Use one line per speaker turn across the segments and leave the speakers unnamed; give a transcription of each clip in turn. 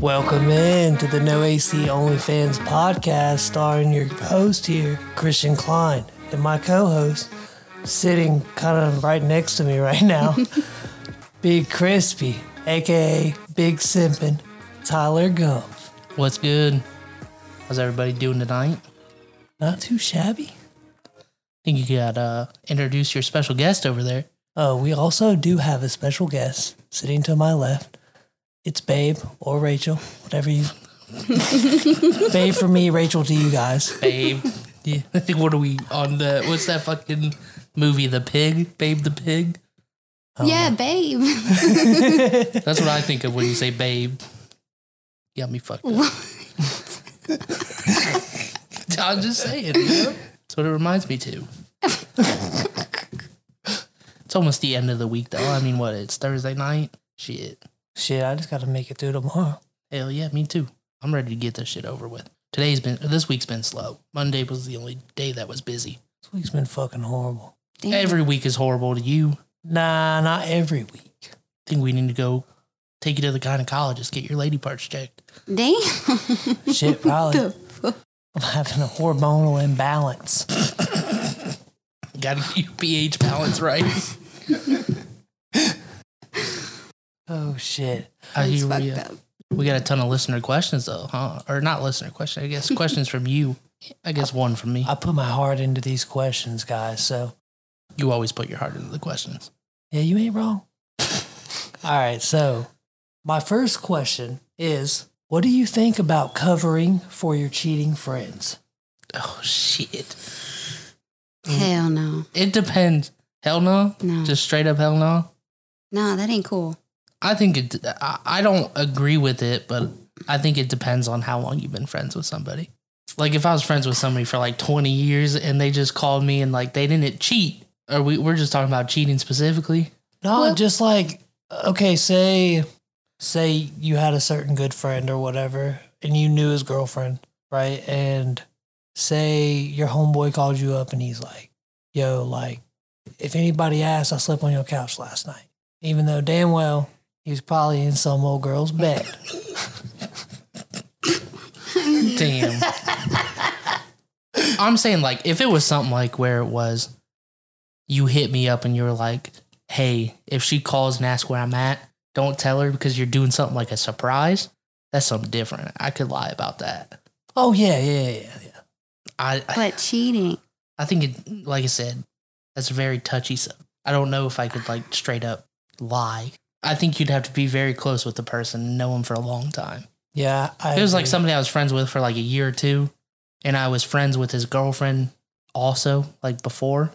Welcome in to the No AC Only Fans podcast, starring your host here, Christian Klein, and my co host, sitting kind of right next to me right now, Big Crispy, aka Big Simpin, Tyler Gump.
What's good? How's everybody doing tonight?
Not too shabby.
I think you got uh introduce your special guest over there.
Oh, we also do have a special guest sitting to my left. It's Babe or Rachel, whatever you. Babe for me, Rachel to you guys.
Babe. Yeah. what are we on the what's that fucking movie, The Pig? Babe the Pig?
yeah, babe.
That's what I think of when you say babe. You got me fucked up. I'm just saying, you know? That's what it reminds me to. it's almost the end of the week though. I mean what, it's Thursday night? Shit.
Shit, I just got to make it through tomorrow.
Hell yeah, me too. I'm ready to get this shit over with. Today's been this week's been slow. Monday was the only day that was busy.
This week's been fucking horrible.
Damn.
Every week is horrible to you.
Nah, not every week.
I think we need to go take you to the gynecologist, get your lady parts checked.
Damn.
Shit, probably.
The fuck?
I'm having a hormonal imbalance.
Got to get your pH balance right.
Oh shit.
I
It's
hear
fucked
ya.
up.
We got a ton of listener questions though, huh? Or not listener questions? I guess questions from you. I guess one from me.
I put my heart into these questions, guys. So
You always put your heart into the questions.
yeah, you ain't wrong. All right. So my first question is, what do you think about covering for your cheating friends?
Oh shit!
Hell no.
It depends. Hell no.
No.
Just straight up hell no.
No, that ain't cool.
I think it. I, I don't agree with it, but I think it depends on how long you've been friends with somebody. Like if I was friends with somebody for like twenty years and they just called me and like they didn't cheat, or we we're just talking about cheating specifically.
Not
Well-
just like okay, say say you had a certain good friend or whatever, and you knew his girlfriend, right? And say your homeboy called you up and he's like, "Yo, like, if anybody asks, I slept on your couch last night," even though damn well he was probably in some old girl's bed.
Damn. I'm saying like if it was something like where it was, you hit me up and you were like, "Hey, if she calls and asks where I'm at, don't tell her because you're doing something like a surprise." That's something different. I could lie about that.
oh yeah, yeah, yeah, yeah.
I, I
But cheating.
I think it, like I said, that's a very touchy. sub. I don't know if I could like straight up lie. I think you'd have to be very close with the person, and know them for a long time.
Yeah, I
It was like
agree.
somebody I was friends with for like a year or two, and I was friends with his girlfriend also, like before.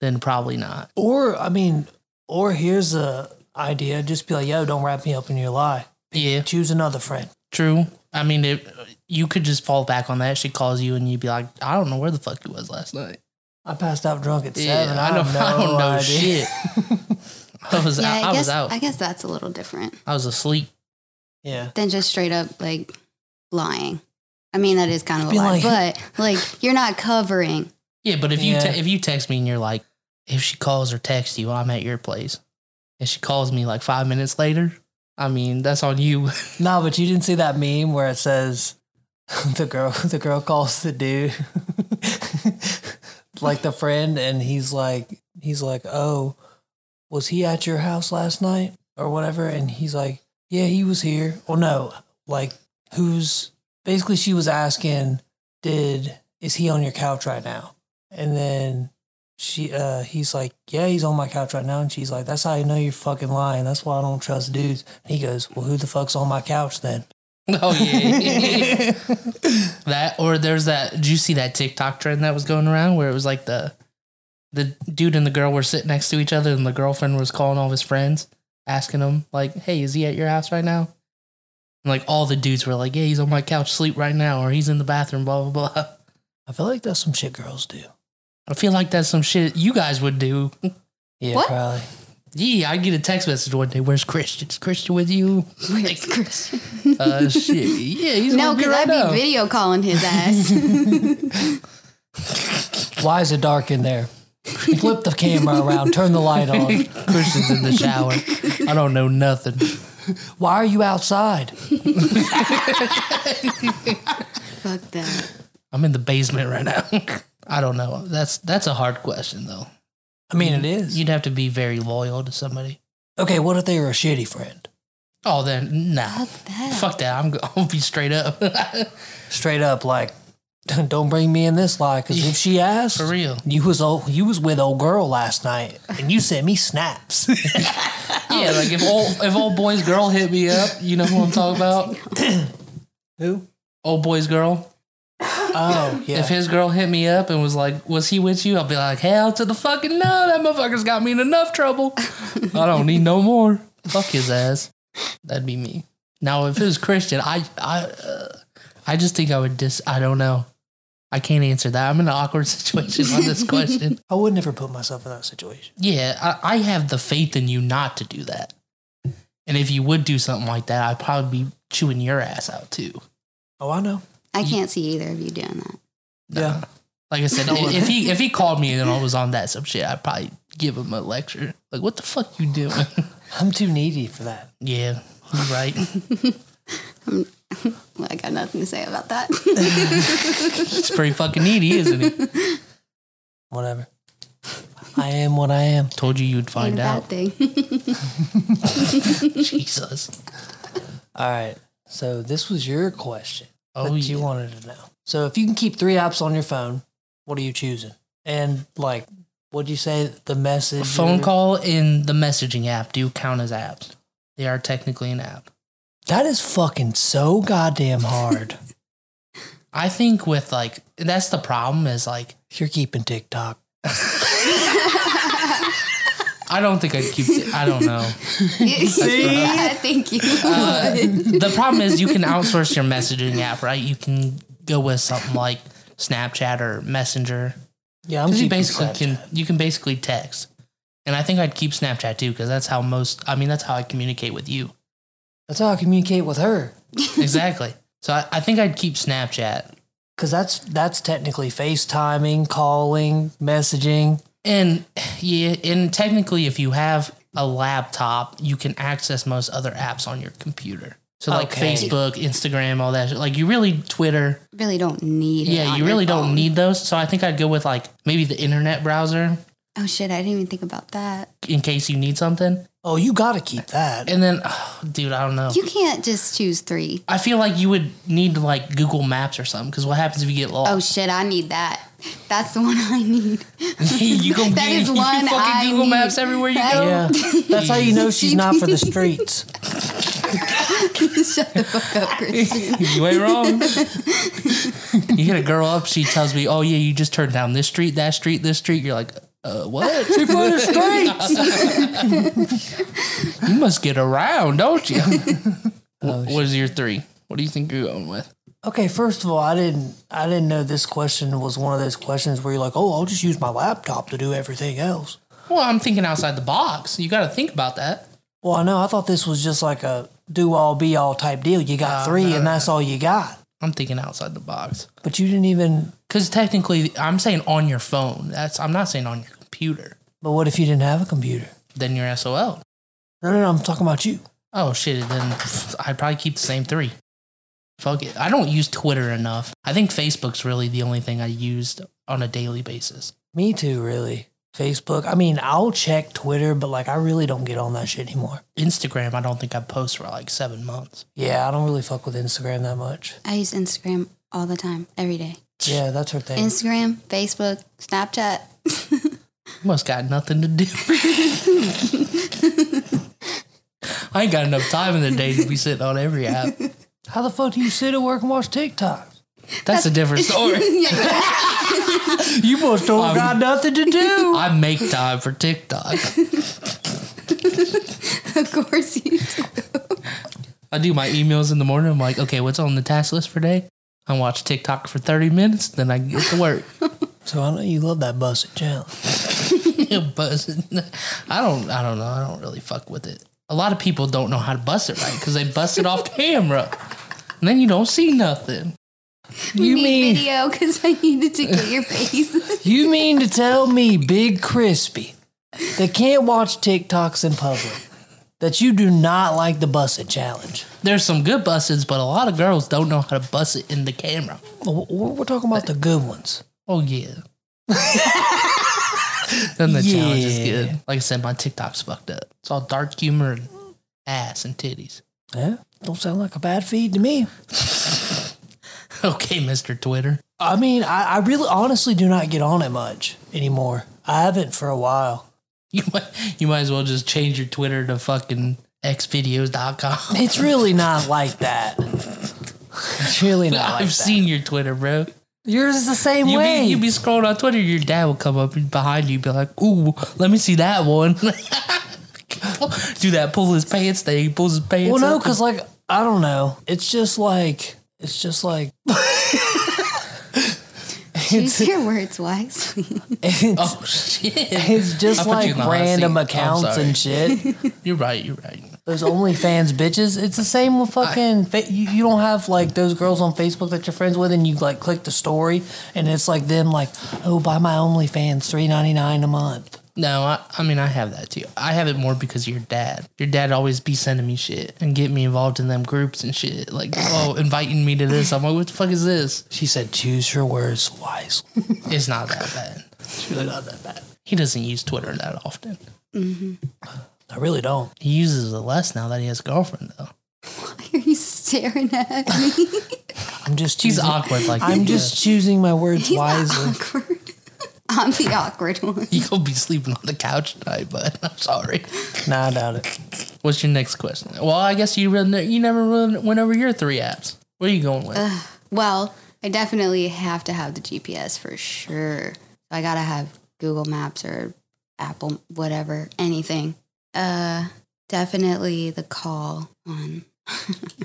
Then probably not.
Or I mean, or here's a idea: just be like, "Yo, don't wrap me up in your lie.
Yeah,
Choose another friend."
true. I mean, it, you could just fall back on that. She calls you, and you'd be like, "I don't know where the fuck you was last night."
I passed out drunk at
Yeah,
seven.
I
I,
don't-
have no
I don't know
idea.
shit. I was
Yeah,
out.
I,
I,
guess
was out.
I guess that's a little different
I was asleep.
yeah.
than just straight up like lying. I mean, that is kind of a
Be
lie,
like-
but like you're not covering.
Yeah, but if you
Yeah.
te- if you text me and you're like, if she calls or texts you, I'm at your place, and she calls me like five minutes later, I mean that's on you.
No, but you didn't see that meme where it says the girl the girl calls the dude like the friend and he's like he's like, Oh, was he at your house last night? Or whatever and he's like, Yeah, he was here. Well no, like who's basically she was asking, Did is he on your couch right now? And then she uh he's like, Yeah, he's on my couch right now and she's like, That's how you know you're fucking lying. That's why I don't trust dudes. And he goes, Well who the fuck's on my couch then?
oh yeah, that or there's that. Did you see that TikTok trend that was going around where it was like the the dude and the girl were sitting next to each other, and the girlfriend was calling all of his friends, asking them like, "Hey, is he at your house right now?" And like all the dudes were like, yeah, he's on my couch, sleep right now, or he's in the bathroom, blah, blah, blah.
I feel like that's some shit girls do.
I feel like that's some shit you guys would do.
Yeah,
What?
probably.
Yeah, I get a text message one day. Where's Christian? Is Christian with you?
Where's Chris?
Uh, shit. Yeah, he's
no,
with me
because
right
I'd
now.
be video calling his ass.
Why is it dark in there? Flip the camera around. Turn the light on.
Oh, Christian's in the shower. I don't know nothing.
Why are you outside?
Fuck that.
I'm in the basement right now. I don't know. That's that's a hard question though.
I mean, it is.
You'd have to be very loyal to somebody.
Okay, what if they were a shitty friend?
Oh, then nah.
Fuck that.
Fuck that. I'm gonna be straight up
Straight up, like, don't bring me in this lie, because if she asks,
for real.
you was old, you was with old girl last night, and you sent me snaps.
Yeah, like if old if old boy's girl hit me up, you know who I'm talking about.
Who?
Old boy's girl.
Oh, yeah.
If his girl hit me up and was like, "Was he with you?" I'll be like, "Hell to the fucking no! That motherfucker's got me in enough trouble. I don't need no more. Fuck his ass." That'd be me. Now, if it was Christian, I, I, uh, I just think I would dis. I don't know. I can't answer that. I'm in an awkward situation on this question.
I would never put myself in that situation.
Yeah, I, I have the faith in you not to do that. And if you would do something like that, I'd probably be chewing your ass out too.
Oh, I know.
I can't see either of you doing that.
Yeah.
Like I said,
Don't worry.
if he if he called me and I was on that some shit, I'd probably give him a lecture. Like, what the fuck you doing?
I'm too needy for that.
yeah, you're right.
Well, I got nothing to say about that.
It's pretty fucking needy, isn't it?
Whatever. I am what I am.
Told you you'd find
Ain't a bad
out.
thing.
Jesus.
All right. So this was your question
Oh,
that you
yeah.
wanted to know. So if you can keep three apps on your phone, what are you choosing? And like, what'd you say? The message,
A phone call in the messaging app do count as apps. They are technically an app.
That is fucking so goddamn hard.
I think with like that's the problem is like
You're keeping TikTok.
I don't think I'd keep. T- I don't know.
yeah, thank you.
Uh, the problem is you can outsource your messaging app, right? You can go with something like Snapchat or Messenger.
Yeah, I'm
Because you
keeping
basically
Snapchat.
can you can basically text, and I think I'd keep Snapchat too because that's how most. I mean, that's how I communicate with you.
That's how I communicate with her.
Exactly. so I, I think I'd keep Snapchat,
Cause that's that's technically FaceTiming, calling, messaging.
and yeah, and technically, if you have a laptop, you can access most other apps on your computer. So like
Okay.
Facebook, Instagram, all that. shit. Like you really Twitter.
really don't need it.
Yeah,
on
you
your
really don't
phone.
need those. So I think I'd go with like maybe the internet browser
Oh shit! I didn't even think about that.
in case you need something.
Oh, you gotta keep that.
And then, oh, dude, I don't know.
You can't just choose three.
I feel like you would need like Google Maps or something because what happens if you get
Oh
lost?
shit! I need that. That's the one I need.
you go
Oh, That is one
fucking
I
Google
need.
Maps everywhere you go.
Yeah. That's how you know she's not for the streets.
Shut the fuck up, Christian.
you ain't wrong. you hit a girl up, she tells me, "Oh yeah, you just turned down this street, that street, this street." You're like, "Uh, what? She for the streets? you must get around, don't you?"
Oh,
Wh- what is your three? What do you think you're going with?
Okay, first of all, I didn't I didn't know this question was one of those questions where you're like, oh, I'll just use my laptop to do everything else.
Well, I'm thinking outside the box. You got to think about that.
Well, I know I thought this was just like a do all be all type deal. You got three, and that's all you got.
I'm thinking outside the box.
But you didn't even.
Because technically, I'm saying on your phone. That's I'm not saying on your computer.
But what if you didn't have a computer?
Then you're SOL.
No, no, no. I'm talking about you.
Oh shit! Then I'd probably keep the same three. Fuck it. I don't use Twitter enough. I think Facebook's really the only thing I used on a daily basis.
Me too, really. Facebook. I mean, I'll check Twitter, but like, I really don't get on that shit anymore.
Instagram, I don't think I post for like seven months.
Yeah, I don't really fuck with Instagram that much.
I use Instagram all the time, every day.
Yeah, that's her thing.
Instagram, Facebook, Snapchat.
Must got nothing to do. I ain't got enough time in the day to be sitting on every app.
How the fuck do you sit at work and watch TikTok?
That's a different story.
You must don't got nothing to do.
I make time for TikTok.
of course you do.
I do my emails in the morning. I'm like, okay, what's on the task list for today? I watch TikTok for 30 minutes, then I get to work.
So I know you love that busted challenge.
buzz it. I don't. I don't know. I don't really fuck with it. A lot of people don't know how to bust it right because they bust it off camera, and then you don't see nothing.
You
You
need
mean
video because I needed to get your face.
you mean to tell me, Big Crispy, that can't watch TikToks in public, that you do not like the busted challenge?
There's some good buses, but a lot of girls don't know how to bust it in the camera.
We're, we're talking about the good ones.
Oh yeah. then the challenge is
Yeah.
good. Like I said, my TikTok's fucked up. It's all dark humor and ass and titties.
Yeah, don't sound like a bad feed to me.
Okay, Mister Twitter.
I mean, I, I really honestly do not get on it much anymore. I haven't for a while.
You might you might as well just change your Twitter to fucking xvideos.com.
It's really not like that. It's really not like
I've
that.
seen your Twitter, bro.
Yours is the same
You
way.
be, you be scrolling on Twitter, your dad will come up behind you and be like, Ooh, let me see that one. Do that, pull his pants thing, he pulls his pants.
well, no,
up.
because like I don't know. It's just like it's just like
Choose your words wisely.
it's,
Oh, shit.
it's
I
just
put
like
you in the hot
random
seat. I'm
accounts
sorry.
and shit.
You're right, you're right.
Those OnlyFans bitches. It's the same with fucking. fa- you, you don't have like those girls on Facebook that you're friends with, and you like click the story, and it's like them like, oh, buy my OnlyFans three ninety nine a month.
No, I, I mean, I have that too. I have it more because of your dad. Your dad always be sending me shit and get me involved in them groups and shit. Like, oh, inviting me to this. I'm like, what the fuck is this?
She said, choose your words wisely.
It's not that bad. It's really not that bad. He doesn't use Twitter that often.
I really don't.
He uses it less now that he has a girlfriend, though.
Are you staring at me?
I'm just.
He's
choosing-
awkward like
I'm
that.
just choosing my words
He's not
wisely.
awkward. I'm the awkward one.
You gonna be sleeping on the couch tonight, but I'm sorry.
Nah, I doubt it.
What's your next question? Well, I guess you really ne- you never really went over your three apps. What are you going with?
Uh, Well, I definitely have to have the GPS for sure. I gotta have Google Maps or Apple, whatever, anything. Uh, definitely the call one.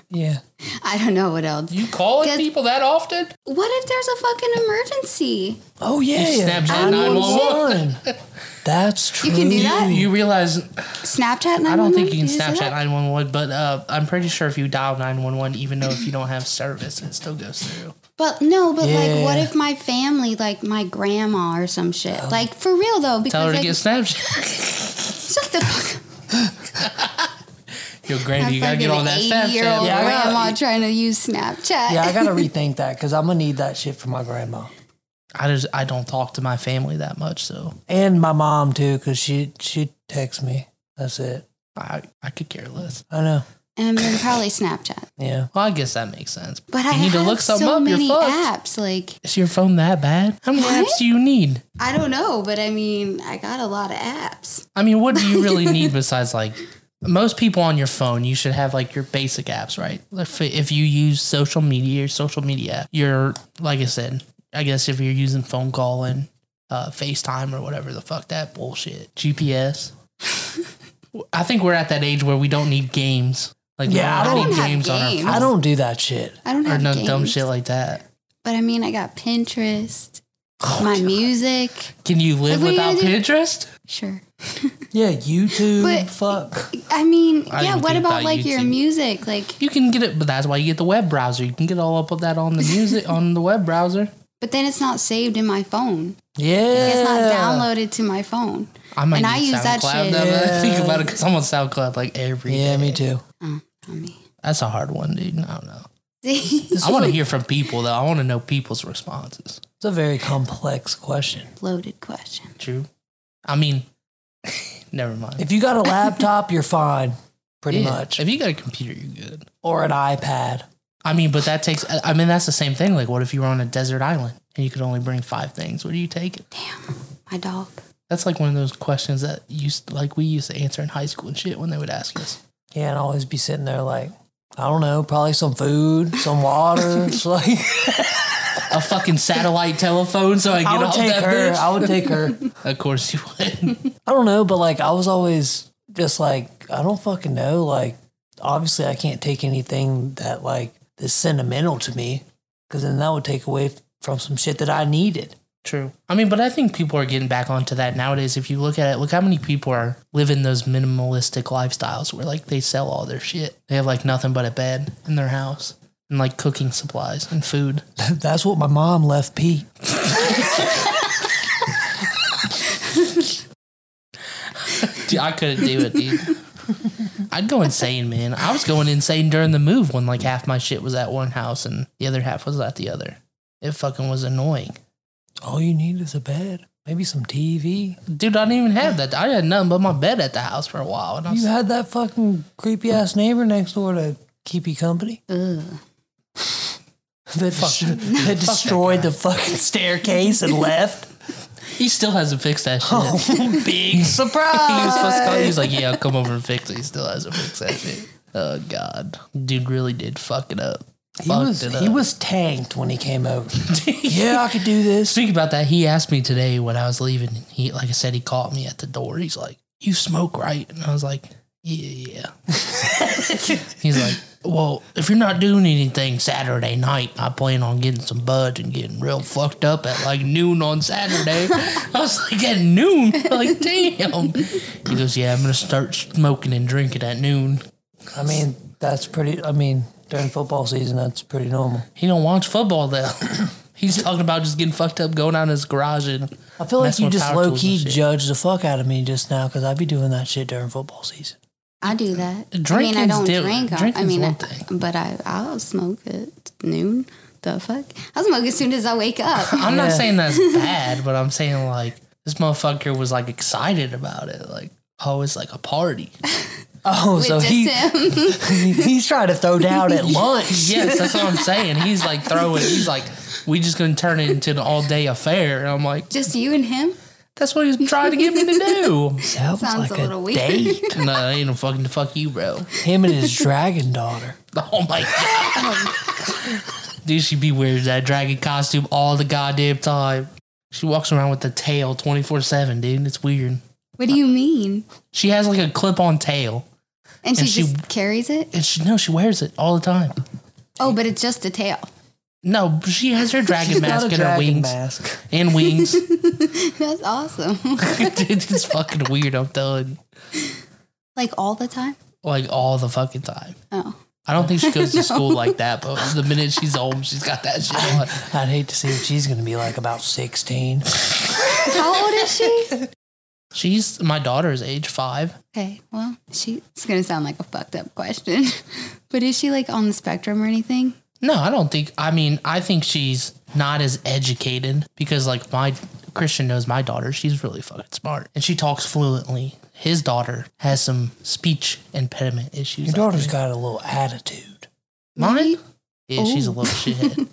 Yeah.
I don't know what else.
you calling
Guess-
people that often?
What if there's a fucking emergency?
Oh yeah,
You
yeah.
Snapchat 911.
That's true.
You can do that.
You realize
Snapchat.
I don't think you can
911? Is
Snapchat
that-
911, but uh, I'm pretty sure if you dial 911, even though if you don't have service, it still goes through.
But no, but like, what
Yeah.
if my family, like my grandma or some shit, like for real though? Because
Oh. Tell her
like,
to get Snapchat.
shut the fuck. up.
Yo, Grandy,
I'm
you gotta get on that
year old
Snapchat.
Yeah, I gotta-
grandma trying to use Snapchat.
Yeah, I gotta rethink that because I'm gonna need that shit for my grandma
I just I don't talk to my family that much, so
and my mom too because she she texts me. That's it.
I I could care less.
I know.
and then probably Snapchat.
Yeah.
Well, I guess that makes sense.
But
you
I
need
have
to look something
so
up.
many
You're fucked.
apps. Like
Is your phone that bad? How many
What?
apps do you need?
I don't know, but I mean, I got a lot of apps.
I mean, what do you really need besides like most people on your phone? You should have like your basic apps, right? If, if you use social media, your social media, you're like I said, I guess if you're using phone call and uh, FaceTime or whatever the fuck that bullshit, GPS. I think we're at that age where we don't need games. Like we
Yeah, I
don't,
don't
need
have
games on
games.
our
I don't do that shit.
I don't
phone or
have
no
games,
dumb shit like that.
but I mean, I got Pinterest,
Oh,
my music.
Can you live
Like, what are you
without
gonna
Pinterest?
Sure.
Yeah, YouTube.
But-
fuck.
I mean,
I
yeah.
didn't
What
think
about
about
like your
YouTube.
music? Like,
You can get it, but that's why you get the web browser. You can get all up with that on the music on the web browser.
but then it's not saved in my phone.
Yeah.
It's not downloaded to my phone.
I might
And
and
I use
use
that
SoundCloud
shit.
now that I think
Yeah.
about it because I'm on SoundCloud like every
Yeah,
day.
me too.
Oh, not me.
That's a hard one, dude. I don't know.
See?
I want to hear from people though. I want to know people's responses.
It's a very complex question.
Loaded question.
True. I mean, never mind.
If you got a laptop, you're fine, pretty
Yeah.
much,
If you got a computer, you're good.
or an iPad.
I mean, but that takes. I I mean, that's the same thing. Like, what if you were on a desert island and you could only bring five things? What do you take?
My dog.
That's like one of those questions that used like we used to answer in high school and shit when they would ask us.
Yeah, and always be sitting there like, I don't know, probably some food, some water. It's like
A fucking satellite telephone, so I get
I would
off
take
that
her. I
bitch.
would take her.
Of course you would.
I don't know, but like I was always just like I don't fucking know. Like obviously I can't take anything that like is sentimental to me because then that would take away f- from some shit that I needed.
True. I mean, but I think people are getting back onto that nowadays. If you look at it, look how many people are living those minimalistic lifestyles where like they sell all their shit. They have like nothing but a bed in their house and like cooking supplies and food.
That's what my mom left Pete.
Dude, I couldn't do it, dude. I'd go insane, man. I was going insane during the move when like half my shit was at one house and the other half was at the other. It fucking was annoying.
All you need is a bed, maybe some TV.
Dude, I didn't even have that. I had nothing but my bed at the house for a while. And I was,
You had that fucking creepy ass neighbor next door to keep you company.
Ugh.
That fuck, that destroyed the fucking staircase and left.
he still hasn't fixed that shit.
Oh, big
He was
surprise!
supposed to call. He was like, "Yeah, I'll come over and fix it." He still hasn't fixed that shit. Oh God, dude, really did fuck it up.
He
Fucked
was
it
he
up.
was tanked when he came over. yeah, I could do this.
Speaking about that, he asked me today when I was leaving. He, like I said, he caught me at the door. He's like, "You smoke, right?" And I was like, "Yeah." yeah." He's like, "Well, if you're not doing anything Saturday night, I plan on getting some buds and getting real fucked up at like noon on Saturday." I was like, "At noon? Like, damn." He goes, "Yeah, I'm gonna start smoking and drinking at noon."
I mean, that's pretty. I mean, during football season, that's pretty normal.
He don't watch football though. He's talking about just getting fucked up, going out in his garage, and
I feel like
Messing
you
with
just
power tools
low
and
key
shit.
judged the fuck out of me just now because I be doing that shit during football season.
I do that. I mean, I
Drinking's
don't
different.
drink. I- I
Drinking's
mean,
one
I-
thing.
but I I'll smoke at noon. The fuck? I'll smoke as soon as I wake up.
I'm
Yeah.
not saying that's bad, but I'm saying like this motherfucker was like excited about it, like oh, it's like a party.
Oh,
With
so
just
he
him.
he's trying to throw down at lunch.
yes, that's what I'm saying. He's like throwing. He's like, we just gonna turn it into an all day affair, and I'm like,
just you and him?
that's what he was trying to get me to do.
Sounds,
Sounds
like a,
a little weird.
date.
no, ain't no fucking fuck you, bro.
Him and his dragon daughter.
Oh my god. Dude, she be wearing that dragon costume all the goddamn time. She walks around with the tail 24 7, dude. It's weird.
What do you mean?
She has like a clip on tail.
And she
And she-
just carries it?
And she, no, she wears it all the time.
Oh, but it's just a tail.
No, she has her dragon
She's
mask
got
and
a
her
dragon
wings.
mask.
And wings.
That's awesome.
dude, it's fucking weird. I'm done.
like all the time?
Like all the fucking time.
Oh.
I don't think she goes to school like that, but the minute she's home, she's got that shit on.
I'd hate to see what she's gonna be like about sixteen.
How old is she?
She's my daughter's age five.
Okay, well, she it's gonna sound like a fucked up question. But is she like on the spectrum or anything?
No, I don't think. I mean, I think she's not as educated because, like, my Christian knows my daughter. She's really fucking smart and she talks fluently. His daughter has some speech impediment issues.
Your
I
daughter's
think.
got a little attitude.
mine. Yeah, she's a
Oh.
little shithead.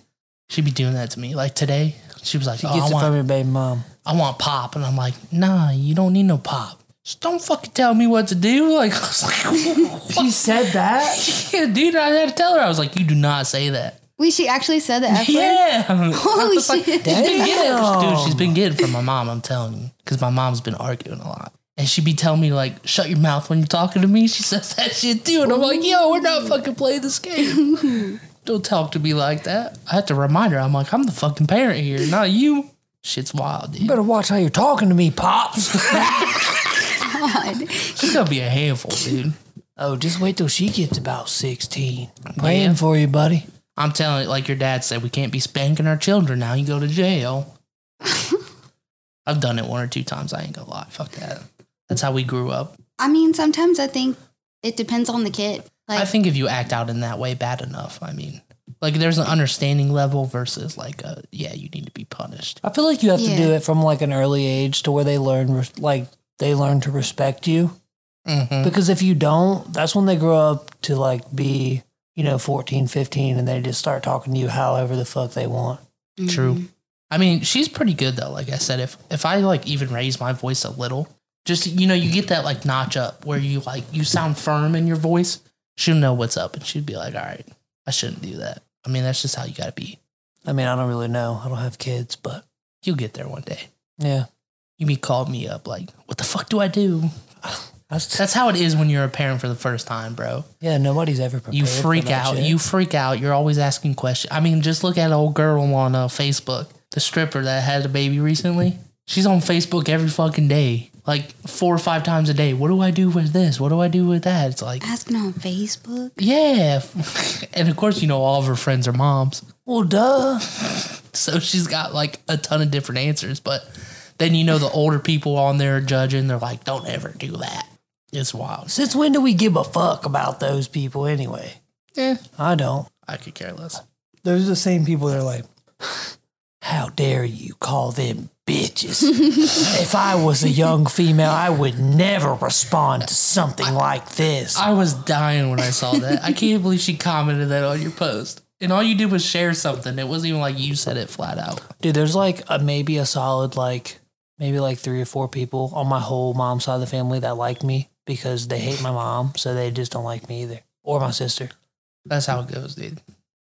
She'd be doing that to me. Like today, she was like,
She
"Oh,
gets
I
it from
want,
your baby mom.
I want pop," and I'm like, "Nah, you don't need no pop. Just don't fucking tell me what to do." Like, I was like,
She said that.
yeah, dude, I had to tell her. I was like, "You do not say that."
Wait, she actually said the F word?
Yeah.
Holy shit.
She's been getting it. Dude,
Damn.
she's been getting it from my mom, I'm telling you. Because my mom's been arguing a lot. And she be telling me, like, shut your mouth when you're talking to me. She says that shit too. And I'm like, yo, we're not fucking playing this game. Don't talk to me like that. I have to remind her, I'm like, I'm the fucking parent here, not you. Shit's wild,
You
dude.
better watch how you're talking to me, Pops.
God.
She's gonna be a handful, dude.
oh, just wait till she gets about 16. Praying for you, buddy.
I'm telling you, like your dad said, we can't be spanking our children now. You go to jail. I've done it one or two times. I ain't gonna lie. Fuck that. That's how we grew up.
I mean, sometimes I think it depends on the kid.
I
Like
think if you act out in that way bad enough, I mean, like there's an understanding level versus like, uh yeah, you need to be punished.
I feel like you have
Yeah.
to do it from like an early age to where they learn, res- like, they learn to respect you.
Mm-hmm.
Because if you don't, that's when they grow up to like be, you know, 14, 15, and they just start talking to you however the fuck they want.
mm,
True. I mean, she's pretty good though. Like I said, if if I like even raise my voice a little, just you know, you get that like notch up where you like you sound firm in your voice. She'll know what's up, and she'd be like, "All right, I shouldn't do that." I mean, that's just how you gotta be.
I mean, I don't really know. I don't have kids, but
You'll get there one day.
yeah.
You be called me up like, "What the fuck do I do?"
I was t-
That's how it is when you're a parent for the first time, bro.
yeah, nobody's ever prepared.
You
for
freak
that
out.
shit.
You freak out. You're always asking questions. I mean, just look at old girl on uh, Facebook, the stripper that had a baby recently. She's on Facebook every fucking day, like four or five times a day. What do I do with this? What do I do with that? It's like,
Asking on Facebook.
yeah. and of course, you know, all of her friends are moms.
Well, duh.
So she's got like a ton of different answers. But then, you know, the older people on there are judging. They're like, don't ever do that. It's wild.
Since when do we give a fuck about those people anyway?
Eh,
I don't.
I could care less.
Those are the same people that are like, how dare you call them bitches? if I was a young female, I would never respond to something like this.
I was dying when I saw that. I can't believe she commented that on your post. And all you did was share something. It wasn't even like you said it flat out.
Dude, there's like a, maybe a solid like maybe like three or four people on my whole mom side of the family that like me because they hate my mom, so they just don't like me either or my sister.
That's how it goes, dude.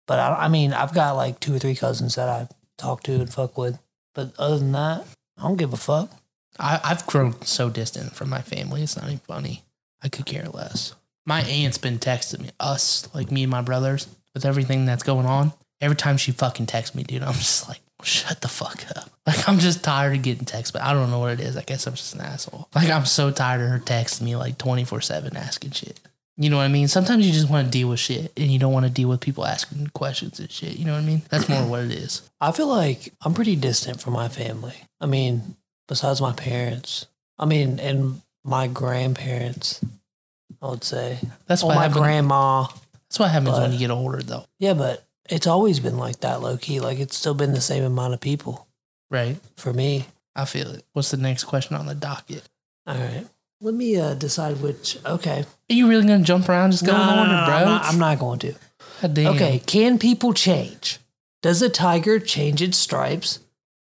But I, I mean, I've got like two or three cousins that I talk to and fuck with. But other than that, I don't give a fuck.
I, I've grown so distant from my family. It's not even funny. I could care less. My aunt's been texting me, us, like me and my brothers, with everything that's going on. Every time she fucking texts me, dude, I'm just like, shut the fuck up. Like, I'm just tired of getting texts, but I don't know what it is. I guess I'm just an asshole. Like, I'm so tired of her texting me like 24 7 asking shit. You know what I mean? Sometimes you just want to deal with shit and you don't want to deal with people asking questions and shit. You know what I mean? That's more what it is.
I feel like I'm pretty distant from my family. I mean, besides my parents, I mean, and my grandparents, I would say.
That's
or
what
Oh, my
happens.
grandma.
that's what happens when
but-
you get older, though,
Yeah, but it's always been like that, low key. Like it's still been the same amount of people
right?
for me.
I feel it. What's the next question on the docket?
All right. Let me uh, decide which. Okay.
Are you really gonna jump around? Just go in order, bro.
I'm not, I'm not going to.
God damn.
Okay. Can people change? Does a tiger change its stripes?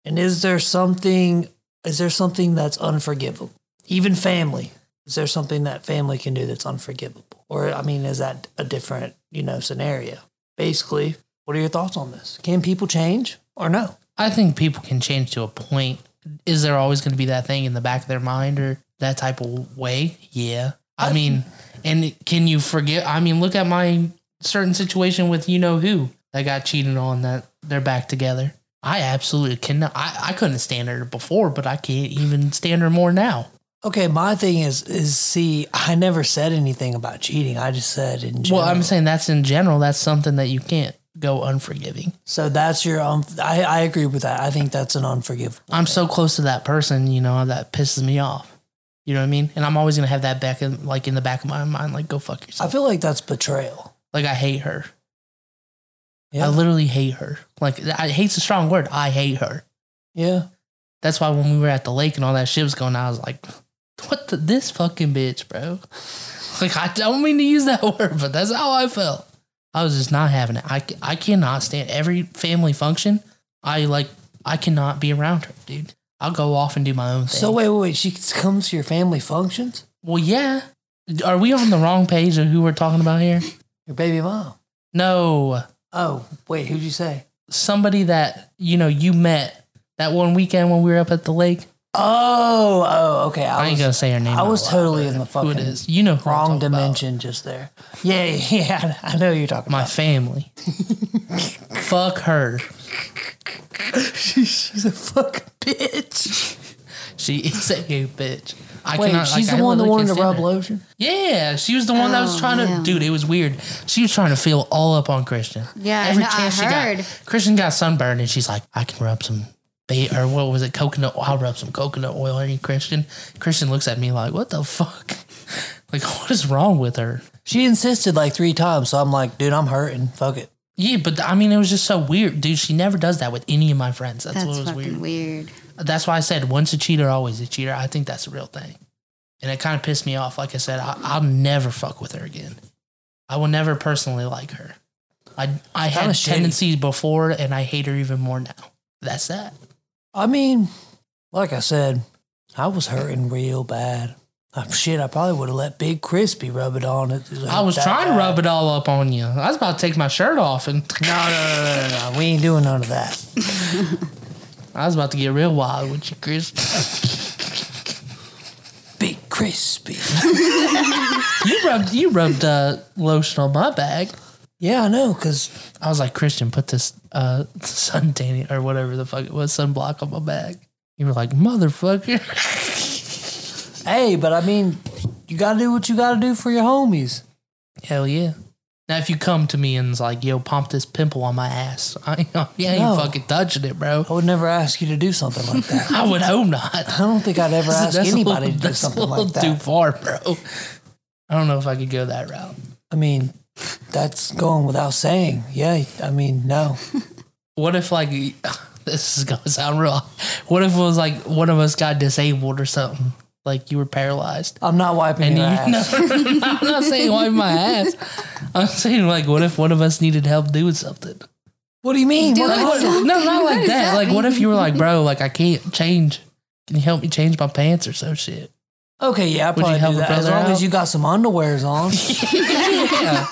And is there something? Is there something that's unforgivable? Even family. Is there something that family can do that's unforgivable? Or I mean, is that a different you know scenario? Basically, what are your thoughts on this? Can people change or no?
I think people can change to a point. Is there always gonna be that thing in the back of their mind or that type of way? Yeah. I mean, and can you forget? I mean, look at my certain situation with you know who that got cheated on that they're back together. I absolutely cannot. I, I couldn't stand her before, but I can't even stand her more now.
Okay, my thing is is see, I never said anything about cheating. I just said in general.
Well, I'm saying that's in general. That's something that you can't go unforgiving.
so that's your um. I I agree with that. I think that's an unforgivable.
I'm so close to that person, you know, that pisses me off. You know what I mean? And I'm always gonna have that back in like in the back of my mind, like go fuck
I
yourself.
feel like that's betrayal.
like I hate her.
Yeah,
I literally hate her. Like I hate's a strong word. I hate her.
yeah.
That's why when we were at the lake and all that shit was going on, I was like, What the this fucking bitch, bro? Like I don't mean to use that word, but that's how I felt. I was just not having it. I, c- I cannot stand every family function. I like I cannot be around her, dude. I'll go off and do my own thing.
So wait, wait, wait. She comes to your family functions.
Well, yeah. Are we on the wrong page of who we're talking about here?
Your baby mom.
No.
Oh wait, who'd you say?
Somebody that, you know, you met that one weekend when we were up at the lake.
Oh, oh, okay.
I,
I,
ain't
was
going to say her name.
I
out
was
loud,
totally
but
in the
who it
fucking
is. You know who I'm
wrong
talking about.
dimension just there. Yeah, yeah. I know who you're talking
My
about.
family. Fuck her.
she's a fucking bitch.
She is a good bitch. I
Wait,
cannot,
she's
like, I
the one that
literally
wanted to
can't stand
rub
her.
lotion.
Yeah, she was the one that was
Oh,
trying to.
yeah.
Dude, it was weird. She was trying to feel all up on Christian.
Yeah, I know, I
she
heard.
got. Christian got sunburned, and she's like, "I can rub some." Bait, or what was it? Coconut. I'll rub some coconut oil on you, Christian. Christian looks at me like, "What the fuck? Like, what is wrong with her?"
She insisted like three times, so I'm like, dude, I'm hurting. Fuck it.
Yeah, but I mean, it was just so weird, dude. She never does that with any of my friends. That's,
That's,
what was weird.
fucking weird.
That's why I said once a cheater, always a cheater. I think that's a real thing. And it kind of pissed me off. Like I said, I, I'll never fuck with her again. I will never personally like her. I, I had
was shitty.
tendencies before and I hate her even more now. That's that.
I mean, like I said, I was hurting real bad. Uh, shit, I probably would have let Big Crispy rub it on it.
I was trying to rub it all up on you. I was about to take my shirt off and
No, no, no, no, no, no. We ain't doing none of that.
I was about to get real wild with you, Chris.
Big crispy.
You rubbed you rubbed uh, lotion on my bag.
yeah, I know, because
I was like, Christian, put this uh sun tanning or whatever the fuck it was, sunblock on my bag. You were like, motherfucker.
hey, but I mean, you gotta do what you gotta do for your homies.
Hell yeah. Now if you come to me and it's like, yo, pump this pimple on my ass, I ain't, I ain't
No.
fucking touching it, bro.
I would never ask you to do something like that.
I would hope not.
I don't think I'd ever ask
That's a
anybody to
little-
do
that's a
something
little
like that.
Too far, bro. I don't know if I could go that route.
I mean, that's going without saying. Yeah, I mean, no.
What if like this is gonna sound real? What if it was like one of us got disabled or something? Like you were paralyzed.
I'm not wiping
And
your
you,
ass.
no, I'm not saying wipe my ass. I'm saying like, what if one of us needed help doing something?
What do you mean?
Do
What-
it.
what-
What- no, not
What
like
does
that.
that
Like, what if you were
mean?
like, bro, like I can't change. Can you help me change my pants or so shit?
Okay, yeah, I
you
probably
help
do
a
that. As
brother
long
out?
as you got some underwears on.
Yeah.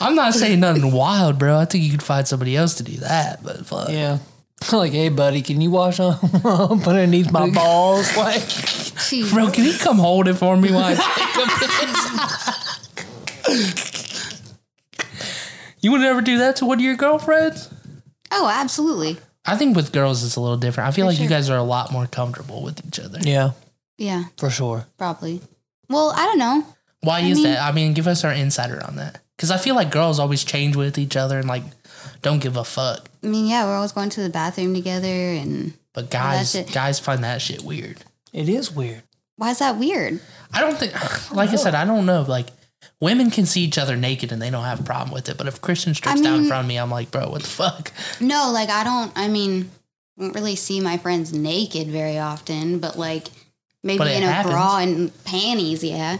I'm not saying nothing wild, bro. I think you could find somebody else to do that, but fuck.
yeah. Like, hey, buddy, can you wash up underneath my balls? Like,
Jeez.
Bro, can you come hold it for me while I take a piss? you would never do that to one of your girlfriends?
Oh, absolutely.
I think with girls it's a little different. I feel like you guys are a lot more comfortable with each other.
yeah,
Yeah,
for sure.
probably. Well, I don't know.
Why is
mean-
that? I mean, give us our insider on that. Because I feel like girls always change with each other and like don't give a fuck.
I mean, yeah, we're always going to the bathroom together, and
But guys,
it.
guys find that shit weird.
It is weird.
why is that weird?
I don't think, like I said, I don't know. Like, women can see each other naked and they don't have a problem with it. But if Christian strips down in
mean-
front of me, I'm like, bro, what the fuck?
No, like I don't. I mean, I don't really see my friends naked very often, but like maybe
But it
in a
happens.
bra and panties. Yeah.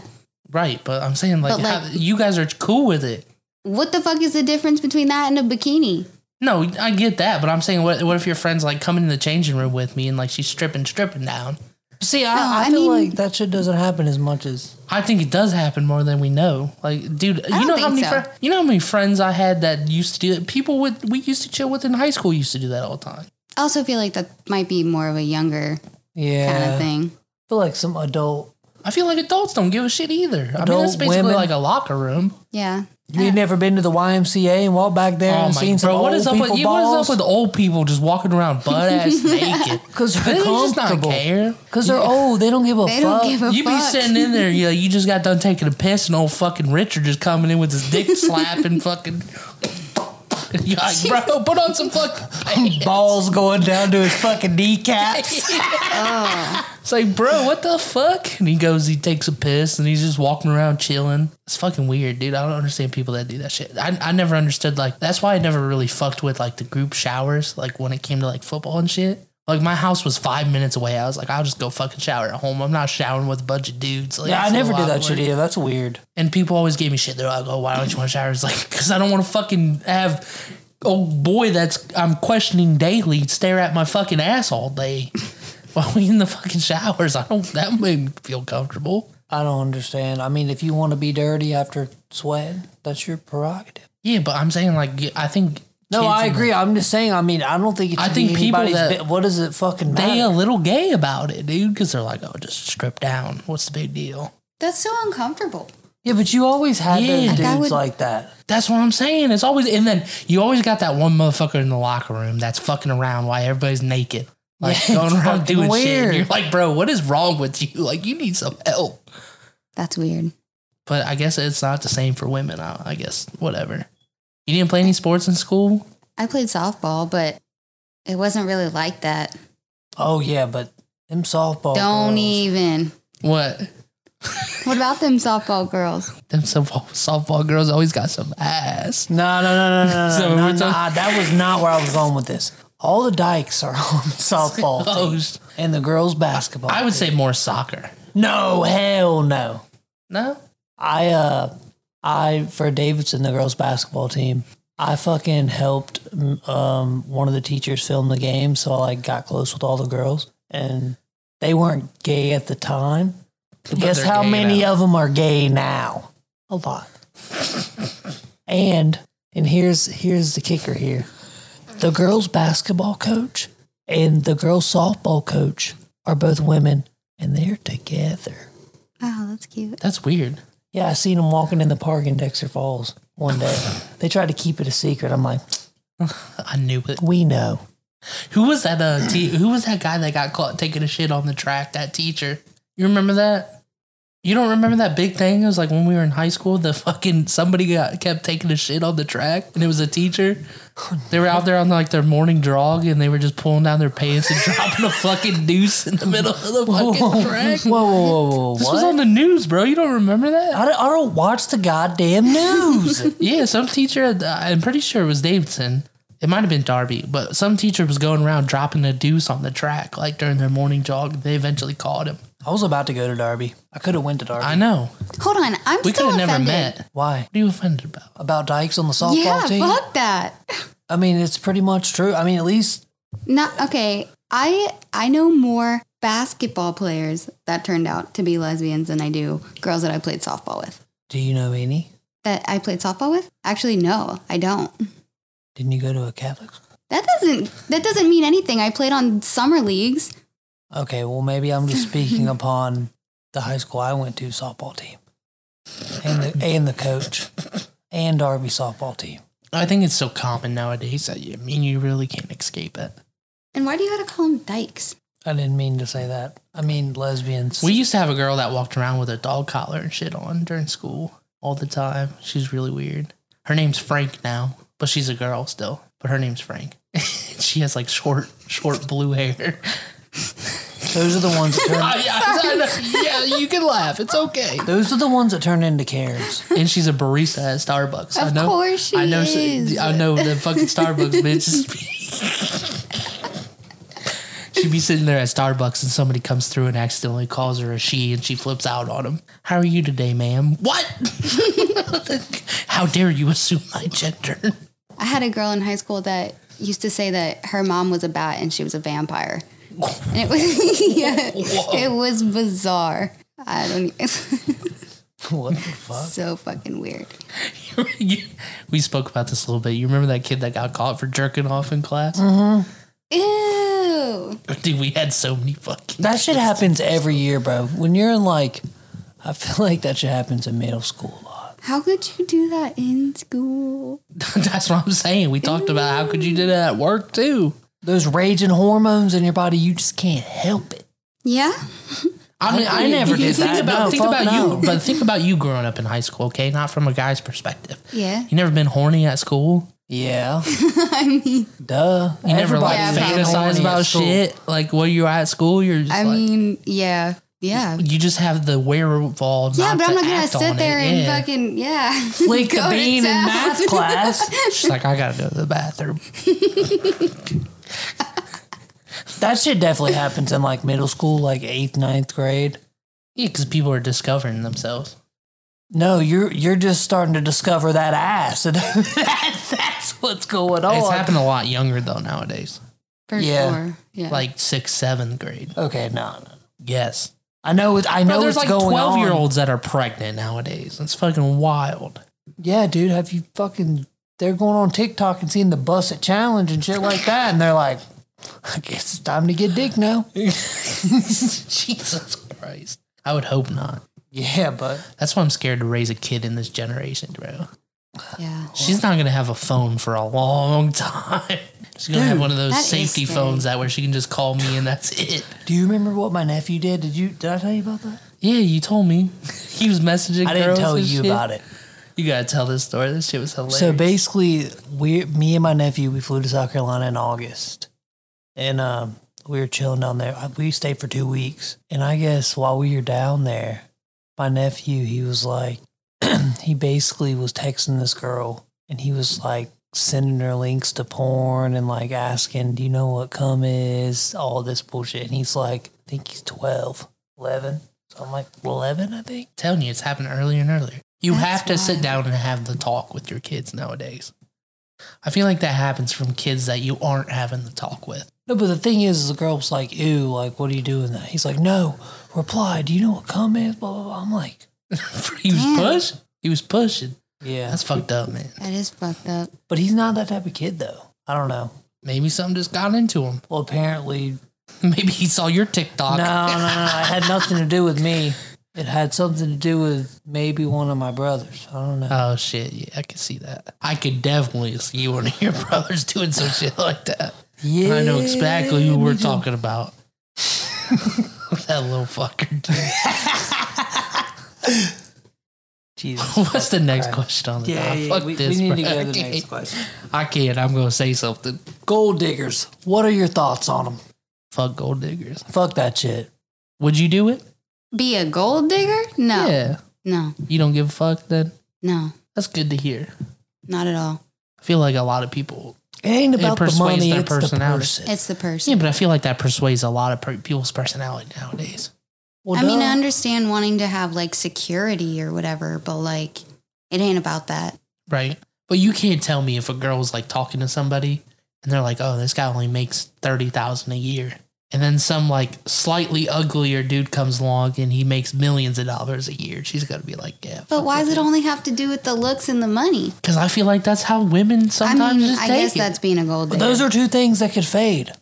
Right, but I'm saying like,
But, like-
how- you guys are cool with it.
What the fuck is the difference between that and a bikini?
No, I get that, but I'm saying what what if your friend's like coming in the changing room with me and like she's stripping, stripping down?
See, I,
No,
I,
I
feel
mean-
like that shit doesn't happen as much as.
I think it does happen more than we know. Like, dude, you
don't
know how
think
many
so.
fri- you know how many friends I had that used to do that. People with we used to chill with in high school used to do that all the time.
I also feel like that might be more of a younger
Yeah.
kind of thing.
I feel like some adult.
I feel like adults don't give a shit either. I mean,
Adult
that's basically
women-
like a locker room.
Yeah.
You ain't never been to the YMCA and walked back there
Oh
and
my
seen some
bro,
old
what is up
people
with you? What is
balls?
up with old people just walking around butt ass naked?
Because
They
they're
just not
comfortable.
care.
Because they're old. They don't give a
Uh, They
fuck.
don't give a
You be
fuck.
sitting in there, yeah. You just got done taking a piss, and old fucking Richard just coming in with his dick slapping, fucking. You're like, bro, put on some fucking. pants."
balls going down to his fucking kneecaps.
It's like, bro, what the fuck? And he goes, he takes a piss, and he's just walking around chilling. It's fucking weird, dude. I don't understand people that do that shit. I, I never understood like that's why I never really fucked with like the group showers, like when it came to like football and shit. Like my house was five minutes away. I was like, I'll just go fucking shower at home. I'm not showering with a bunch of dudes. Like,
yeah, I
it's a
never do
lot
that shit
worse.
either. That's weird.
And people always gave me shit. They're like, "Oh, why don't you want to shower?" It's like, "Cause I don't want to fucking have old boy that's I'm questioning daily stare at my fucking ass all day while we in the fucking showers. I don't. That made me feel comfortable.
I don't understand. I mean, if you want to be dirty after sweating, that's your prerogative.
Yeah, but I'm saying like I think
No,
kids
I
in-
agree. I'm just saying. I mean, I don't think it should
I think
be
people
anybody's.
that-
bi- what does it fucking
They
matter?
a little gay about it, dude. Cause they're like, "Oh, just strip down. What's the big deal?"
That's so uncomfortable.
Yeah, but you always had
Yeah.
those
Like,
I
dudes
would-
like that.
That's what I'm saying. It's always and then you always got that one motherfucker in the locker room that's fucking around while everybody's naked. Like
Yeah,
going
it's
around
fucking
doing shit.
weird.
And you're like, bro, what is wrong with you? Like you need some help.
That's weird.
But I guess it's not the same for women. I, I guess whatever. You didn't play any sports in school?
I played softball, but it wasn't really like that.
Oh yeah, but them softball.
Don't e-,
girls.
even.
What?
What about them softball girls?
Them softball, softball girls always got some ass.
No, no, no, no, no, no,
So
no,
we're
no,
talk-
I- That was not where I was going with this. All the dykes are on the softball
Oh,
team
sh-
and the girls basketball.
I would
team.
say more soccer.
no, hell no.
No,
I uh I for Davidson the girls basketball team. I fucking helped um one of the teachers film the game, so I like got close with all the girls and they weren't gay at the time. But guess
they're
how
gay
many
now.
of them are gay now? A lot. and and here's here's the kicker here. The girls basketball coach and the girls softball coach are both women and they're together.
Wow, that's cute.
That's weird.
Yeah, I seen him walking in the park in Dexter Falls one day. they tried to keep it a secret. I'm like,
I knew it.
we know.
Who was that? Uh, te- who was that guy that got caught taking a shit on the track? That teacher. You remember that? You don't remember that big thing? It was like when we were in high school. The fucking somebody got kept taking a shit on the track, and it was a teacher. They were out there on like their morning jog, and they were just pulling down their pants and dropping a fucking deuce in the middle of the fucking track.
Whoa, whoa, whoa, whoa!
This
what?
was on the news, bro. You don't remember that?
I, don't, I don't watch the goddamn news.
Yeah, some teacher, uh, I'm pretty sure it was Davidson. It might have been Darby, but some teacher was going around dropping a deuce on the track, like during their morning jog. They eventually caught him.
I was about to go to Derby. I could have went to Derby.
I know.
Hold on, I'm
We could
still
have never
offended.
met. What
Why?
are you offended about?
About Dykes on the softball
Yeah,
team?
fuck that.
I mean, it's pretty much true. I mean, at least
Not okay. I I know more basketball players that turned out to be lesbians than I do girls that I played softball with.
do you know any?
That I played softball with? Actually, no, I don't.
Didn't you go to a Catholic? school?
That doesn't that doesn't mean anything. I played on summer leagues.
Okay, well maybe I'm just speaking upon the high school I went to softball team, and the and the coach, and Derby softball team.
I think it's so common nowadays that you I mean you really can't escape it.
And why do you gotta call them dykes?
I didn't mean to say that. I mean lesbians.
We used to have a girl that walked around with a dog collar and shit on during school all the time. She's really weird. Her name's Frank now, but she's a girl still. But her name's Frank. she has like short, short blue hair.
those are the ones that turn.
I- I- I know. yeah, you can laugh. It's okay.
Those are the ones that turn into Karens.
And she's a barista at Starbucks. I
Of
know.
course she
I know.
is.
I know the fucking Starbucks bitch. is- She'd be sitting there at Starbucks and somebody comes through and accidentally calls her a she and she flips out on him. How are you today, ma'am? What? How dare you assume my gender?
I had a girl in high school that used to say that her mom was a bat and she was a vampire. And it was yeah, it was bizarre. I don't e-
what the fuck?
so fucking weird.
we spoke about this a little bit. You remember that kid that got caught for jerking off in class?
Mm-hmm. Ew.
Dude, we had so many fucking.
That shit happens every year, bro. When you're in like, I feel like that shit happens in middle school a lot.
How could you do that in school?
That's what I'm saying. We talked about how could you do that at work too.
Those raging hormones in your body, you just can't help it.
Yeah.
I mean, I,
I
never
did
did
that. No,
that. Think about, think
fuck
about
no.
you, but think about you growing up in high school. Okay, not from a guy's perspective.
Yeah.
You never been horny at school.
Yeah,
I mean,
duh.
You never like
Yeah,
Everybody's horny
probably.
at
fantasize about
school.
shit. Like when you're at school, you're just
I
like
mean, yeah. Yeah.
you just have the wherewithal.
Yeah, but I'm not gonna sit there and
yeah.
fucking yeah.
Flick the
go to
bean in
town.
math class.
She's like, I gotta go to the bathroom.
That shit definitely happens in like middle school, like eighth, ninth grade.
Yeah, because people are discovering themselves.
No, you're you're just starting to discover that ass. that, that's what's
Oh,
going on.
uh,
It's happened a lot younger though nowadays,
For
Yeah.
sure. Yeah.
like sixth, seventh grade.
Okay, no, no.
Yes.
I know. It, I know
Bro, there's
it's
like
going
12
on.
year olds that are pregnant nowadays. It's fucking wild.
Yeah, dude, have you fucking? They're going on TikTok and seeing the bus at challenge and shit like that, and they're like, I guess it's time to get dick now.
Jesus Christ. I would hope not.
Yeah, but
That's why I'm scared to raise a kid in this generation, bro.
yeah.
She's not gonna have a phone for a long time. She's gonna have one of those
that is
safety
scary.
phones that where she can just call me and that's it.
do you remember what my nephew did? Did you? Did I tell you about that?
Yeah, you told me. He was messaging.
I didn't
girls
tell
and
you
shit.
about it.
You gotta tell this story. This shit was hilarious.
So basically, we, me and my nephew, we flew to South Carolina in August, and um, we were chilling down there. I- We stayed for two weeks, and I guess while we were down there, my nephew, he was like, he basically was texting this girl, and he was like sending her links to porn and like asking, "Do you know what cum is?" All this bullshit, and he's like, I think he's 12, 11. So I'm like, 11, I think.
telling you, it's happening earlier and earlier. You
That's
have to sit
wild.
down and have the talk with your kids nowadays. I feel like that happens from kids that you aren't having the talk with.
No, but the thing is, is the girl's like, ew, like, what are you doing that? He's like, no, reply. Do you know what cum is? Blah, blah, blah. I'm like,
he was
Damn.
pushing. He was pushing.
yeah.
That's fucked up, man.
That is fucked up.
but he's not that type of kid, though. I don't know.
Maybe something just got into him.
Well, apparently,
Maybe he saw your TikTok.
no, no, no. It had nothing to do with me. It had something to do with maybe one of my brothers. I don't know.
Oh shit! Yeah, I can see that. I could definitely see one of your brothers doing some shit like that.
yeah,
I know exactly who
me
we're
too.
talking about. that little fucker. dude.
Jesus.
What's the next question on the
Yeah,
docket?
yeah,
Fuck
we,
this,
we need to
bro.
go to
I
the
can't.
next question.
I can't. I'm gonna say something.
Gold diggers. What are your thoughts on them?
Fuck gold diggers.
Fuck that shit.
Would you do it?
Be a gold digger? No.
Yeah.
No.
You don't give a fuck then.
No.
That's good to hear.
Not at all.
I feel like a lot of people.
It ain't
It
about the
persuades
money.
their
It's the
personality.
person.
It's the person.
Yeah, but I feel like that persuades a lot of per- people's personality nowadays.
Well,
I mean,
duh.
I understand wanting to have like security or whatever, but like it ain't about that.
Right. But you can't tell me if a girl's like talking to somebody and they're like, "Oh, this guy only makes 30,000 a year." And then some like slightly uglier dude comes along and he makes millions of dollars a year. She's going to be like, "Yeah."
But why does it only have to do with the looks and the money?
Cuz I feel like that's how women sometimes
I mean,
just
I
take
guess
it.
that's being a gold
But
digger.
those are two things that could fade.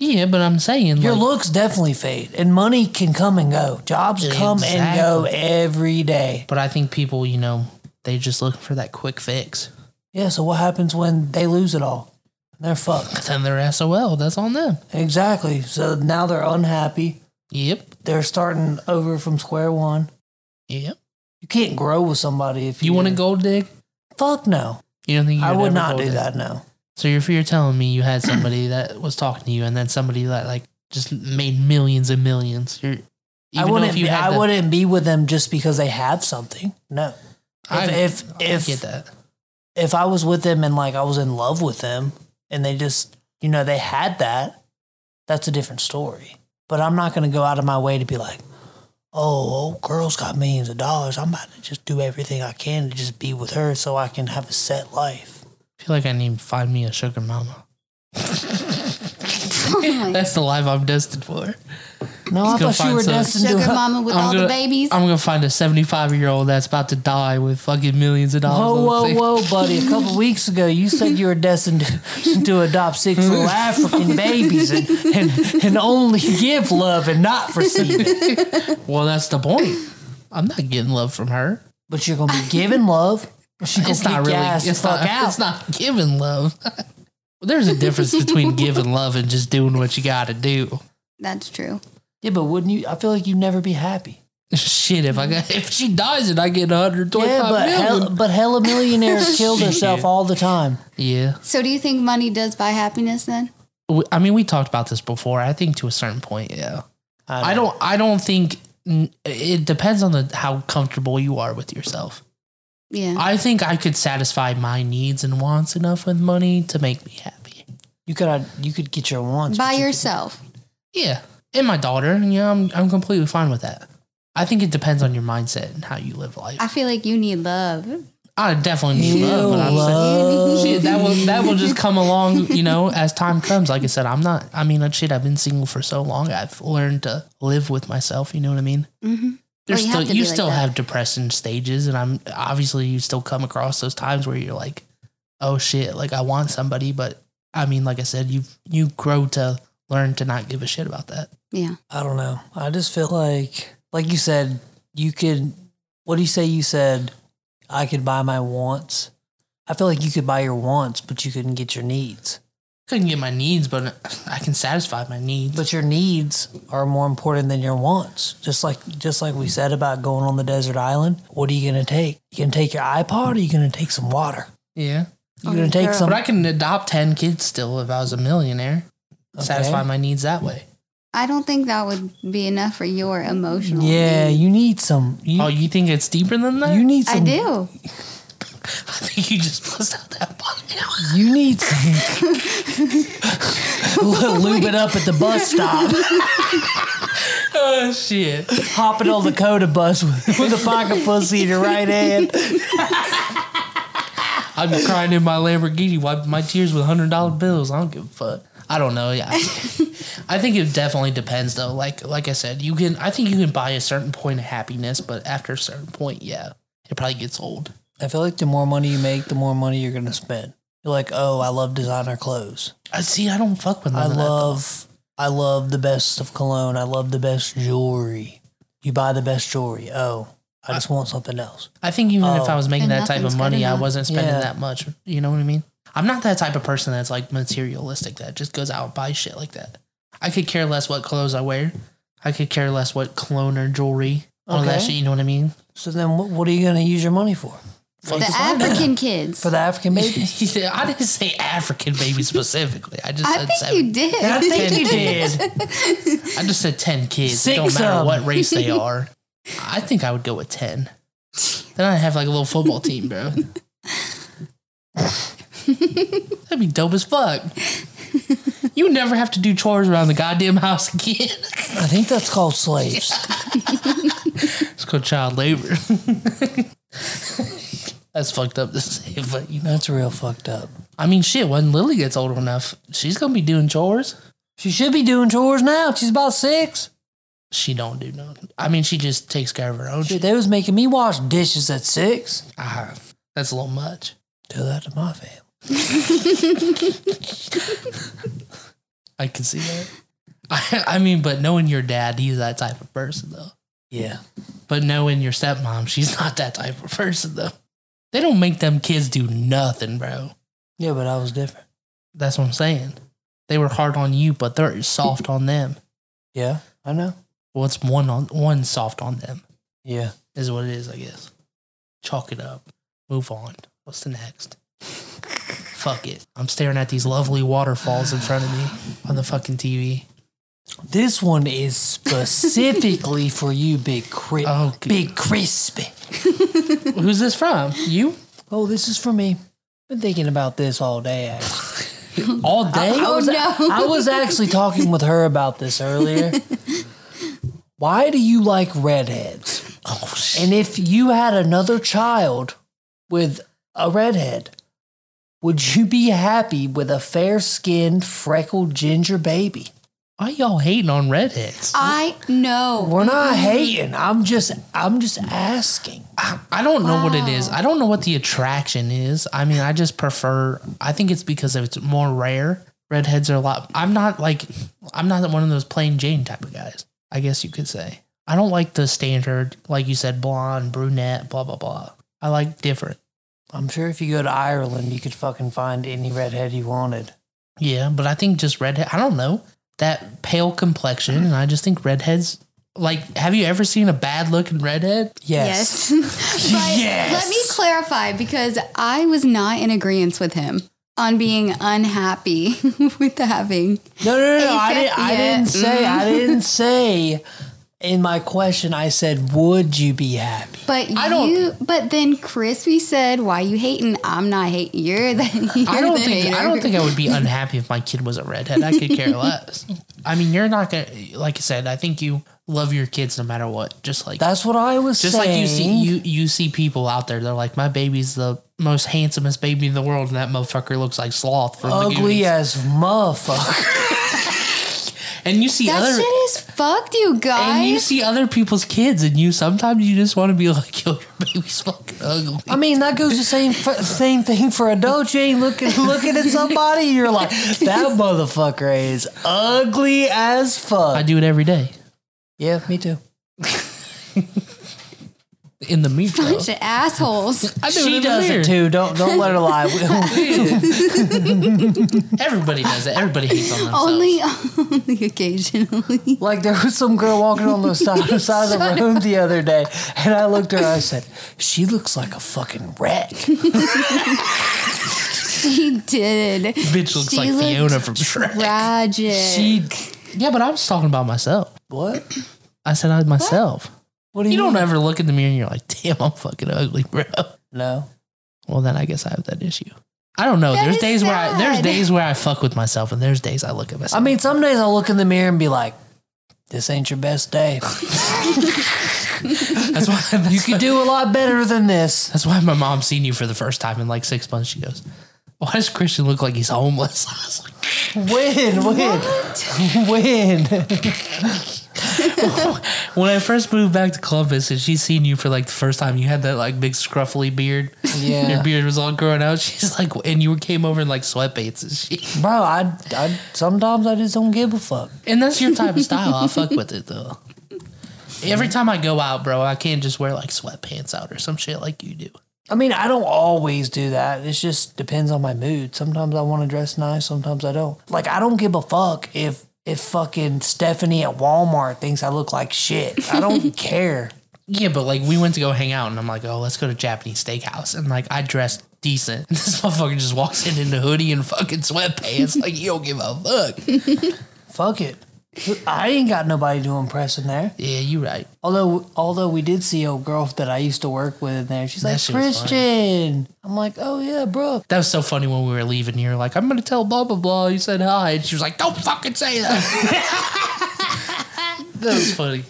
Yeah, but I'm saying
Your
like,
looks definitely fade, and money can come and go. Jobs come and go every day.
but I think people, you know, they just looking for that quick fix.
Yeah. So what happens when they lose it all? They're fucked.
Then they're SOL. That's on them.
Exactly. So now they're unhappy.
Yep.
They're starting over from square one.
Yep.
You can't grow with somebody if
You want to gold dig?
Fuck no.
You don't think you
I
could
would
ever
not
gold
do
dig?
that. No.
So you're, you're telling me you had somebody that was talking to you, and then somebody that like just made millions and millions. You're,
I
even though
wouldn't.
if you
be-
had
I
the-
wouldn't be with them just because they have something. No. If
I-
if
I
if,
get that.
if I was with them and like I was in love with them and they just you know they had that, that's a different story. But I'm not going to go out of my way to be like, oh, old girl's got millions of dollars. I'm about to just do everything I can to just be with her so I can have a set life.
I feel like I need to find me a sugar mama.
my-
That's the life I'm destined for.
No, I
He's gonna
thought you
find
were
some-
destined
Sugar
to.
mama with
I'm
all
gonna-
the babies.
I'm gonna find a 75 year old that's about to die with fucking millions of dollars.
Whoa,
on the
whoa,
thing.
whoa, buddy! A couple weeks ago, you said you were destined to, to adopt six little African babies and, and, and only give love and not receive it.
Well, that's the point. I'm not getting love from her.
But you're gonna be given love. She gonna
It's not
kick
really.
your ass the
It's
fuck
not.
out.
It's not giving love. There's a difference between giving love and just doing what you got to do.
That's true.
Yeah, but wouldn't you? I feel like you'd never be happy.
Shit, if I got if she dies and I get 125
Yeah, but
million.
hell, but hella millionaires killed herself all the time.
yeah.
So do you think money does buy happiness then?
We- I mean, we talked about this before. I think to a certain point, yeah. I
know.
don't. I don't think n- it depends on the how comfortable you are with yourself.
Yeah.
I think I could satisfy my needs and wants enough with money to make me happy.
You could uh, you could get your wants
By
but you-
yourself.
Yeah, and my daughter. and, Yeah, I'm I'm completely fine with that. I think it depends on your mindset and how you live life.
I feel like you need love.
I definitely need
Ew,
love, but I'm
love.
Shit, that will that will just come along, you know, as time comes. Like I said, I'm not. I mean, shit, I've been single for so long. I've learned to live with myself. You know what I mean?
hmm
There's
Well,
still
you have to
you
be like
still
that.
have depression stages, and I'm obviously you still come across those times where you're like, oh shit, like I want somebody, but I mean, like I said, you you grow to learn to not give a shit about that.
Yeah.
I don't know. I just feel like like you said you could. What do you say? You said I could buy my wants. I feel like you could buy your wants, but you couldn't get your needs.
Couldn't get my needs, but I can satisfy my needs.
But your needs are more important than your wants. Just like just like we said about going on the desert island, what are you gonna take? You gonna take your iPod or you gonna take some water?
yeah,
You
Oh,
gonna take
girl.
some
but I can adopt ten kids still if I was a millionaire.
Okay.
Satisfy my needs that way.
I don't think that would be enough for your emotional.
Yeah,
needs.
you need some you,
Oh, you think it's deeper than that?
you need
I
some
do.
I think you just bust out that button.
you need some lube it up at the bus stop.
oh shit!
Hopping on the Coda bus with, with a pocket pussy in your right hand.
I'm crying in my Lamborghini, wiping my tears with hundred dollar bills. I don't give a fuck. I don't know. Yeah, I think it definitely depends though. Like like I said, you can. I think you can buy a certain point of happiness, but after a certain point, yeah, it probably gets old.
I feel like the more money you make, the more money you're gonna spend. You're like, oh, I love designer clothes.
I see. I don't fuck with. None
I
of that, though.
love I love the best of cologne. I love the best jewelry. You buy the best jewelry. Oh, I just want something else.
I think even if
Oh.
I was making
Then
that type
nothing's
of
good
money, I
enough.
wasn't spending
Yeah.
that much. You know what I mean? I'm not that type of person that's like materialistic that just goes out and buys shit like that. I could care less what clothes I wear. I could care less what cologne or jewelry, all that
Okay.
shit. You know what I mean?
So then, what, what are you going to use your money for?
Fuck
the
is that?
African kids.
For the African baby?
Yeah, I didn't say African baby specifically. I just
I
said
think
seven.
you did.
I think you did.
I just said ten kids. it don't
Six
matter
of 'em.
what race they are. I think I would go with ten. Then I'd have like a little football team, bro. That'd be dope as fuck. You would never have to do chores around the goddamn house again.
I think that's called slaves.
It's called child labor. That's fucked up to say, but you know.
That's real fucked up.
I mean, shit. When Lily gets old enough, she's gonna be doing chores.
She should be doing chores now. She's about six.
She don't do nothing. I mean, she just takes care of her own
Shit,
shit.
they was making me wash dishes at six.
Ah, that's a little much.
Tell that to my family.
I can see that. I, I mean, but knowing your dad, he's that type of person, though.
Yeah.
But knowing your stepmom, she's not that type of person, though. They don't make them kids do nothing, bro.
Yeah, but I was different.
That's what I'm saying. They were hard on you, but they're soft on them.
Yeah, I know.
Well, it's one on one soft on them
Yeah.
is what it is, I guess. Chalk it up. Move on. What's the next? Fuck it. I'm staring at these lovely waterfalls in front of me on the fucking TV.
This one is specifically for you, Big Cri-
Oh, good.
Big Crispy.
Who's this from? You?
Oh, this is for me. Been thinking about this all day. Actually.
All day?
I was,
no.
I was actually talking with her about this earlier. Why do you like redheads?
Oh, shit.
And if you had another child with a redhead, would you be happy with a fair skinned, freckled ginger baby?
Why y'all hating on redheads?
I know.
We're not hating. I'm just I'm just asking.
I, I don't know what it is. I don't know what the attraction is. I mean, I just prefer. I think it's because it's more rare. Redheads are a lot. I'm not like. I'm not one of those plain Jane type of guys. I guess you could say. I don't like the standard, like you said, blonde, brunette, blah blah blah. I like different.
I'm sure if you go to Ireland, you could fucking find any redhead you wanted.
Yeah, but I think just redhead. I don't know that pale complexion, and I just think redheads. Like, have you ever seen a bad looking redhead?
Yes.
Yes. but let me clarify because I was not in agreement with him on being unhappy with having.
No, no, no. no. I,
Except-
didn't, I
yeah.
didn't say. I didn't say. In my question, I said, "Would you be happy?"
But
I don't-
you, but then Crispy said, "Why you hating? I'm not hating. You're the. You're
I don't
the
think
hater.
I don't think I would be unhappy if my kid was a redhead. I could care less. I mean, you're not gonna like I said. I think you love your kids no matter what. Just like
That's what I was
just
saying.
like you see you you see people out there. They're like, my baby's the most handsomest baby in the world, and that motherfucker looks like sloth from the
ugly
Goonies.
as motherfucker.
And you see
that
other
shit is fucked, you
and you
guys.
see other people's kids, and you sometimes you just want to be like, yo, your baby's fucking ugly.
I mean, that goes the same f- same thing for adults. You ain't looking looking at somebody. You're like, that motherfucker is ugly as
I
fuck.
do it every day
Yeah, me too.
in the mirror.
Bunch of assholes.
I do it
She
in the
does
mirror.
it too. Don't don't let her lie. We-
Everybody does it. Everybody hates on themselves.
only, only occasionally.
like there was some girl walking on the side, the side of the room the other day, and I looked at her. I said, "She looks like a fucking wreck."
She did.
bitch looks
She
like
looked
Fiona from Shrek.
Tragic.
She, uh, yeah, but I was talking about myself.
What?
I said I myself.
What do
You
you,
don't
mean?
ever look in the mirror and you're like, damn, I'm fucking ugly, bro.
No.
Well, then I guess I have that issue. I don't know.
That
there's
is
days where I there's
sad.
days where I fuck with myself, and there's days I look at
I
myself.
mean, some days I'll look in the mirror and be like, "This ain't your best day.
that's why that's,
You could do a lot better than this."
that's why my mom seen you for the first time in like six months. She goes, "Why does Christian look like he's homeless?" I was like,
Win, win, win.
when I first moved back to Columbus and she seen you for like the first time, you had that like big scruffly beard. Your
Yeah,
beard was all growing out. She's like, and you came over in like sweatpants and shit.
bro. I, I sometimes I just don't give a fuck.
And that's your type of style. I fuck with it though. Every time I go out, bro, I can't just wear like sweatpants out or some shit like you do.
I mean, I don't always do that. It just depends on my mood. Sometimes I want to dress nice, sometimes I don't. Like I don't give a fuck if if fucking Stephanie at Walmart thinks I look like shit. I don't care.
Yeah, but like we went to go hang out, and I'm like, oh, let's go to Japanese steakhouse, and like I dressed decent. And this motherfucker just walks in in a hoodie and fucking sweatpants, like you don't give a fuck.
Fuck it. I ain't got nobody to impress in there.
yeah, you right.
Although, although we did see a girl that I used to work with in there. She's
That
like
shit was funny.
Christian. I'm like, oh yeah, bro.
That was so funny when we were leaving. You were like, I'm gonna tell blah blah blah. You said hi, and she was like, don't fucking say that. that was funny.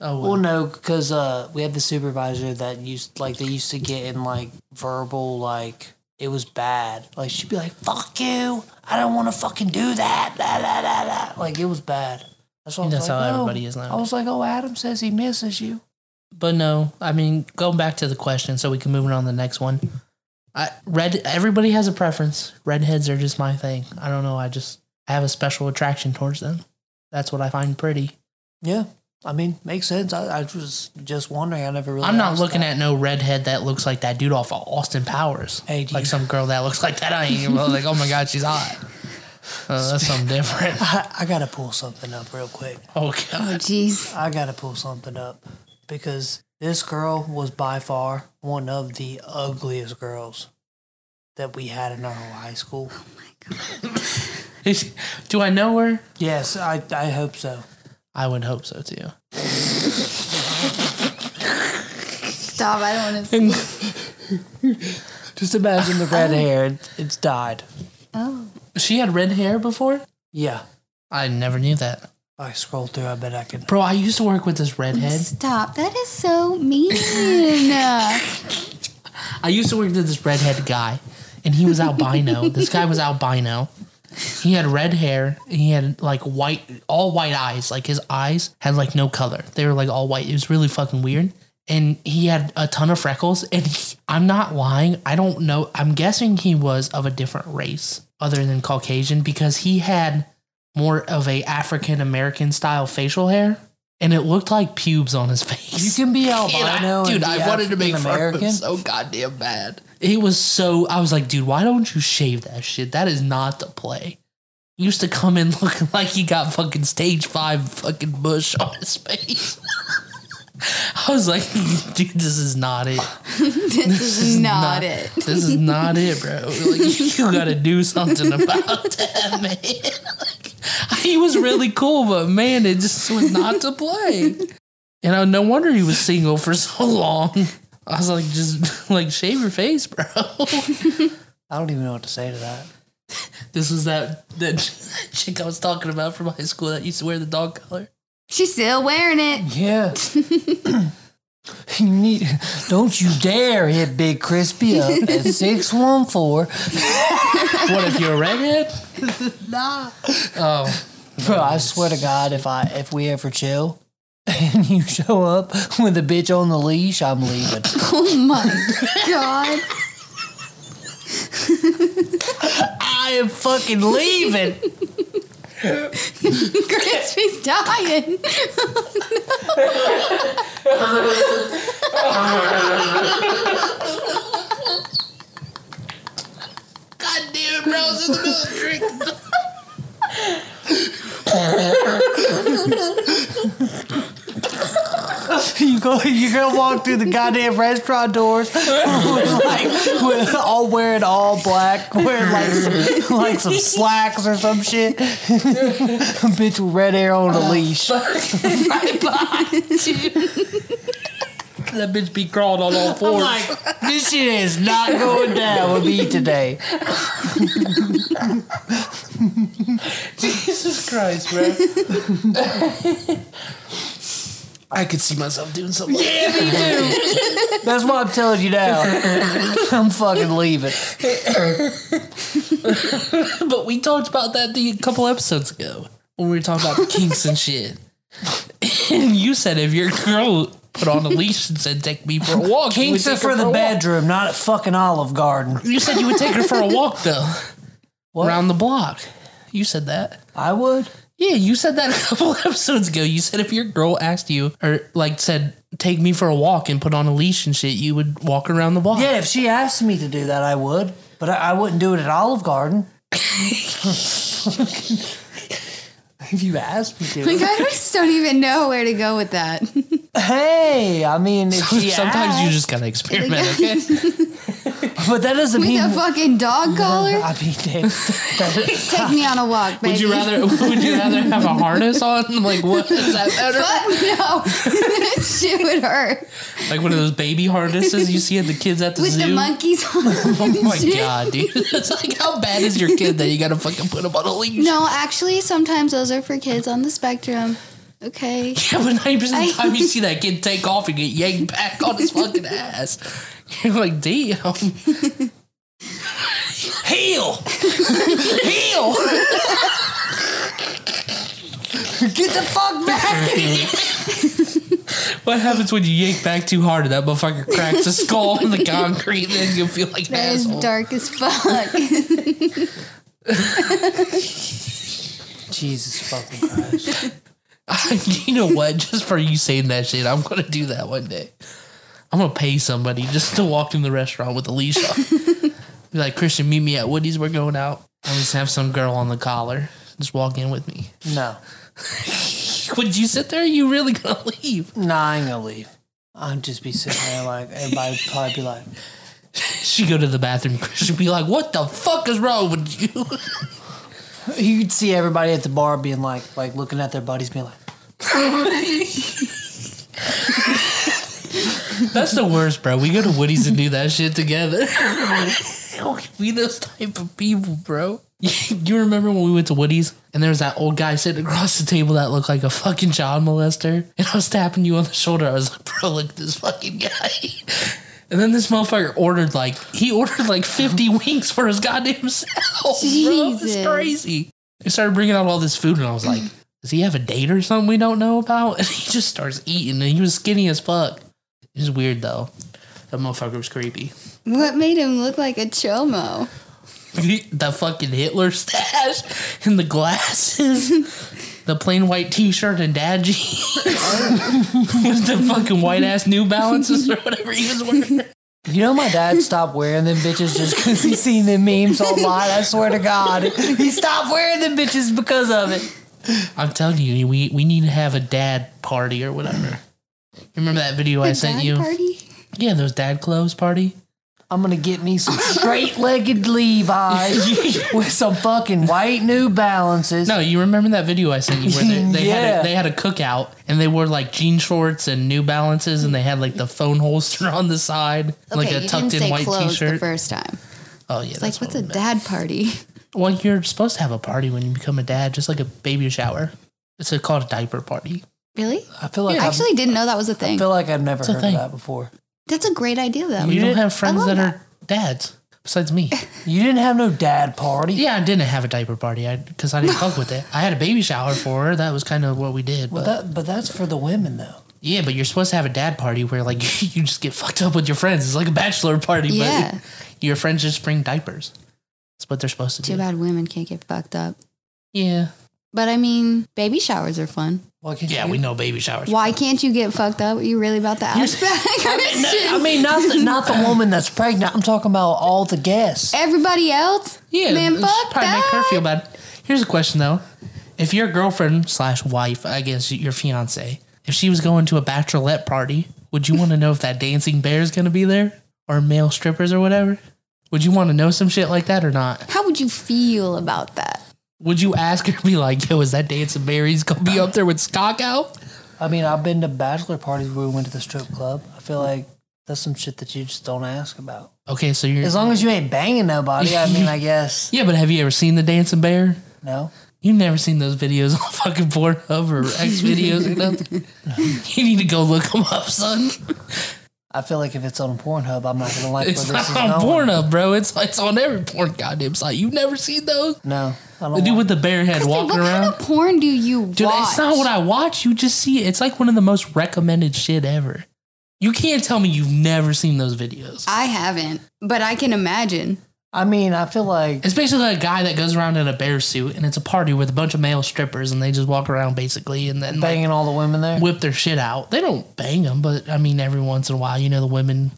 Oh well.
Well, no, because uh, we had the supervisor that used like they used to get in like verbal like it was bad. Like she'd be like, "Fuck you! I don't want to fucking do that." Da, da, da, da. Like it was bad. That's what I was
That's
like,
how
"Oh."
everybody is now.
I was like, "Oh, Adam says he misses you."
But no, I mean, going back to the question, so we can move on to the next one. I red. Everybody has a preference. Redheads are just my thing. I don't know. I just I have a special attraction towards them. That's what I find pretty.
Yeah, I mean, makes sense. I, I was just wondering. I never really.
I'm not looking at no redhead that looks like that dude off of Austin Powers.
Hey, do
like
you-
some girl that looks like that. I ain't even like, oh my god, she's hot. Uh, that's something different.
I, I gotta pull something up real quick.
Oh
Oh,
god.
jeez.
I gotta pull something up because this girl was by far one of the ugliest girls that we had in our whole high school.
Is- Do I know her?
Yes, I, I hope so.
I would hope so too.
Stop. I don't want to see.
Just imagine the red hair; it, it's dyed.
Oh.
She had red hair before.
Yeah,
I never knew that,
if I scroll through. I bet I can.
bro. I used to work with this redhead.
Stop. That is so mean.
I used to work with this redhead guy, and he was albino. this guy was albino. He had red hair. and He had like white, all white eyes. Like his eyes had like no color. They were like all white. It was really fucking weird. And he had a ton of freckles. And he- I'm not lying. I don't know. I'm guessing he was of a different race other than Caucasian because he had more of a African American style facial hair, and it looked like pubes on his face.
You can be
And I-
albino,
dude,
and
I
be
wanted to make fun of him
African-American.
so goddamn bad. It was so. I was like, dude, why don't you shave that shit? That is not the play. He used to come in looking like he got fucking stage five fucking bush on his face. I was like, dude, this is not it.
this is not it.
This is not it, bro. Like, you gotta do something about that, man. Like, he was really cool, but man, it just was not to play. And I, no wonder he was single for so long. I was like, just like shave your face, bro.
I don't even know what to say to that.
This was that that chick I was talking about from high school that used to wear the dog collar.
She's still wearing it.
Yeah. You need, don't you dare hit Big Crispy up at 614.
What if you're a redhead?
Bro, I swear to God, if I if we ever chill and you show up with a bitch on the leash, I'm leaving.
Oh my god.
I am fucking leaving.
Crispy's dying. Oh,
God damn it, bro! I was in the middle of a drink.
You go. You're gonna walk through the goddamn restaurant doors with like with all wearing all black, wearing like some, like some slacks or some shit. a bitch with red hair on a leash.
That bitch be crawling on all
I'm
fours.
like, this shit is not going down with me today.
Jesus Christ, bro. I could see myself doing something. Yeah, me too.
That's why I'm telling you now. I'm fucking leaving.
but we talked about that the, a couple episodes ago when we were talking about kinks and shit. And you said if your girl put on a leash and said, "Take me for a walk," you would
Kinks are
take her
for the
a walk.
bedroom, not at fucking Olive Garden.
You said you would take her for a walk though,
What?
around the block. You said that.
I would.
Yeah, you said that a couple episodes ago. You said if your girl asked you or like said, take me for a walk and put on a leash and shit, you would walk around the block.
Yeah, if she asked me to do that, I would, but I, I wouldn't do it at Olive Garden. if you asked me to,
Like I just don't even know where to go with that.
hey, I mean, if she
Sometimes you
asked-
just gotta experiment, okay?
but that doesn't
With
mean.
a fucking dog collar,
I mean, that- that-
take me on a walk, baby.
Would you rather? Would you rather have a harness on? Like what is that better?
Fuck no, that shit would hurt.
Like one of those baby harnesses you see at the kids at the
With
zoo.
the monkeys on.
oh my god, dude! It's like how bad is your kid that you gotta fucking put him on a leash?
No, actually, sometimes those are for kids on the spectrum. Okay.
Yeah, but ninety percent of the
I-
time you see that kid take off and get yanked back on his fucking ass. You're like, damn. Heal! Heal!
Get the fuck back!
What happens when you yank back too hard and that motherfucker cracks his skull in the concrete and then you feel like an
That is
asshole?
dark as fuck.
Jesus fucking Christ!
you know what? Just for you saying that shit, I'm gonna do that one day. I'm gonna pay somebody just to walk in the restaurant with a leash on. Be like, Christian, meet me at Woody's. We're going out. I'm just have some girl on the collar. Just walk in with me.
No,
Would you sit there? Are you really gonna leave?
nah, I ain't gonna leave. I'd just be sitting there like, everybody would probably be like,
She go to the bathroom. Christian be like, "What the fuck is wrong with you?"
you'd see everybody at the bar being like, like looking at their buddies, being like,
That's the worst, bro. We go to Woody's and do that shit together. we those type of people, bro. You remember when we went to Woody's and there was that old guy sitting across the table that looked like a fucking child molester? And I was tapping you on the shoulder. I was like, bro, look at this fucking guy. And then this motherfucker ordered like he ordered like fifty wings for his goddamn self. Bro. It's
Jesus.
crazy. He started bringing out all this food, and I was like, "Does he have a date or something we don't know about?" And he just starts eating, and he was skinny as fuck. It was weird though. That motherfucker was creepy.
what made him look like a chomo?
the fucking Hitler stash and the glasses, the plain white T-shirt and dad jeans, with the fucking white ass New Balances or whatever he was wearing.
you know, my dad stopped wearing them bitches just because he seen them memes online. I swear to God, he stopped wearing them bitches because of it.
I'm telling you, we we need to have a dad party or whatever. You remember that video I
The
sent
dad
you?
Party?
Yeah, those dad clothes party.
I'm gonna get me some straight legged Levi's with some fucking white New Balances.
No, you remember that video I sent you where they, they had
Yeah.
a, they had a cookout and they wore like jean shorts and New Balances and they had like the phone holster on the side, like
okay,
a
you
tucked
didn't
in
say
white
clothes the
T-shirt.
first time.
oh yeah,
It's
that's what
like, what's a
we meant.
dad party?
Well, you're supposed to have a party when you become a dad, just like a baby shower. It's a, called a diaper party.
Really?
I feel like
I
I've-
actually didn't know that was a
I
thing.
feel like I've never
a
heard of
thing.
that before.
That's a great idea, though.
You don't have friends
love
that are dads besides me.
You didn't have no dad party.
Yeah, I didn't have a diaper party because I, didn't fuck with it. I had a baby shower for her. That was kind of what we did.
Well,
But
that, but that's for the women though.
yeah, but you're supposed to have a dad party where like you just get fucked up with your friends. It's like a bachelor party,
Yeah.
but your friends just bring diapers. That's what they're supposed to
Too
do.
bad women can't get fucked up.
Yeah,
But I mean, baby showers are fun.
Why can't
yeah,
you-
we know baby showers.
Why can't you get fucked up? Are you really about the ass back?
I mean, not the, not the woman that's pregnant. I'm talking about all the guests.
Everybody else?
Yeah,
Man,
it should
fuck
probably make her
that.
feel bad. Here's a question though: If your girlfriend slash wife, I guess your fiance, if she was going to a bachelorette party, would you want to know if that dancing bear is going to be there or male strippers or whatever? Would you want to know some shit like that or not?
How would you feel about that?
Would you ask her, be like, "Yo, is that dancing bear? He's gonna be up there with Skockow?"
I mean, I've been to bachelor parties where we went to the strip club. I feel like that's some shit that you just don't ask about.
Okay, so you're.
As long as you ain't banging nobody, I mean, I guess
yeah, but have you ever seen the dancing bear?
no.
You've never seen those videos on fucking Pornhub or X videos or nothing. You need to go look them up, son.
I feel like if it's on Pornhub, I'm not gonna like where
It's
this
not
is
on
going.
Pornhub, bro. It's it's on every porn goddamn site. You've never seen those?
No, I
The
don't.
dude
want-
with the bare head
Dude,
walking
what
around.
kind of porn do you watch?
Dude, it's not what I watch. You just see it. It's like one of the most recommended shit ever. You can't tell me you've never seen those videos.
I haven't, but I can imagine.
I mean, I feel like
It's basically a guy that goes around in a bear suit, and it's a party with a bunch of male strippers, and they just walk around basically, and then like,
banging all the women there.
whip their shit out. They don't bang them, but I mean, every once in a while, you know, the women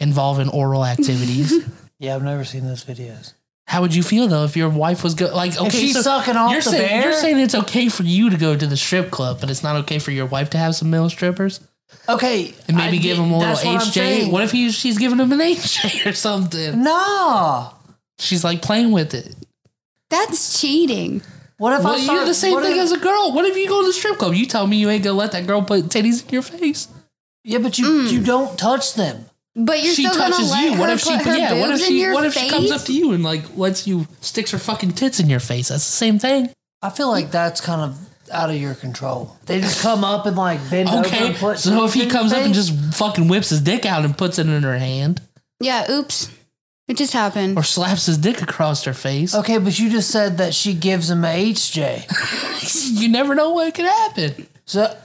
involved in oral activities.
Yeah, I've never seen those videos.
How would you feel though if your wife was go- like okay?
if she's
so
sucking off
you're
the
saying,
bear,
You're saying it's okay for you to go to the strip club, but it's not okay for your wife to have some male strippers
okay,
and maybe
I
give
get-
them a little
that's what I'm
HJ.
saying.
What if he, she's giving him an HJ or something?
No.
She's like playing with it.
That's cheating.
What if
Well,
I
you
start,
the same
what
thing
if-
as a girl. What if you go to the strip club? You tell me you ain't gonna let that girl put titties in your face.
Yeah, but you
Mm.
you don't touch them.
But you're
she
still gonna
touches
let
you.
her
What if she?
put her
yeah.
boobs
What if
in
she?
your
What if she comes
face?
up to you and like lets you sticks her fucking tits in your face? That's the same thing.
I feel like that's kind of out of your control. They just come up and like bend over.
Okay.
And put
So if he
something
comes up and
face-
just fucking whips his dick out and puts it in her hand,
Yeah. Oops. It just happened.
or slaps his dick across her face,
okay, but you just said that she gives him a HJ.
you never know what could happen.
So,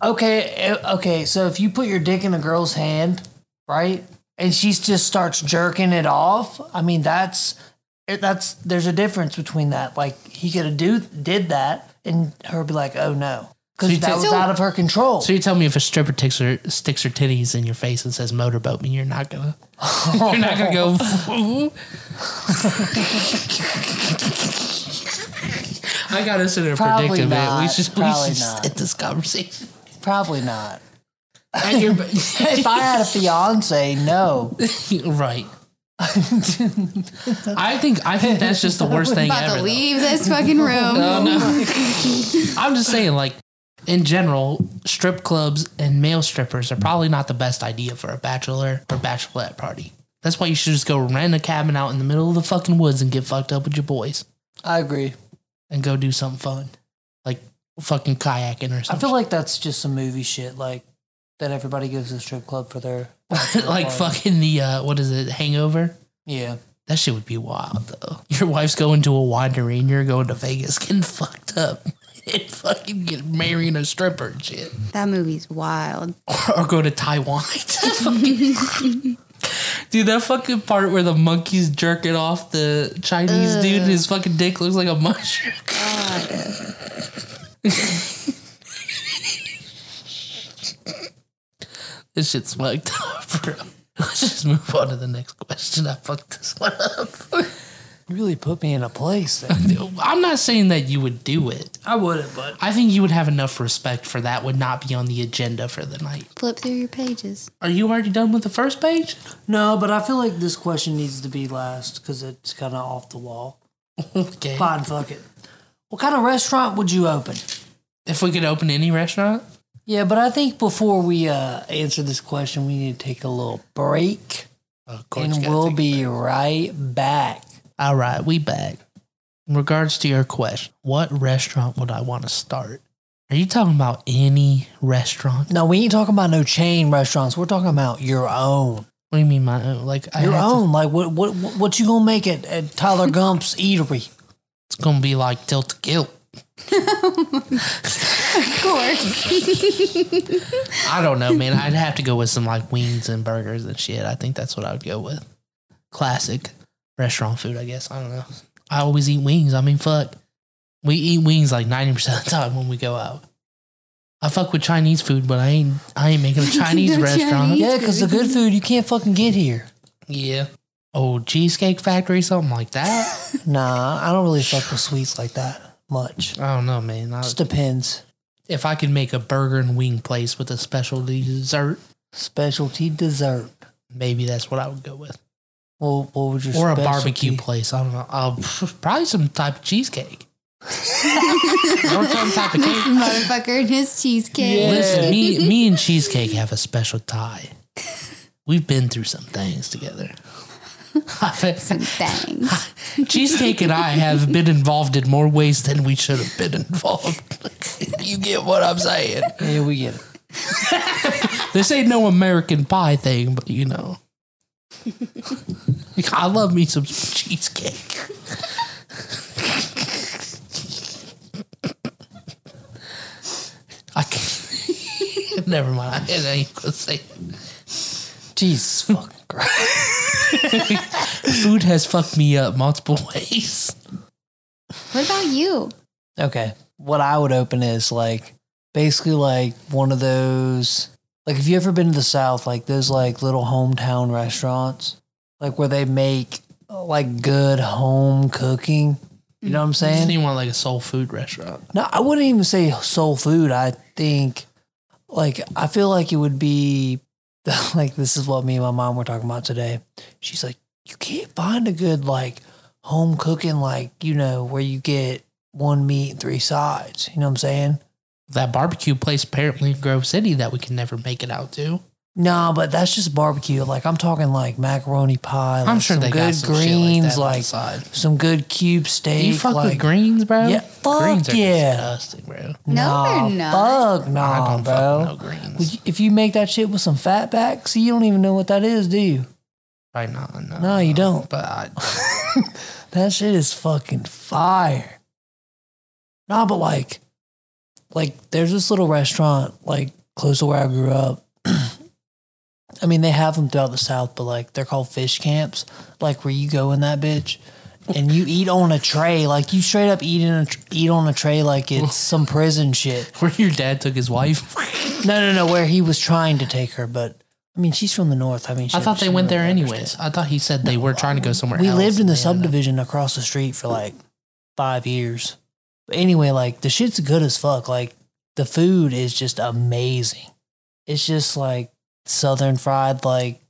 okay, eh, okay. So if you put your dick in a girl's hand, right, and she just starts jerking it off, I mean that's eh, that's there's a difference between that. Like he could have do did that, and her be like, oh no,
So
because
you
that
take-
was out of her control.
So you tell me if a stripper ticks her, sticks her titties in your face and says "motorboat me," you're not gonna, you're not gonna go. I got us in a
Probably
predicament. we
not.
should,
Probably
we should
not.
end this conversation.
Probably not.
At your,
If I had a fiance, no.
right. I think I think that's just the worst thing
about
ever.
to
though.
leave this fucking room.
I'm just saying, like, in general, strip clubs and male strippers are probably not the best idea for a bachelor or bachelorette party. That's why you should just go rent a cabin out in the middle of the fucking woods and get fucked up with your boys
I agree.
and go do something fun, like fucking kayaking or
I
something.
feel like that's just some movie shit, like that everybody gives a strip club for their
like fucking the uh, what is it, Hangover?
yeah.
That shit would be wild though. Your wife's going to a winery and you're going to Vegas getting fucked up and fucking get marrying a stripper and shit.
that movie's wild.
or, or go to Taiwan. dude, that fucking part where the monkey's jerking off the Chinese dude and his fucking dick looks like a mushroom. this shit's fucked up, bro. Let's just move on to the next question. I fucked this one up.
You really put me in a place. There.
I'm not saying that you would do it.
I wouldn't, but
I think you would have enough respect for that would not be on the agenda for the night.
Flip through your pages.
Are you already done with the first page?
No, but I feel like this question needs to be last because it's kind of off the wall.
Okay.
Fine, fuck it. What kind of restaurant would you open?
If we could open any restaurant,
Yeah, but I think before we uh, answer this question, we need to take a little break,
of
and we'll be right back.
All right, we back. In regards to your question, what restaurant would I want to start? Are you talking about any restaurant?
No, we ain't talking about no chain restaurants. We're talking about your own,
What do you mean, my own? Like I
your
have to-
own. like what, what, what you gonna make at, at Tyler Gump's Eatery?
it's gonna be like Delta Guilt.
Of course.
I don't know, man. I'd have to go with some like wings and burgers and shit. I think that's what I would go with. Classic restaurant food, I guess. I don't know. I always eat wings. I mean, fuck. We eat wings like 90% of the time when we go out. I fuck with Chinese food, but I ain't I ain't making a Chinese
No
restaurant.
Chinese.
Yeah, because the good food you can't fucking get here.
Yeah. Oh, Cheesecake Factory, something like that.
Nah, I don't really fuck with sweets like that much.
I don't know, man. I,
Just depends.
if I could make a burger and wing place with a specialty dessert,
Specialty dessert.
maybe that's what I would go with.
Well, what would your
or a
specialty-
barbecue place. I don't know. Uh, probably some type of cheesecake. or some type of cake.
Motherfucker and his cheesecake.
Listen, me, me and cheesecake have a special tie. We've been through some things together.
Some things.
Cheesecake and I have been involved in more ways than we should have been involved. you get what I'm saying?
Yeah, we get it.
This ain't no American pie thing, but you know. I love me some cheesecake. I can't. Never mind. I ain't gonna say. it.
Jesus fucking Christ.
food has fucked me up multiple ways.
What about you?
Okay. What I would open is like basically like one of those like if you ever been to the South, like those like little hometown restaurants, like where they make like good home cooking. You know what I'm
And
saying?
you want like a soul food restaurant.
No, I wouldn't even say soul food. I think like I feel like it would be like this is what me and my mom were talking about today. She's like, you can't find a good like home cooking like you know where you get one meat and three sides. You know what I'm saying?
That barbecue place apparently in Grove City that we can never make it out to.
No, but that's just barbecue. Like I'm talking like macaroni pie. Like
I'm sure
some
they got
good
some shit like
greens,
that on the
like,
side.
some good cube steak.
You fuck
like,
with greens, bro.
Yeah, fuck
greens
yeah.
disgusting, bro.
No, they're
nah,
not.
Fuck nah,
I don't
bro.
fuck with no greens.
Would you- If you make that shit with some fat back, see, you don't even know what that is, do you?
Probably not. No,
No, you don't.
But I,
that shit is fucking fire. Nah, but like, like there's this little restaurant like close to where I grew up. I mean, they have them throughout the South, but like they're called fish camps, like where you go in that bitch and you eat on a tray, like you straight up eat in a tr- eat on a tray, like it's some prison shit.
where your dad took his wife.
No, no, no, where he was trying to take her, but I mean, she's from the North. I mean,
I
she-
thought they
she
went there
really understands.
anyways. I thought he said they were trying to go somewhere.
we
else
lived in
and uh,
the
they ended up-
subdivision across the street for like five years. But anyway, like the shit's good as fuck. Like the food is just amazing. It's just like southern fried like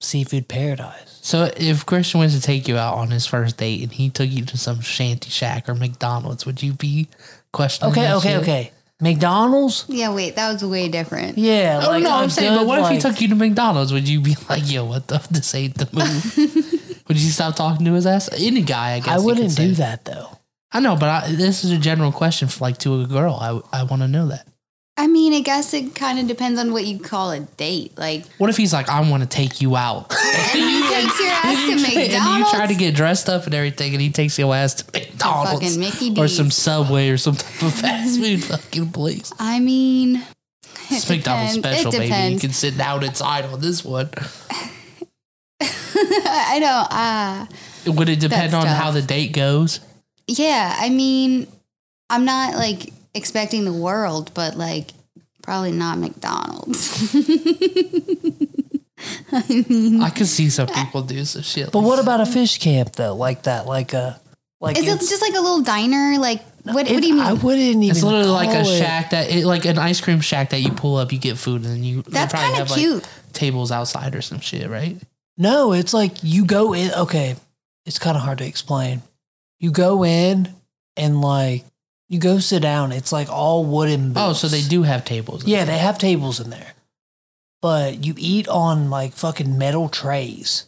seafood paradise.
So if Christian was to take you out on his first date and he took you to some shanty shack or McDonald's, would you be questioning?
Okay,
that
okay,
shit?
okay. McDonald's?
Yeah, wait, that was way different.
Yeah.
Oh no, I'm
a
saying, but
good,
what if he
like-
took you to McDonald's? Would you be like, yo, what the? This ain't the move. would you stop talking to his ass? Any guy, I guess.
I
you could
wouldn't
say.
do that though.
I know, but I, this is a general question for like to a girl. I I want to know that.
I mean, I guess it kind of depends on what you call a date. Like,
What if he's like, I want to take you out,
and he takes your ass to McDonald's.
and you try to get dressed up and everything, and he takes your ass to McDonald's
fucking Mickey
or
D's.
some Subway or some type of fast food fucking place.
I mean, it
It's McDonald's
depends.
special,
It
baby. You
depends.
can sit down inside on this one.
I know. Uh,
Would it depend
That's
on
tough.
how the date goes?
yeah, I mean, I'm not like expecting the world, but like probably not McDonald's.
I could see some people do some shit.
But
like
what about a fish camp though? Like that, like a like
Is it
it's-
just like a little diner? Like, what, what do you
it-
mean?
I wouldn't even
it's literally like a
call it-
shack that, it, like an ice cream shack that you pull up, you get food, and then you. they
That's
probably
kinda
have, like,
cute.
tables outside or some shit, right?
No, it's like you go in. Okay, it's kind of hard to explain. You go in and like you go sit down. It's like all wooden. Booths.
Oh, so they do have tables.
Yeah, they have tables in there, but you eat on like fucking metal trays,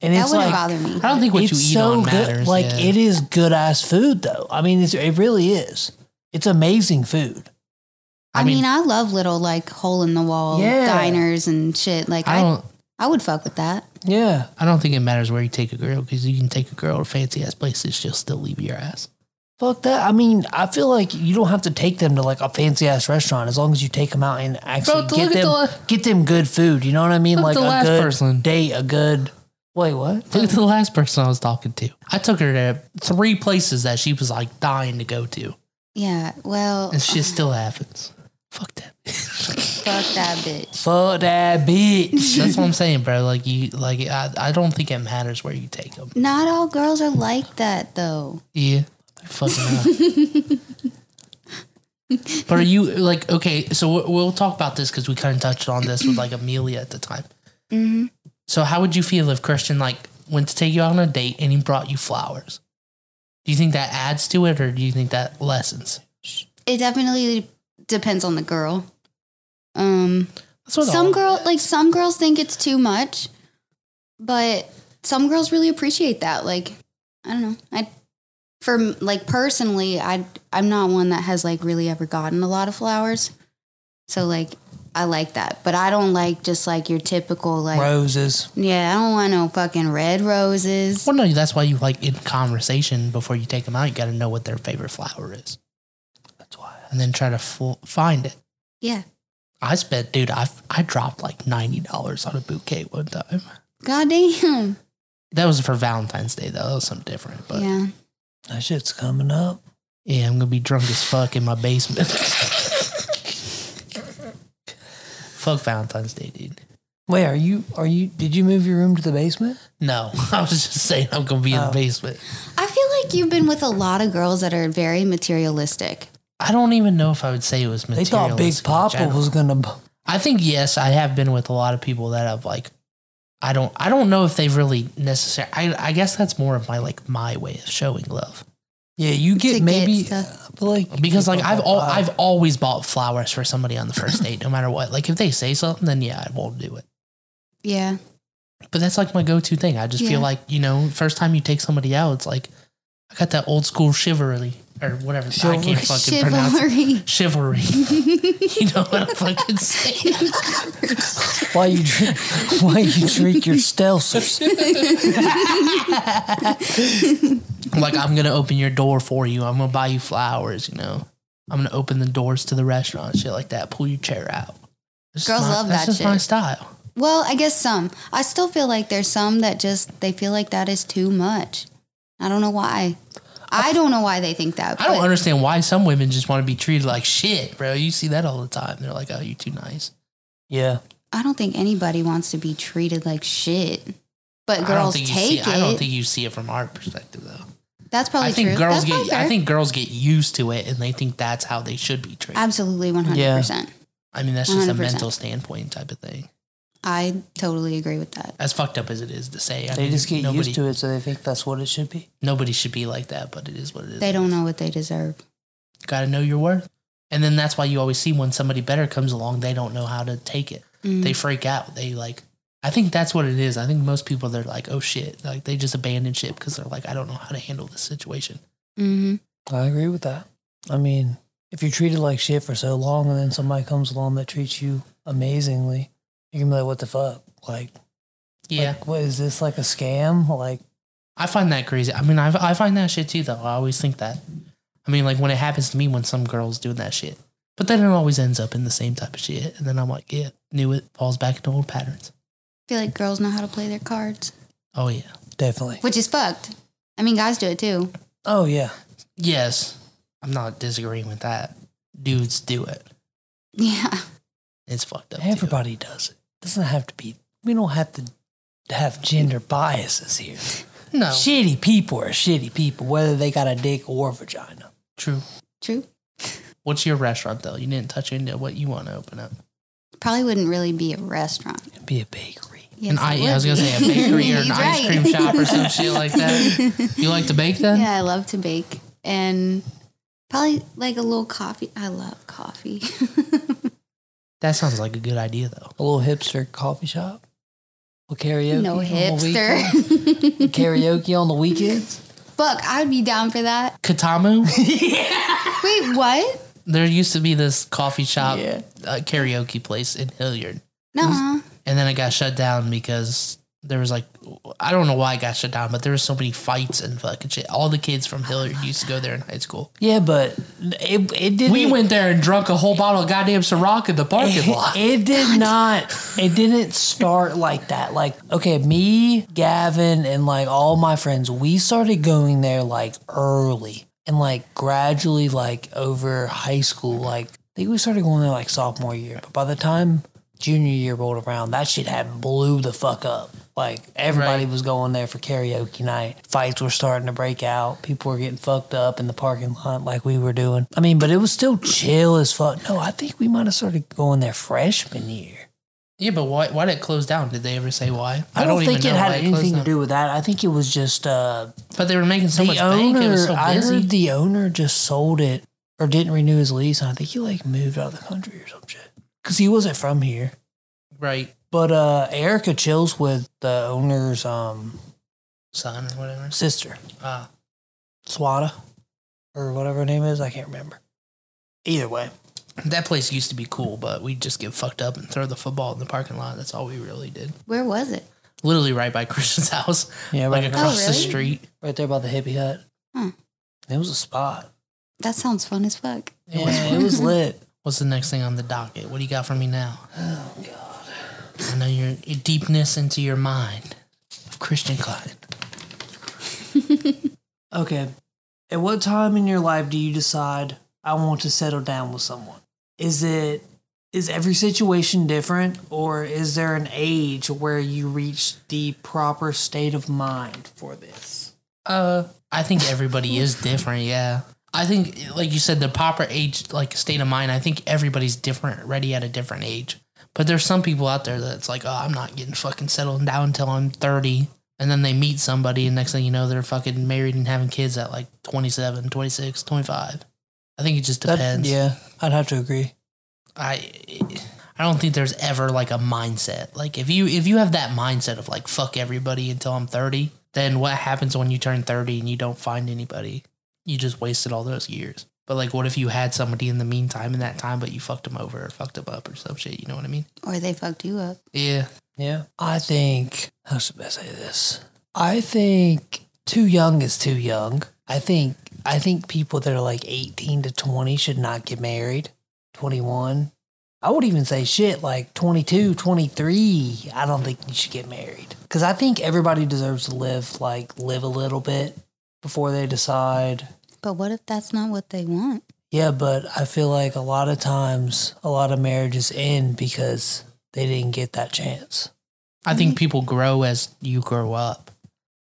and
that
it's
wouldn't
like
bother me.
I don't think what you
it's
eat
so
on
good.
matters.
like
yeah.
it is good ass food though. I mean, it's, it really is. It's amazing food.
I,
I
mean,
mean-
I love little like hole in the wall
Yeah.
diners and shit. Like,
I
I,
don't.
I would fuck with that.
Yeah,
I don't think it matters where you take a girl because you can take a girl to fancy ass places. She'll still leave your ass.
fuck that. I mean, I feel like you don't have to take them to like a fancy ass restaurant as long as you take them out and actually
Bro, to
get
look at
them
the la-
get them good food. You know what I mean? Like
Look at the
a
last
good
person.
date, a good wait. What?
Look at the last person I was talking to. I took her to three places that she was like dying to go to,
Yeah. Well,
and shit still happens. Fuck that.
fuck that bitch.
Fuck that bitch.
That's what I'm saying, bro. Like you, like I, I don't think it matters where you take them.
Not all girls are like that though.
Yeah, You're fucking. up. but are you like okay? So we'll, we'll talk about this because we kind of touched on this with like Amelia at the time. Mm-hmm. So how would you feel if Christian like went to take you out on a date and he brought you flowers? Do you think that adds to it, or do you think that lessens?
It definitely depends on the girl. Um,
That's what
some
all-
girl like some girls think it's too much, but some girls really appreciate that. Like, I don't know. I for m- like personally, I I'm not one that has like really ever gotten a lot of flowers, so like I like that. But I don't like just like your typical like
Roses.
yeah. I don't want no fucking red roses.
Well, no, that's why you like in conversation before you take them out. You got to know what their favorite flower is,
That's why.
and then try to fl- find it.
Yeah.
I spent, dude, I I dropped like ninety dollars on a bouquet one time.
God damn.
That was for Valentine's Day though. That was something different. But yeah,
yeah.
That shit's coming up.
I'm gonna be drunk as fuck in my basement. fuck Valentine's Day, dude.
Wait, are you are you did you move your room to the basement?
No, I was just saying I'm gonna be in
Oh.
the basement.
I feel like you've been with a lot of girls that are very materialistic.
I don't even know if I would say it was
They thought Big
materialistic in
Papa
general.
was gonna b-
I think yes, I have been with a lot of people that have like I don't I don't know if they've really necessarily I I guess that's more of my like my way of showing love.
Yeah, you get
get
maybe
stuff.
uh, like
Because like
Oh,
I've all
God.
I've always bought flowers for somebody on the first date, no matter what. Like if they say something, then yeah, I won't do it.
Yeah.
But that's like my go to thing. I just
Yeah.
feel like, you know, first time you take somebody out, it's like I got that old school chivalry or whatever. I
Chivalry.
can't fucking pronounce it. Chivalry.
Chivalry.
you know what I'm fucking saying?
why you drink why you drink your stelzers.
like I'm gonna open your door for you. I'm gonna buy you flowers. You know, I'm gonna open the doors to the restaurant, shit like that. Pull your chair out. It's just
Girls
my-
love
that's
that
just my
shit.
style.
Well, I guess some. I still feel like there's some that just they feel like that is too much. I don't know why. I don't know why they think that.
I don't
but
understand why some women just want to be treated like shit, bro. You see that all the time. They're like, "Oh, you're too nice."
Yeah.
I don't think anybody wants to be treated like shit.
I
But
don't
girls
think
take
you see.
it.
I don't think you see it from our perspective though.
that's probably
I think
true.
girls
That's probably
get. I
fair.
think girls get used to it, and they think that's how they should be treated.
absolutely one hundred percent.
I mean, that's just a
100%.
mental standpoint type of thing.
I totally agree with that.
As fucked up as it is to say, I
They
mean,
just get
nobody,
used to it so they think that's what it should be.
Nobody should be like that, but it is what it is.
They don't know what they deserve.
got to know your worth. And then that's why you always see when somebody better comes along, they don't know how to take it.
Mm.
They freak out. They like, I think that's what it is. I think most people, they're like, oh shit. Like they just abandon shit because they're like, I don't know how to handle this situation.
hmm
I agree with that. I mean, if you're treated like shit for so long and then somebody comes along that treats you amazingly, you can be like, what the fuck? Like,
Yeah.
like, what is this like a scam? Like,
I find that crazy. I mean, i I find that shit too, though. I always think that. I mean, like when it happens to me when some girl's doing that shit. But then it always ends up in the same type of shit. And then I'm like, yeah, knew it. Falls back into old patterns.
I feel like girls know how to play their cards,
Oh, yeah.
definitely.
which is fucked. I mean, guys do it too.
Oh, yeah.
Yes. I'm not disagreeing with that. Dudes do it.
Yeah.
It's fucked up. too.
Everybody does it. Doesn't have to be, we don't have to have gender biases here.
No.
Shitty people are shitty people, whether they got a dick or a vagina.
True.
True.
What's your restaurant though? You didn't touch into what you want to open up.
Probably wouldn't really be a restaurant.
It'd be a bakery.
Yes,
an
it
I,
would
I was gonna
be.
say a bakery or an
He's
ice
right.
cream shop or some shit like that. You like to bake then?
Yeah, I love to bake and probably like a little coffee. I love coffee.
That sounds like a good idea though.
A little hipster coffee shop. Well, karaoke.
no
on the weekend.
hipster.
karaoke on the weekends.
Fuck, I'd be down for that.
Katamu.
Wait, what?
there used to be this coffee shop
Yeah.
uh, karaoke place in Hilliard,
No.
and then it got shut down because there was like I don't know why it got shut down, but there was so many fights and fucking shit. All the kids from Hilliard used to go there in high school.
Yeah, but it it didn't.
We went there and drunk a whole bottle of goddamn Ciroc in the parking lot.
It did not. It didn't start like that. Like okay, me, Gavin, and like all my friends, we started going there like early and like gradually, like over high school. Like I think we started going there like sophomore year, but by the time junior year rolled around, that shit had blew the fuck up. Like everybody
Right.
was going there for karaoke night. Fights were starting to break out. People were getting fucked up in the parking lot like we were doing. I mean, but it was still chill as fuck. No, I think we might have started going there freshman year.
Yeah, but why, why did it close down? Did they ever say why?
I, don't,
even
think it
know
had
why closed
anything to
down.
do with that. I think it was just uh
But they were making so much
the owner.
bank. It was so
I
busy.
heard the owner just sold it or didn't renew his lease, and I think he like moved out of the country or some shit because he wasn't from here.
right
But uh, Erica chills with the owner's um,
son or whatever.
sister,
Ah,
Swada, or whatever her name is. I can't remember. Either way,
that place used to be cool, but we'd just get fucked up and throw the football in the parking lot. That's all we really did.
Where was it?
Literally right by Christian's house,
yeah,
like
right, across,
across the
really?
street.
right there by the hippie hut.
Hmm.
It was a spot.
That sounds fun as fuck.
It
Yeah,
was
it was lit.
What's the next thing on the docket? What do you got for me now? Oh God! I know your, your deepness into your mind.
Christian Klein. okay. At what time in your life do you decide I want to settle down with someone? Is it is every situation different or is there an age where you reach the proper state of mind for this?
Uh, I think everybody is different. Yeah, I think like you said, the proper age, like state of mind. I think everybody's different, ready at a different age. But there's some people out there that's like, oh, I'm not getting fucking settled down until I'm 30. And then they meet somebody, and next thing you know, they're fucking married and having kids at like 27, 26, 25. I think it just
That-
depends.
yeah, I'd have to agree.
I I don't think there's ever like a mindset. Like if you if you have that mindset of like fuck everybody until I'm 30, then what happens when you turn 30 and you don't find anybody? You just wasted all those years. But like what if you had somebody in the meantime in that time but you fucked them over or fucked them up or some shit, you know what I mean?
or they fucked you up.
Yeah.
Yeah. I think, how should I say this? I think too young is too young. I think, I think people that are like 18 to 20 should not get married. 21. I would even say shit like 22, 23. I don't think you should get married. Cause I think everybody deserves to live, like, live a little bit before they decide.
But what if that's not what they want?
Yeah, but I feel like a lot of times, a lot of marriages end because they didn't get that chance.
I think people grow as you grow up.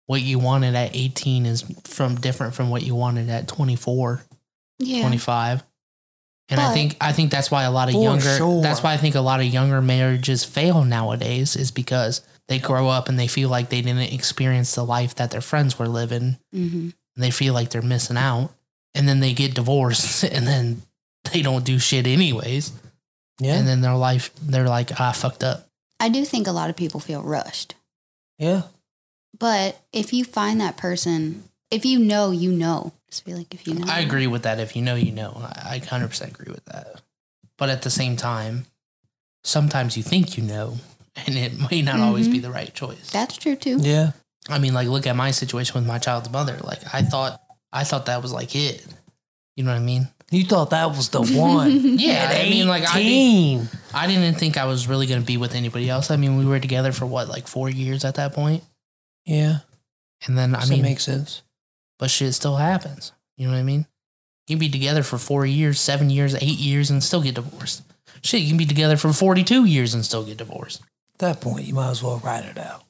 What you wanted at 18 is from different from what you wanted at 24.
Yeah.
25 and i
But-
think i think that's why a lot of
For
younger
sure.
that's why i think a lot of younger marriages fail nowadays is because they grow up and they feel like they didn't experience the life that their friends were living and
hmm
they feel like they're missing out and then they get divorced and then they don't do shit anyways
Yeah.
and then their life they're like ah, i fucked up
I do think a lot of people feel rushed.
yeah.
But if you find that person, if you know, you know. Just be like, if you know.
i agree with that if you know you know i, I 100% agree with that but at the same time sometimes you think you know and it may not always
Mhm.
Mm-hmm.
be the right choice
That's true too.
Yeah.
I mean, like, look at my situation with my child's mother. Like, I thought, I thought that was like it. You know what I mean?
You thought that was the one.
Yeah,
At
I mean, like, I, didn't-
18.
I didn't think I was really gonna be with anybody else. I mean, we were together for what, like, four years at that point,
yeah,
and then I
so
mean,
it makes sense.
but shit still happens. You know what I mean? You can be together for four years, seven years, eight years, and still get divorced. Shit, you can be together for forty-two years and still get divorced.
At that point, you might as well write it out.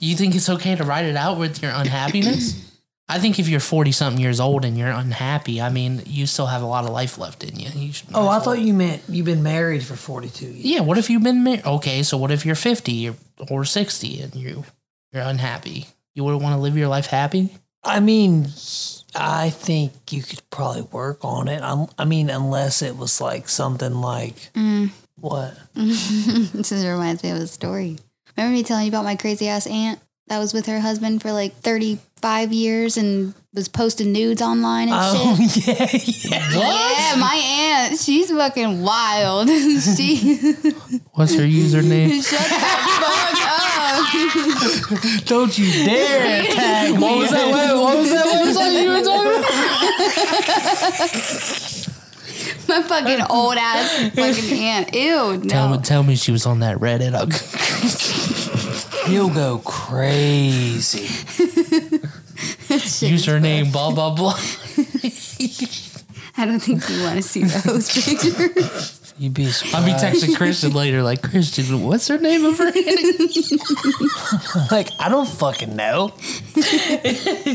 You think it's okay to write it out with your unhappiness? I think if you're 40 something years old and you're unhappy, I mean, you still have a lot of life left in you. You should-
Oh, I thought you meant you've been married for 42 years.
Yeah, what if you've been married? Okay, so what if you're 50 or, or 60 and you, you're unhappy? You wouldn't want to live your life happy?
I mean, I think you could probably work on it. i I mean, unless it was like something like
Mm.
what?
this just reminds me of a story. Remember me telling you about my crazy ass aunt that was with her husband for like 35 years and was posting nudes online and
Oh,
shit?
yeah, yeah.
Yeah, my aunt, she's fucking wild. she
What's her username?
shut the fuck up.
Don't you dare tag me.
was that web- what was that website you were talking about?
My fucking old ass fucking aunt. Ew,
Tell
no.
me, tell me she was on that Reddit. I'll-
He'll go crazy.
Username, blah, blah, blah.
I don't think you want to see those pictures.
You'd be surprised.
I'll be texting Christian later, like, Christian, what's her name of her
Like, I don't fucking know.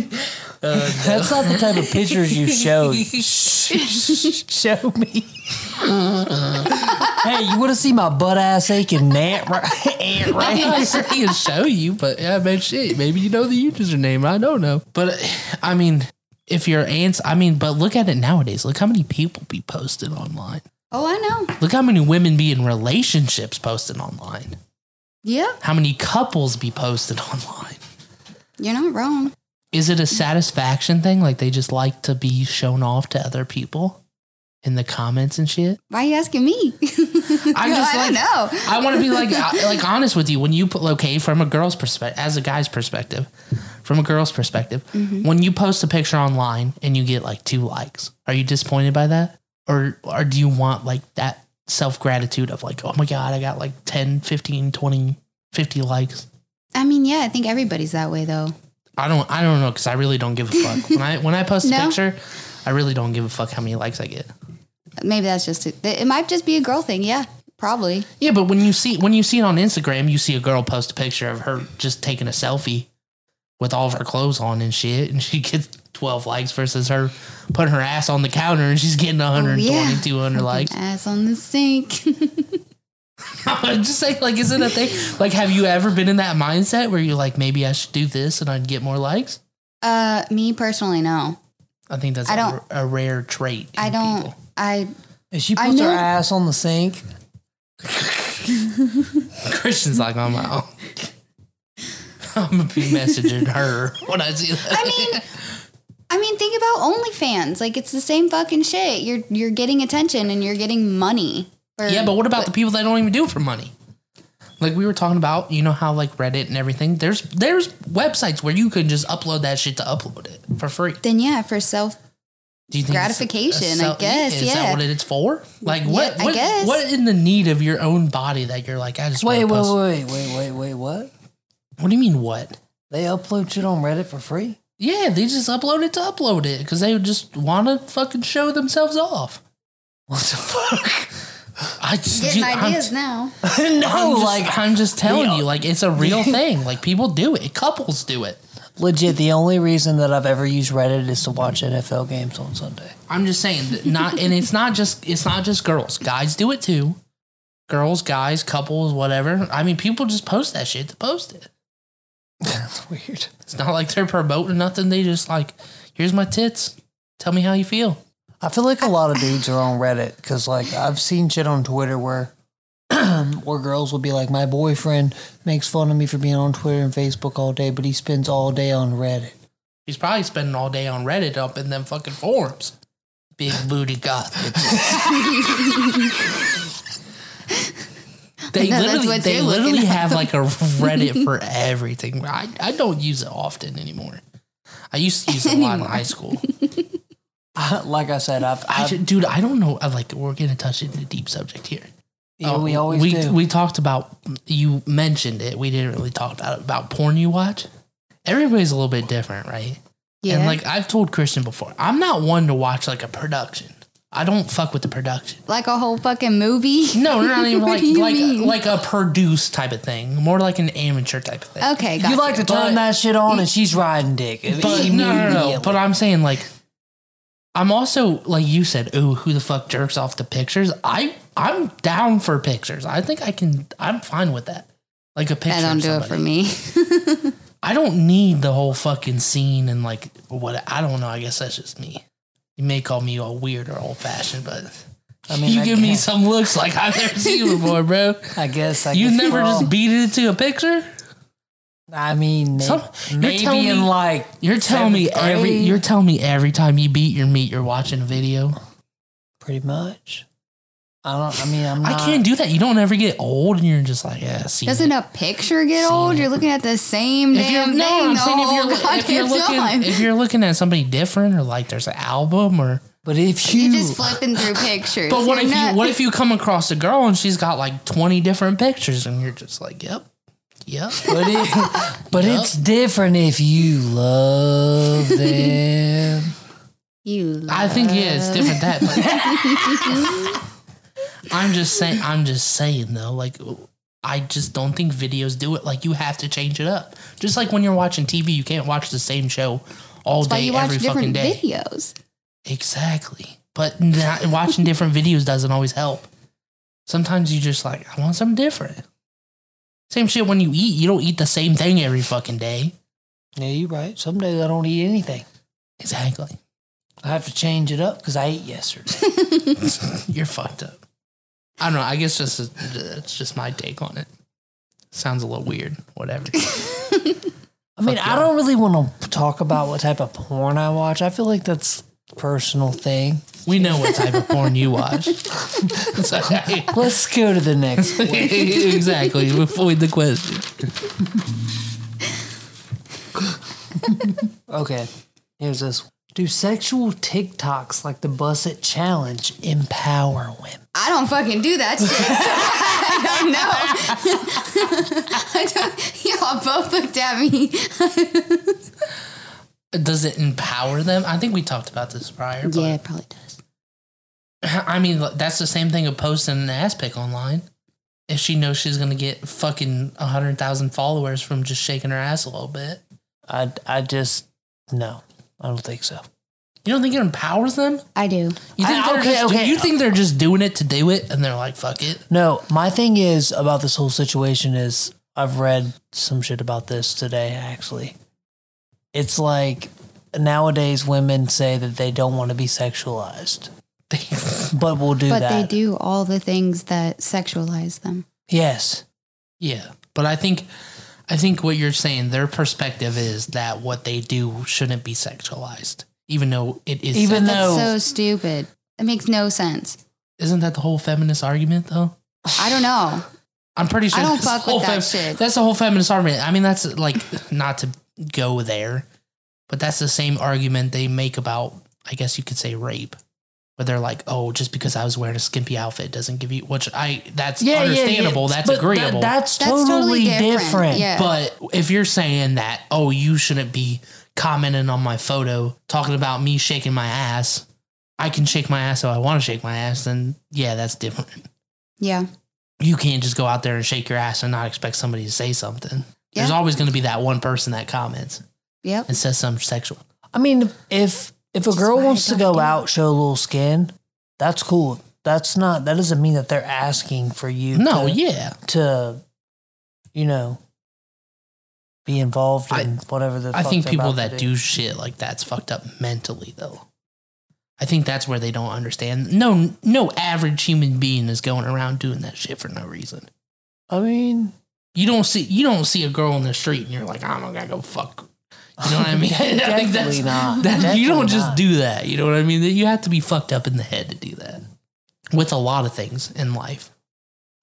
That's not the type of pictures you show. show me. hey, you want to see my butt ass aching aunt right, aunt
I'm
right?
not saying show you, but yeah, I mean, shit, maybe you know the username. I don't know. But uh, I mean, if your aunts, I mean, but look at it nowadays. Look how many people be posted online.
oh, I know.
Look how many women be in relationships posted online.
Yeah,
How many couples be posted online.
you're not wrong.
Is it a satisfaction thing? Like they just like to be shown off to other people in the comments and shit?
Why you asking me?
I'm just
I
like,
don't know.
I want to be like I- like honest with you. When you put okay from a girl's perspective, as a guy's perspective, from a girl's perspective, when you post a picture online and you get like two likes, are you disappointed by that, or or do you want like that self gratitude of like, oh my god, I got like 10, 15, 20, 50 likes?
I mean, yeah, I think everybody's that way though.
I don't I don't know because I really don't give a fuck. when I when I post
No.
a picture, I really don't give a fuck how many likes I get.
Maybe that's just it. It might just be a girl thing. Yeah, probably.
Yeah, but when you see when you see it on Instagram, you see a girl post a picture of her just taking a selfie with all of her clothes on and shit, and she gets 12 likes versus her putting her ass on the counter and she's getting 120,
Oh, yeah.
200 likes.
Ass on the sink.
I'm just saying, like, is it a thing? Like, have you ever been in that mindset where you're like, maybe I should do this and I'd get more likes?
uh, me personally, no.
I think that's
I
a
don't-
r- a rare trait. in
I don't.
people.
I
If she
I
puts her
know-
ass on the sink,
Christian's like, I'm out. I'm gonna be messaging her when I see that.
I mean, I mean, think about OnlyFans. Like it's the same fucking shit. You're you're getting attention and you're getting money. for-
yeah, but what about the people that don't even do it for money? Like we were talking about, you know how like Reddit and everything. There's there's websites where you can just upload that shit to upload it for free.
then yeah, for self.
Do you think it's-
Gratification,
it's
I
so-
guess,
Is
yeah.
that what it's for? Like what?
I
what,
guess.
what in the need of your own body that you're like? I just
wait,
wanna
wait,
post-
wait, wait, wait, wait, what?
What do you mean what?
They upload shit on Reddit for free?
Yeah, they just upload it to upload it because they just want to fucking show themselves off.
What the fuck?
I just
Getting
dude, I'm-
ideas now.
no,
I'm just,
Oh, like
I'm just telling
Yeah.
you, like it's a real thing. Like people do it. Couples do it.
legit. The only reason that I've ever used Reddit is to watch NFL games on Sunday.
I'm just saying that not and it's not just it's not just girls. Guys do it too. Girls, guys, couples, whatever. I mean, people just post that shit to post it.
That's weird.
It's not like they're promoting nothing. They just like, here's my tits. Tell me how you feel.
I feel like a lot of dudes are on Reddit because, like, I've seen shit on Twitter where where girls will be like, "My boyfriend makes fun of me for being on Twitter and Facebook all day, but he spends all day on Reddit."
He's probably spending all day on Reddit up in them fucking forums. Big booty goth bitches. they
I know, that's
literally,
what they're
they
looking
literally
at.
have like a Reddit for everything. I, I don't use it often anymore. I used to use it a lot in high school.
like I said, I've,
I,
I've
ju- dude, I don't know. I like we're gonna touch into the deep subject here.
yeah,
Oh,
we always
we,
do.
We talked about you mentioned it. We didn't really talk about it about porn you watch. Everybody's a little bit different, right?
Yeah.
And
like,
like I've told Christian before, I'm not one to watch like a production. I don't fuck with the production.
a whole fucking movie.
No, not even
What
like
do you
like
mean?
like a produced type of thing. More like an amateur type of thing.
Okay, got
you like to turn
But-
that shit on, and she's riding dick.
But no, no, no.
Immediately.
But I'm saying like, I'm also like you said. Ooh, who the fuck jerks off the pictures? I I'm down for pictures. I think I can. I'm fine with that. Like a picture.
I don't do it for me.
I don't need the whole fucking scene and like what. I don't know. I guess that's just me. You may call me all weird or old fashioned, but
I mean,
you
I
give me
guess-
some looks like I've never seen you before, bro.
I guess I
You
guess
never
we're all-
just beat it to a picture.
I mean, may-
Some- you're
maybe
telling
in
me-
like
You're telling me
Seventh
every.
grade.
You're telling me every time you beat your meat, you're watching a video.
pretty much. I don't. I mean, I'm. Not,
I can't do that. You don't ever get old, and you're just like, yeah. See,
Doesn't a picture get
Seen
old?
it.
You're looking at the same
if you're,
damn
no,
thing
I'm
the
saying if
whole
you're, if you're
goddamn time.
looking, if you're looking at somebody different, or like there's an album, or
But if you
You're just flipping through pictures.
but what
You're
if
not-
you what if you come across a girl and she's got like 20 different pictures, and you're just like, yep, yep.
But, it, but it's different if you love them.
You
I think yeah, it's different that. But I'm just saying. I'm just saying though, like. I just don't think videos do it. Like you have to change it up. Just like when you're watching TV, you can't watch the same show all
That's why
day
you watch
every fucking day.
different videos.
Exactly. But not, watching different videos doesn't always help. Sometimes you just like, I want something different. Same shit when you eat. You don't eat the same thing every fucking day.
Yeah, you're right. Some days I don't eat anything.
Exactly.
I have to change it up because I ate yesterday.
You're fucked up. I don't know. I guess just it's just my take on it. Sounds a little weird. Whatever.
I mean,
Fuck
I
yeah.
don't really want to talk about what type of porn I watch. I feel like that's a personal thing.
we know what type of porn you watch. It's okay.
Let's go to the next.
exactly. Avoid the question.
Okay, here's this. Do sexual TikToks like the Busset Challenge empower women?
I don't fucking do that shit. I don't know. I don't, y'all both looked at me.
Does it empower them? I think we talked about this prior. But
yeah, it probably does.
I mean, that's the same thing of posting an ass pic online. If she knows she's gonna get fucking hundred thousand followers from just shaking her ass a little bit,
I, I just, no, I don't think so.
you don't think it empowers them?
I do.
You think,
I-
they're
okay,
just,
okay.
you think they're just doing it to do it, and they're like, "Fuck it."
No, my thing is about this whole situation is I've read some shit about this today actually. It's like nowadays women say that they don't want to be sexualized, but will do
but
that.
they do all the things that sexualize them.
Yes.
yeah, but I think, I think what you're saying, their perspective is that what they do shouldn't be sexualized, even though it is.
Even
sex-
No.
That's so stupid. It makes no sense.
isn't that the whole feminist argument though?
I don't know.
I'm pretty sure.
I don't
that's
fuck
the whole
with that shit.
That's the whole feminist argument. I mean, that's like not to go there, but that's the same argument they make about, I guess you could say, rape. Where they're like, oh, just because I was wearing a skimpy outfit doesn't give you, which I that's understandable. That's
But that-
agreeable.
that's,
That's
totally,
totally
different.
different. Yeah.
But if you're saying that, oh, you shouldn't be commenting on my photo, talking about me shaking my ass. I can shake my ass, so I want to shake my ass. Then yeah, that's different.
Yeah.
you can't just go out there and shake your ass and not expect somebody to say something. There's
Yeah.
always going to be that one person that comments
Yep.
and says something sexual.
I mean, if if a
Which is
girl
why I
wants to
don't
go
do it.
out, show a little skin, that's cool. That's not that doesn't mean that they're asking for you
No,
to,
yeah.
to you know be involved
I-
in whatever the
I
fuck
think
they're
people
about to
that do shit like that's fucked up mentally though. I think that's where they don't understand. No, no average human being is going around doing that shit for no reason.
I mean
You don't see you don't see a girl in the street and you're like, I'm gonna go fuck. You know what I mean? I think that's,
Definitely not.
that- you
Definitely
don't just
not.
do that. You know what I mean? That you have to be fucked up in the head to do that. With a lot of things in life,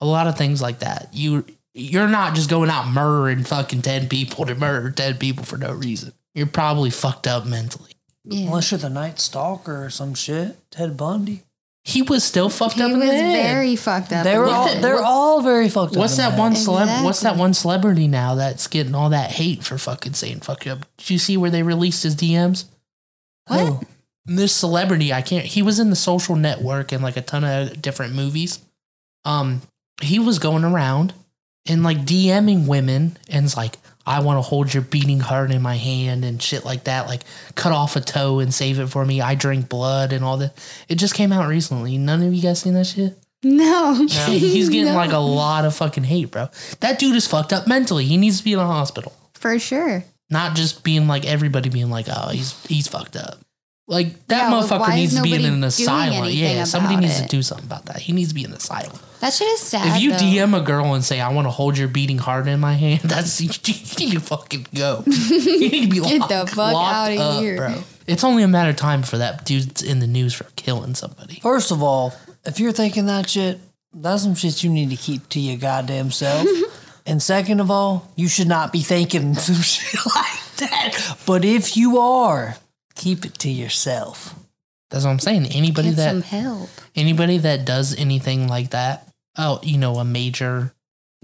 a lot of things like that. You you're not just going out murdering fucking ten people to murder ten people for no reason. You're probably fucked up mentally.
Yeah.
unless you're the night stalker or some shit, Ted Bundy.
He was still fucked up
he
in
was
the head.
very fucked up.
They were all,
the-
they're
what-
all very fucked up.
What's
in the
that
head.
one celeb? What's that
Exactly.
one celebrity now that's getting all that hate for fucking saying fuck you up? Did you see where they released his DMs?
What?
Who?
this celebrity i can't he was in the social network and like a ton of different movies um he was going around and like dming women and it's like i want to hold your beating heart in my hand and shit like that like cut off a toe and save it for me i drink blood and all that it just came out recently none of you guys seen that shit
No.
he's getting
No.
like a lot of fucking hate bro that dude is fucked up mentally he needs to be in a hospital
For sure.
not just being like everybody being like, oh, he's he's fucked up. Like that
Yeah, but
motherfucker
why is
needs to be in
nobody
an
doing
asylum.
anything
Yeah,
about
somebody needs to
it?
do something about that. He needs to be in the asylum.
That shit is sad.
if you
though.
DM a girl and say, "I want to hold your beating heart in my hand," that's you need to fucking go. You need to be
Get
locked,
the fuck
locked
outta
up,
here.
bro. It's only a matter of time for that dude's in the news for killing somebody.
First of all, if you're thinking that shit, that's some shit you need to keep to your goddamn self. and second of all, you should not be thinking some shit like that. But if you are, keep it to yourself.
That's what I'm saying. Anybody
get
that
some help.
anybody that does anything like that, oh, you know, a major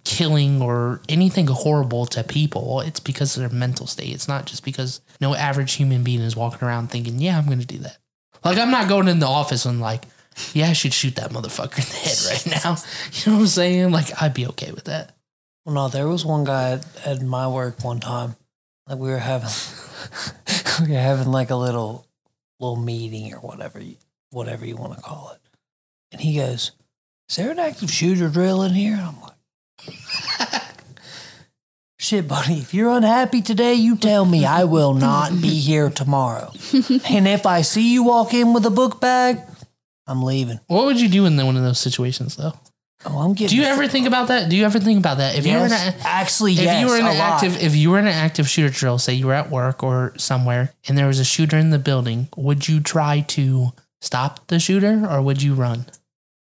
killing or anything horrible to people, it's because of their mental state. It's not just because no average human being is walking around thinking, yeah, I'm going to do that. Like, I'm not going in the office and like, yeah, I should shoot that motherfucker in the head right now. You know what I'm saying? Like, I'd be okay with that.
Well, no, there was one guy at, at my work one time. Like we were having, we were having like a little, little meeting or whatever, you, whatever you want to call it. And he goes, "Is there an active shooter drill in here?" And I'm like, "Shit, buddy, if you're unhappy today, you tell me. I will not be here tomorrow. and if I see you walk in with a book bag, I'm leaving.
What would you do in one of those situations, though?
Oh, I'm getting.
Do you ever think about that? Do you ever think about that? If you're in
Yes,
a,
actually,
if
yes,
you were in
a
an
lot.
active if you were in an active shooter drill, say you were at work or somewhere and there was a shooter in the building, would you try to stop the shooter or would you run?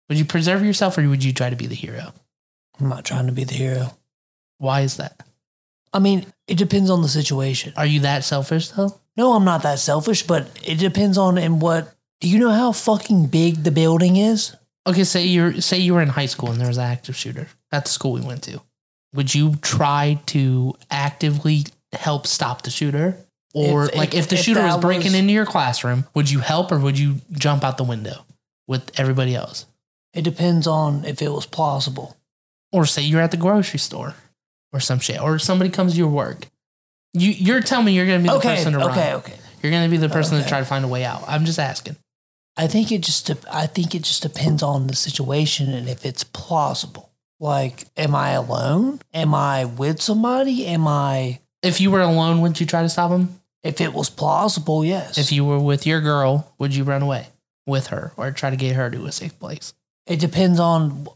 Would you preserve yourself or would you try to be the hero?
I'm not trying to be the hero.
Why is that?
I mean, it depends on the situation.
Are you that selfish though?
No, I'm not that selfish, but it depends on in what. Do you know how fucking big the building is?
Okay, say you're say you were in high school and there was an active shooter at the school we went to. Would you try to actively help stop the shooter? Or
If-
like
if-
if, the
if
shooter
that
was breaking
was-
into your classroom, would you help or would you jump out the window with everybody else?
It depends on if it was plausible.
Or say you're at the grocery store or some shit. Or somebody comes to your work. You you're telling me you're gonna be the
Okay,
person to
okay,
run.
okay.
You're gonna be the person
Okay.
to try to find a way out. I'm just asking.
I think it just dep- I think it just depends on the situation and if it's plausible. Like, am I alone? Am I with somebody? Am I?
If you were alone, would you try to stop him?
If it was plausible, yes.
If you were with your girl, would you run away with her or try to get her to a safe place?
it depends on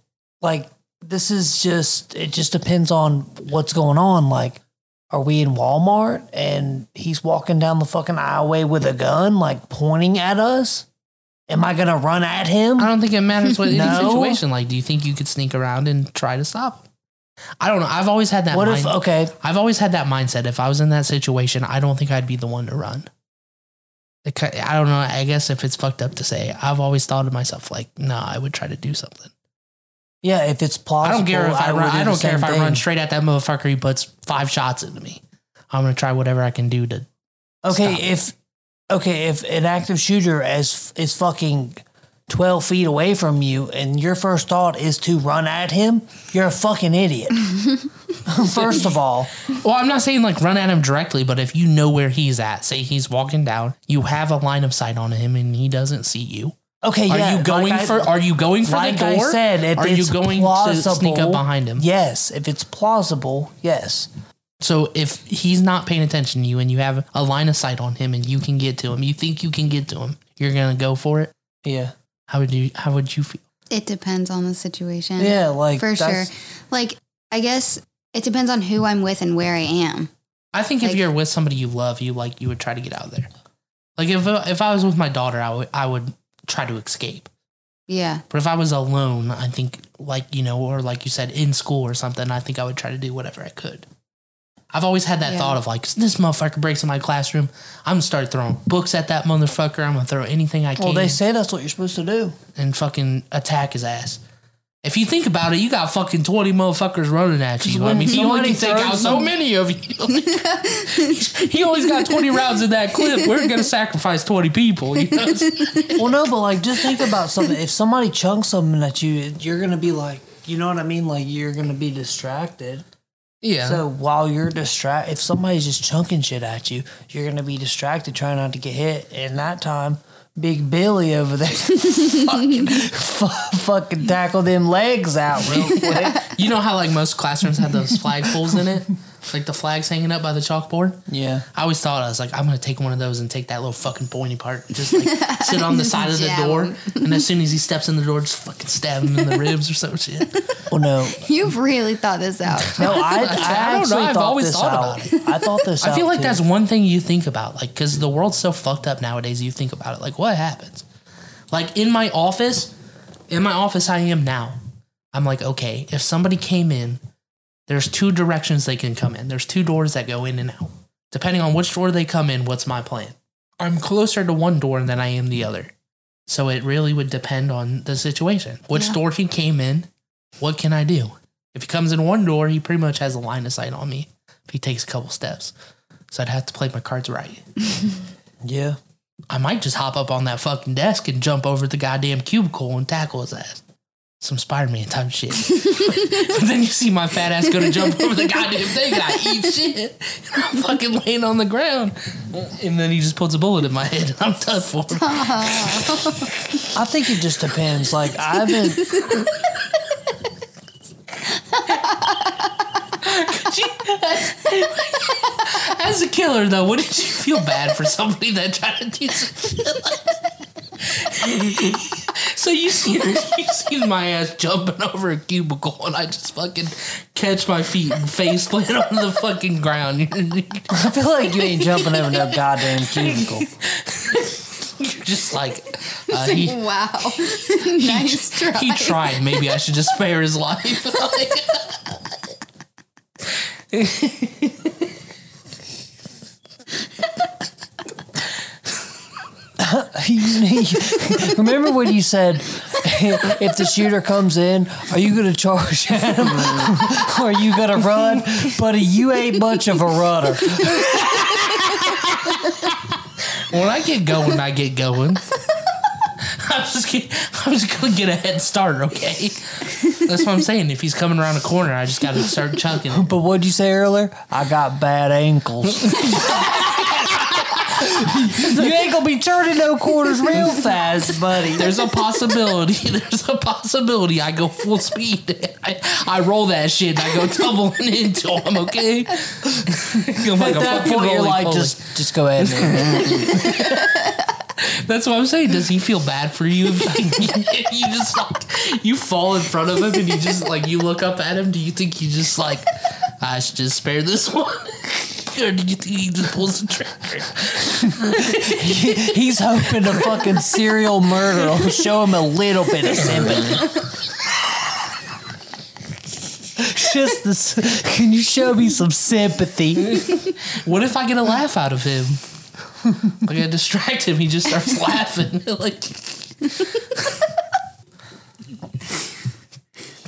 like this is just it just depends on what's going on like are we in Walmart and he's walking down the fucking aisleway with a gun like pointing at us? Am I going to run at him?
I don't think it matters what
No.
any situation. Like, do you think you could sneak around and try to stop? him? I don't know. I've always had that.
What
mind-
if okay,
I've always had that mindset. If I was in that situation, I don't think I'd be the one to run. It ki- I don't know. I guess if it's fucked up to say, I've always thought to myself like, nah, I would try to do something.
yeah, if it's
I
plausible,
don't care if I,
would
run.
do
I
the
don't care
same
if I
thing.
run straight at that motherfucker. He puts five shots into me. I'm gonna try whatever I can do to.
Okay,
Stop.
if okay, if an active shooter is is fucking twelve feet away from you, and your first thought is to run at him, you're a fucking idiot. first of all,
Well, I'm not saying like run at him directly, but if you know where he's at, say he's walking down, you have a line of sight on him, and he doesn't see you.
okay,
Are
yeah,
you going
like I-
for? Are you going for
like
the door?
I said, if
are
it's
you going
plausible,
to sneak up behind him?
Yes, if it's plausible, yes.
So if he's not paying attention to you, and you have a line of sight on him, and you can get to him, you think you can get to him, you're gonna go for it.
Yeah,
How would you? How would you feel?
It depends on the situation.
yeah, like
for sure.
that's-
Like, I guess it depends on who I'm with and where I am.
I think if
Like-
you're with somebody you love, you like you would try to get out of there. Like if if I was with my daughter, I would I would try to escape.
Yeah.
But if I was alone, I think like you know, or like you said, in school or something, I think I would try to do whatever I could. I've always had that
Yeah.
thought of like this motherfucker breaks in my classroom. I'm gonna start throwing books at that motherfucker. I'm gonna throw anything I can
Well, they say that's what you're supposed to do.
and fucking attack his ass. If you think about it, you got fucking twenty motherfuckers running at you. I
when
mean, he
somebody
only can take out
throws
so
them-
many of you. he always got twenty rounds in that clip. We're gonna sacrifice twenty people. You know?
well, no, but like just think about something. If somebody chunks something at you, you're gonna be like, you know what I mean? Like you're gonna be distracted.
yeah.
So while you're distracted, if somebody's just chunking shit at you, you're gonna be distracted trying not to get hit. And that time, Big Billy over there fucking, fu- fucking tackle them legs out real quick.
you know how like most classrooms have those flagpoles in it, like the flags hanging up by the chalkboard.
yeah.
I always thought I was like, I'm gonna take one of those and take that little fucking pointy part and just like sit on the side of the
jab
door, and as soon as he steps in the door, just fucking stab him in the ribs or some shit.
Well, no,
You've really thought this out.
no, I, I,
don't know.
actually
I've
thought
always
this
thought
out.
about
I thought this.
I feel
out,
like
too.
that's one thing you think about, like, because the world's so fucked up nowadays. You think about it, like, what happens? Like in my office, in my office, I am now. I'm like, okay, if somebody came in, there's two directions they can come in. There's two doors that go in and out. Depending on which door they come in, what's my plan? I'm closer to one door than I am the other. So it really would depend on the situation. Which
Yeah.
door he came in, what can I do? If he comes in one door, he pretty much has a line of sight on me if he takes a couple steps. So I'd have to play my cards right.
yeah.
I might just hop up on that fucking desk and jump over the goddamn cubicle and tackle his ass. Some Spider Man type shit. but then you see my fat ass gonna jump over the goddamn thing and I eat shit. And I'm fucking laying on the ground. And then he just puts a bullet in my head and I'm done for.
I think it just depends. Like I haven't.
As a killer though, wouldn't you feel bad for somebody that tried to do some shit like- So you see, you see my ass jumping over a cubicle, and I just fucking catch my feet and face plant on the fucking ground. You're
I feel like you ain't jumping over no goddamn cubicle.
just like, uh, he,
wow. nice try.
he tried. Maybe I should just spare his life.
Remember when you said, if the shooter comes in, are you going to charge at him? or are you going to run? Buddy, you ain't much of a runner.
When I get going, I get going. I'm just, get- I'm just gonna get a head start, okay? That's what I'm saying. If he's coming around a corner, I just gotta start chucking. it.
But what'd you say earlier? I got bad ankles. you ain't going to be turning no corners real fast, buddy.
There's a possibility. There's a possibility. I go full speed. I, I roll that shit. and I go tumbling into him. Okay. I'm like
At
a
that
fucking
point, you're
roly-poly.
like, just, just go ahead and
That's what I'm saying. Does he feel bad for you? If like, you just like you fall in front of him and you just like you look up at him. Do you think you just like I should just spare this one? Or do you think he just pulls the trigger?
He's hoping a fucking serial murder will show him a little bit of sympathy. Just this. Can you show me some sympathy?
What if I get a laugh out of him? Like I distract him, he just starts laughing. like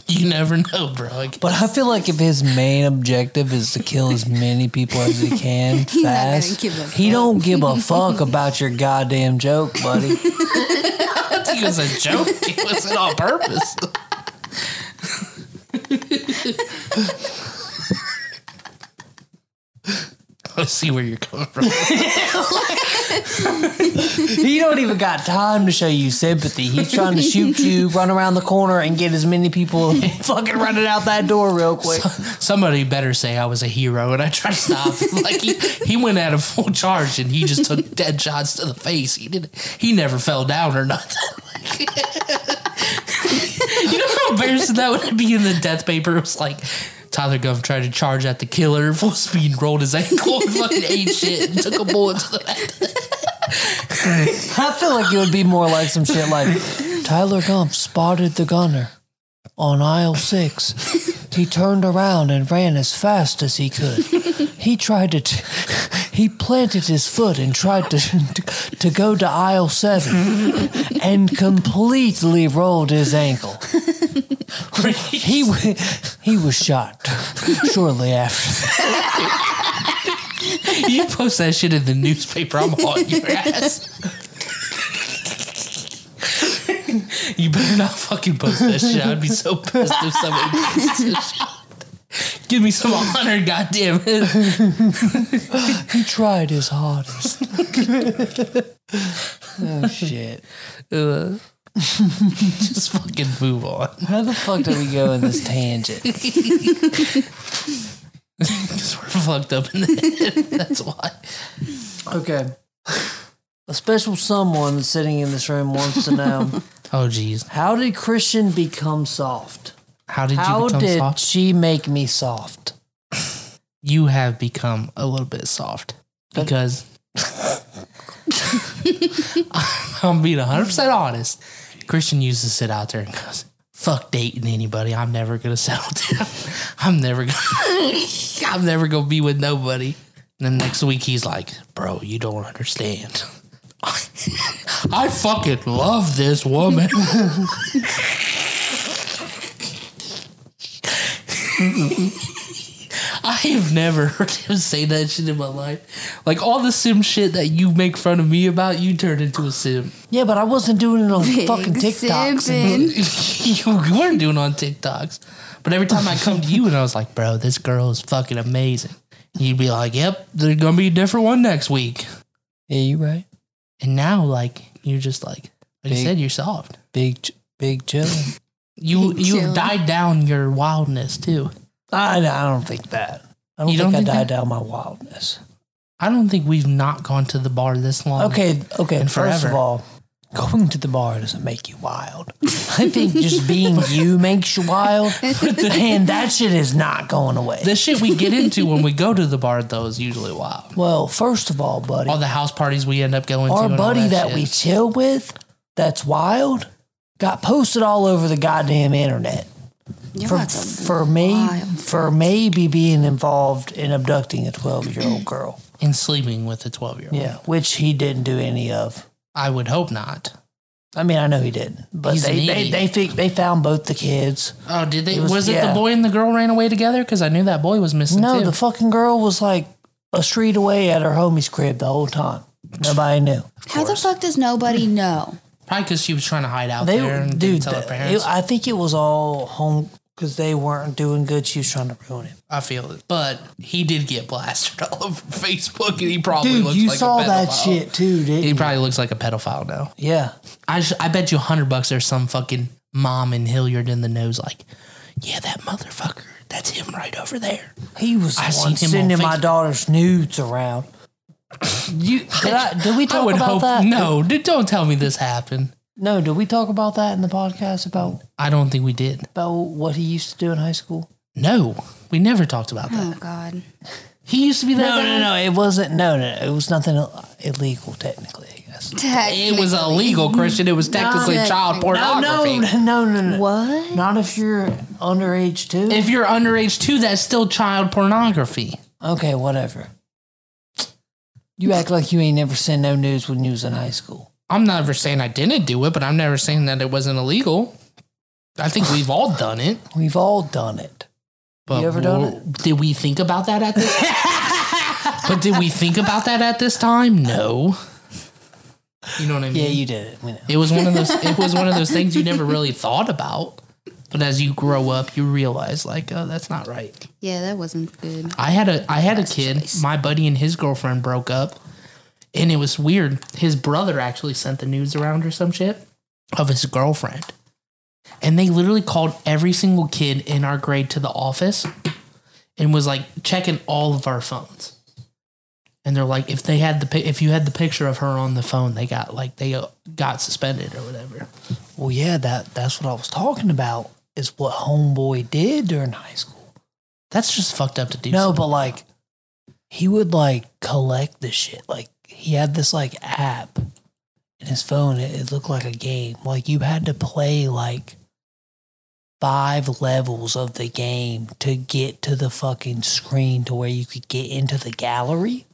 you never know, bro. Like,
But I feel like if his main objective is to kill as many people as he can
not gonna
fast,
give a
he don't give a fuck about your goddamn joke, buddy.
I think it was a joke. It wasn't on purpose. I see where you're coming from.
He don't even got time to show you sympathy. He's trying to shoot you, run around the corner, and get as many people fucking running out that door real quick.
Somebody better say I was a hero and I tried to stop him. Like he, he went at a full charge and he just took dead shots to the face. He didn't he never fell down or nothing. you know how embarrassing that would be in the death paper? It was like Tyler Gov tried to charge at the killer full speed and rolled his ankle and fucking ate shit and took a bullet to the head.
I feel like it would be more like some shit like Tyler Gump spotted the gunner on aisle six. He turned around and ran as fast as he could. He tried to, t- he planted his foot and tried to, to to go to aisle seven, and completely rolled his ankle. He w- he was shot shortly after.
You post that shit in the newspaper, I'm on your ass. you better not fucking post that shit. I'd be so pissed if somebody posts this shit. Give me some honor, goddamn it.
He tried his hardest. oh shit.
Uh, just fucking move on.
How the fuck did we go in this tangent?
Because we're fucked up in the head. That's why.
Okay. A special someone sitting in this room wants to know
Oh, jeez.
how did Christian become soft?
How did you
How
become
did
soft?
she make me soft?
You have become a little bit soft. Because I'm being 100% honest. Christian used to sit out there and goes, fuck dating anybody. I'm never going to settle down. I'm never going to, I'm never going to be with nobody. And then next week he's like, bro, you don't understand. I fucking love this woman. I have never heard him say that shit in my life. Like all the sim shit that you make fun of me about, you turn into a sim.
Yeah, but I wasn't doing it on
Big
fucking TikToks.
sippin'.
you weren't doing on TikToks. But every time I come to you and I was like, bro, this girl is fucking amazing. You'd be like, yep, there's gonna be a different one next week.
Yeah, you right.
And now, like, you're just like, like I
Big-
said, you're soft.
Big, ch- big chillin'.
You
Big
you
chill.
have died down your wildness too.
I, I don't think that. I don't
You
think
don't
I
think
died
that?
down my wildness.
I don't think we've not gone to the bar this long.
Okay, okay.
Um, And
First of
forever.
all, going to the bar doesn't make you wild. I think just being you makes you wild, and that shit is not going away.
The shit we get into when we go to the bar though is usually wild.
Well, first of all, buddy,
All the house parties we end up going to.
our
and all
buddy that,
shit.
we chill with, that's wild, got posted all over the goddamn internet
You're
for
welcome.
for me
wild.
for maybe being involved in abducting a twelve year old girl.
and sleeping with a twelve year old.
Yeah, which he didn't do any of.
I would hope not.
I mean, I know he did, but
He's an
they they,
idiot.
they fi- they found both the kids.
Oh, did they?
It was-
was, it
yeah.
the boy and the girl ran away together? Because I knew that boy was missing
no,
too.
the fucking girl was like a street away at her homie's crib the whole time. Nobody knew.
How the fuck does nobody know?
Probably because she was trying to hide out
They
there and
dude,
didn't tell
the-
her parents.
it- I think it was all home because they weren't doing good. She was trying to ruin it.
I feel it, but he did get blasted all over Facebook, and he probably
Dude,
looks
you
like
saw
a
that
pedophile.
shit too, didn't
He
you?
probably looks like a pedophile now.
yeah.
I sh- I bet you a hundred bucks there's some fucking mom in Hilliard in the nose like, yeah, that motherfucker, that's him right over there.
He was the
I
one
seen him on
sending my
Facebook.
daughter's nudes around. You did, I, did we
I
talk
would
about
hope
that?
no. d- Don't tell me this happened.
no. Did we talk about that in the podcast about
I don't think we did.
about what he used to do in high school?
No, we never talked about that.
Oh God.
He used to be that. No,
guy?
no, no. It wasn't. No, no. It was nothing ill- illegal technically. I guess.
It was illegal, Christian. It was technically
No.
child
No,
pornography.
no, no, no, no.
What?
Not if you're underage too.
If you're underage too, that's still child pornography.
okay, whatever. You act like you ain't never seen no news when you was in high school.
I'm never saying I didn't do it, but I'm never saying that it wasn't illegal. I think we've all done it.
We've all done it.
But
You ever done
wha- Did we think about that at this? but did we think about that at this time? No. You know what I mean?
Yeah, you did it. We know.
It was one of those. It was one of those things you never really thought about. But as you grow up, you realize like, oh, that's not right.
Yeah, that wasn't good.
I had a I had a kid. My buddy and his girlfriend broke up, and it was weird. His brother actually sent the news around or some shit of his girlfriend, and they literally called every single kid in our grade to the office, and was like checking all of our phones. And they're like, if they had the pi- if you had the picture of her on the phone, they got like they uh, got suspended or whatever.
Well, yeah, that that's what I was talking about. Is what homeboy did during high school.
That's just fucked up to do.
No, but like he would like collect this shit. Like he had this like app in his phone. It, it looked like a game. Like you had to play like five levels of the game to get to the fucking screen to where you could get into the gallery.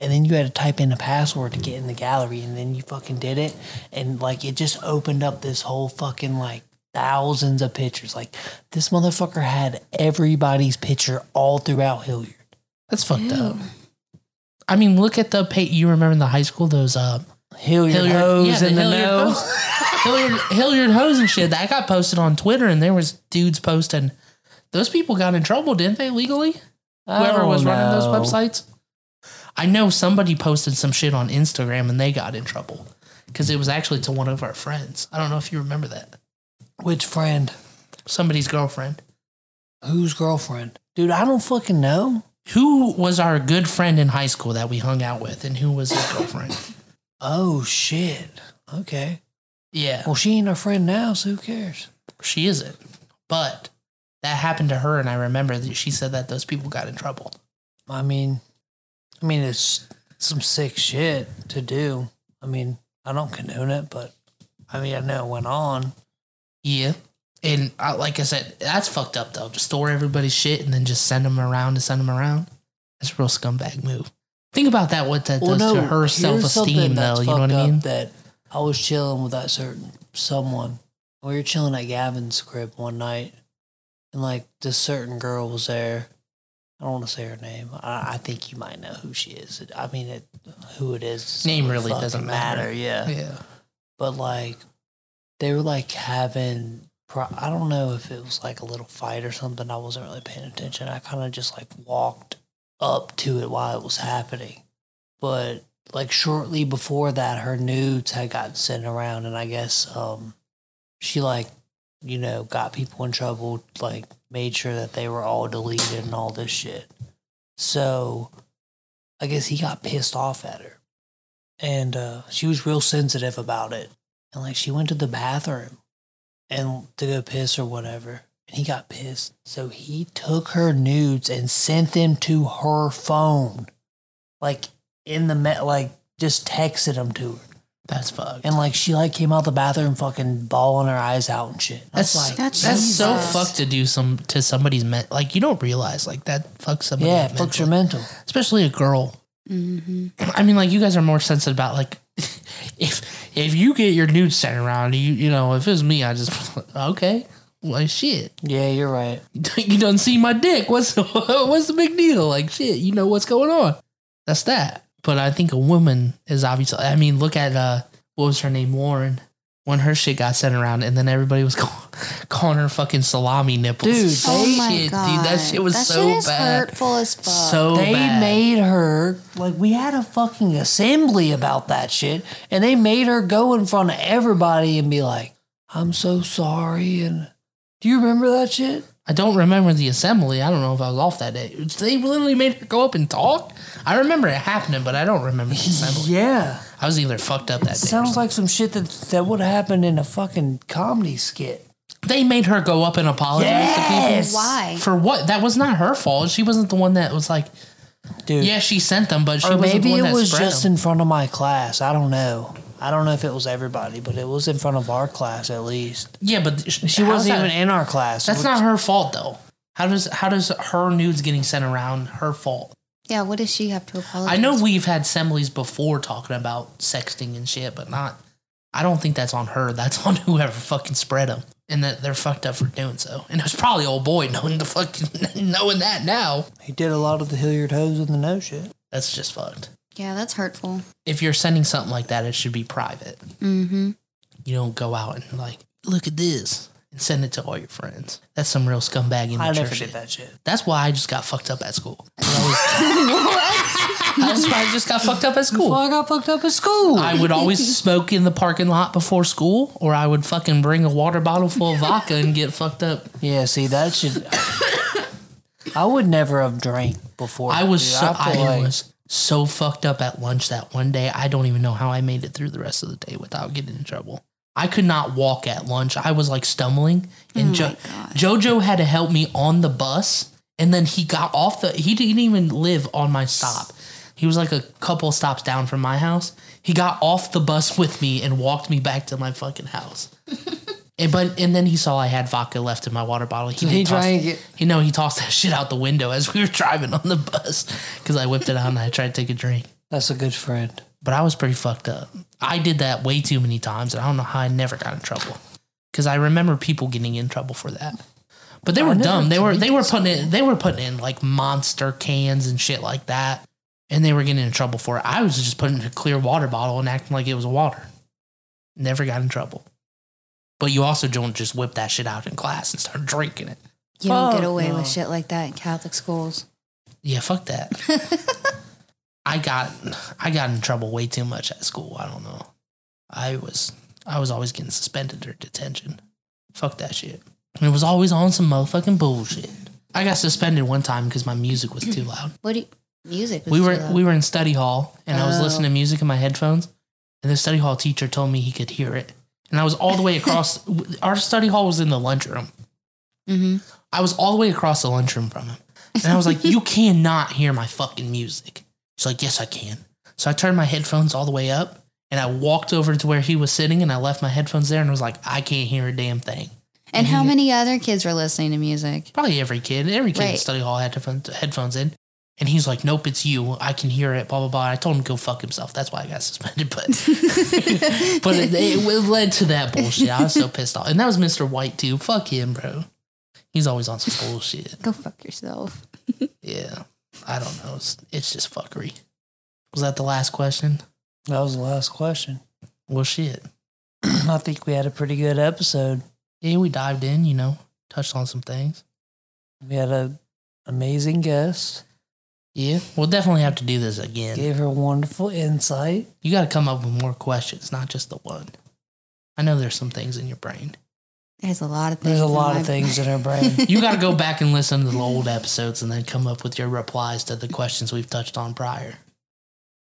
And then you had to type in a password to get in the gallery, and then you fucking did it, and like it just opened up this whole fucking like thousands of pictures. Like this motherfucker had everybody's picture all throughout Hilliard.
that's fucked up. I mean, look at the pay. You remember the high school those uh,
Hilliard,
Hilliard
hose in the, nose.
Hose. Hilliard, Hilliard hose and shit. That got posted on Twitter, and there was dudes posting. Those people got in trouble, didn't they? Legally,
I
whoever was
don't
running those
know.
websites. I know somebody posted some shit on Instagram, and they got in trouble because it was actually to one of our friends. I don't know if you remember that.
Which friend?
Somebody's girlfriend.
Whose girlfriend? Dude, I don't fucking know.
Who was our good friend in high school that we hung out with, and who was his girlfriend?
Oh shit. Okay.
Yeah.
Well, she ain't our friend now, so who cares?
She isn't. But that happened to her, and I remember that she said that those people got in trouble.
I mean, I mean, it's some sick shit to do. I mean, I don't condone it, but I mean, I know it went on.
Yeah. And I, like I said, that's fucked up though. To store everybody's shit and then just send them around to send them around. That's a real scumbag move. Think about that. What that does to her
here's
self
something
esteem,
that's
though. You know what
fucked
I
up
mean?
That I was chilling with that certain someone. We were chilling at Gavin's crib one night, and like this certain girl was there. I don't want to say her name. I, I think you might know who she is. It- I mean, it, who it is doesn't
Name really doesn't
fucking
matter.
Yeah,
Yeah.
but like they were like having. Pro- I don't know if it was like a little fight or something. I wasn't really paying attention. I kind of just like walked up to it while it was happening but like shortly before that her nudes had gotten sent around and i guess um she like you know got people in trouble like made sure that they were all deleted and all this shit so i guess he got pissed off at her and uh she was real sensitive about it and like she went to the bathroom and to go piss or whatever and he got pissed so he took her nudes and sent them to her phone like in the met like just texted him to her
That's fucked.
and like she like came out the bathroom fucking bawling her eyes out and shit I was
that's
like
that's,
Jesus.
so fucked to do some to somebody's ment. Like you don't realize like that fucks somebody.
yeah
Yeah,
it fucks your mental
especially a girl.
Mm-hmm.
I mean, like you guys are more sensitive about like if if you get your nude sent around, you you know, if it was me, I just okay, like shit.
Yeah, you're right.
you don't see my dick. What's what's the big deal? Like shit, you know what's going on. That's that. But I think a woman is obviously. I mean, look at uh, what was her name, Warren. When her shit got sent around, and then everybody was calling, calling her fucking salami nipples.
Dude,
Oh
They-
my
Shit,
god,
dude, that shit was
That
so
shit is
bad.
hurtful as fuck.
So
they
bad.
made her like we had a fucking assembly about that shit, and they made her go in front of everybody and be like, "I'm so sorry." And do you remember that shit?
I don't remember the assembly. I don't know if I was off that day. They literally made her go up and talk. I remember it happening, but I don't remember the assembly.
Yeah,
I was either fucked up that day. or
sounds like some shit that that would happen in a fucking comedy skit.
They made her go up and apologize
Yes!
to
Why?
people. For what? That was not her fault. She wasn't the one that was like,
Dude,
yeah, she sent them, but she
or
wasn't
maybe
the one
it
that
was
spread
just
them.
in front of my class. I don't know. I don't know if it was everybody, but it was in front of our class at least.
yeah, but
She wasn't even in our class.
That's not her fault though. How does how does her nudes getting sent around her fault?
yeah, what does she have to apologize?
I know we've had assemblies before talking about sexting and shit, but not. I don't think that's on her. That's on whoever fucking spread them, and that they're fucked up for doing so. And it was probably old boy knowing the fucking knowing that now.
He did a lot of the Hilliard hose and the no shit.
That's just fucked.
Yeah, that's hurtful.
If you're sending something like that, it should be private.
Mm-hmm.
You don't go out and like look at this and send it to all your friends. That's some real scumbag
I
immature
never
shit.
did that shit.
That's why I just got fucked up at school. That's why I just got fucked up at school.
Well, I got fucked up at school.
I would always smoke in the parking lot before school, or I would fucking bring a water bottle full of vodka and get fucked up.
yeah, see that should. I would never have drank before.
I was
dude.
so I,
feel like-
was so fucked up at lunch that one day. I don't even know how I made it through the rest of the day without getting in trouble. I could not walk at lunch. I was like stumbling, and jo- JoJo had to help me on the bus, and then he got off the. He didn't even live on my stop. He was like a couple stops down from my house. He got off the bus with me and walked me back to my fucking house. And but and then he saw I had vodka left in my water bottle. He,
he
didn't toss-
drank it.
He know he tossed that shit out the window as we were driving on the bus because I whipped it out and I tried to take a drink.
That's a good friend.
But I was pretty fucked up. I did that way too many times, and I don't know how I never got in trouble because I remember people getting in trouble for that. But they were
never
dumb. They were they were
drank
putting in, they were putting in like monster cans and shit like that, and they were getting in trouble for it. I was just putting in a clear water bottle and acting like it was water. Never got in trouble. But you also don't just whip that shit out in class and start drinking it.
You don't get
Fuck
away
no.
with shit like that in Catholic schools.
Yeah, fuck that. I got I got in trouble way too much at school. I don't know. I was I was always getting suspended or detention. Fuck that shit. And it was always on some motherfucking bullshit. I got suspended one time because my music was too loud.
What do you, music? Was
We
too
were
loud.
we were in study hall and I was
Oh.
listening to music in my headphones and the study hall teacher told me he could hear it. And I was all the way across our study hall was in the lunchroom.
Mhm.
I was all the way across the lunchroom from him. And I was like, You cannot hear my fucking music. He's like, Yes, I can. So I turned my headphones all the way up and I walked over to where he was sitting and I left my headphones there and was like, I can't hear a damn thing.
And how many other kids were listening to music?
Probably every kid, every kid in
Right.
study hall had headphones- headphones in. And he's like, Nope, it's you. I can hear it, blah, blah, blah. I told him to go fuck himself. That's why I got suspended. But but it, it led to that bullshit. I was so pissed off. And that was Mr. White, too. Fuck him, bro. He's always on some bullshit.
Go fuck yourself.
Yeah. I don't know. It's, it's just fuckery. Was that the last question?
That was the last question.
Well, shit.
I think we had a pretty good episode.
Yeah, we dived in, you know, touched on some things.
We had an amazing guest.
Yeah. We'll definitely have to do this again.
Gave her wonderful insight.
You got to come up with more questions, not just the one. I know there's some things in your brain.
There's a lot of things.
There's a
in
lot
my-
of things in her brain.
You got to go back and listen to the old episodes and then come up with your replies to the questions we've touched on prior.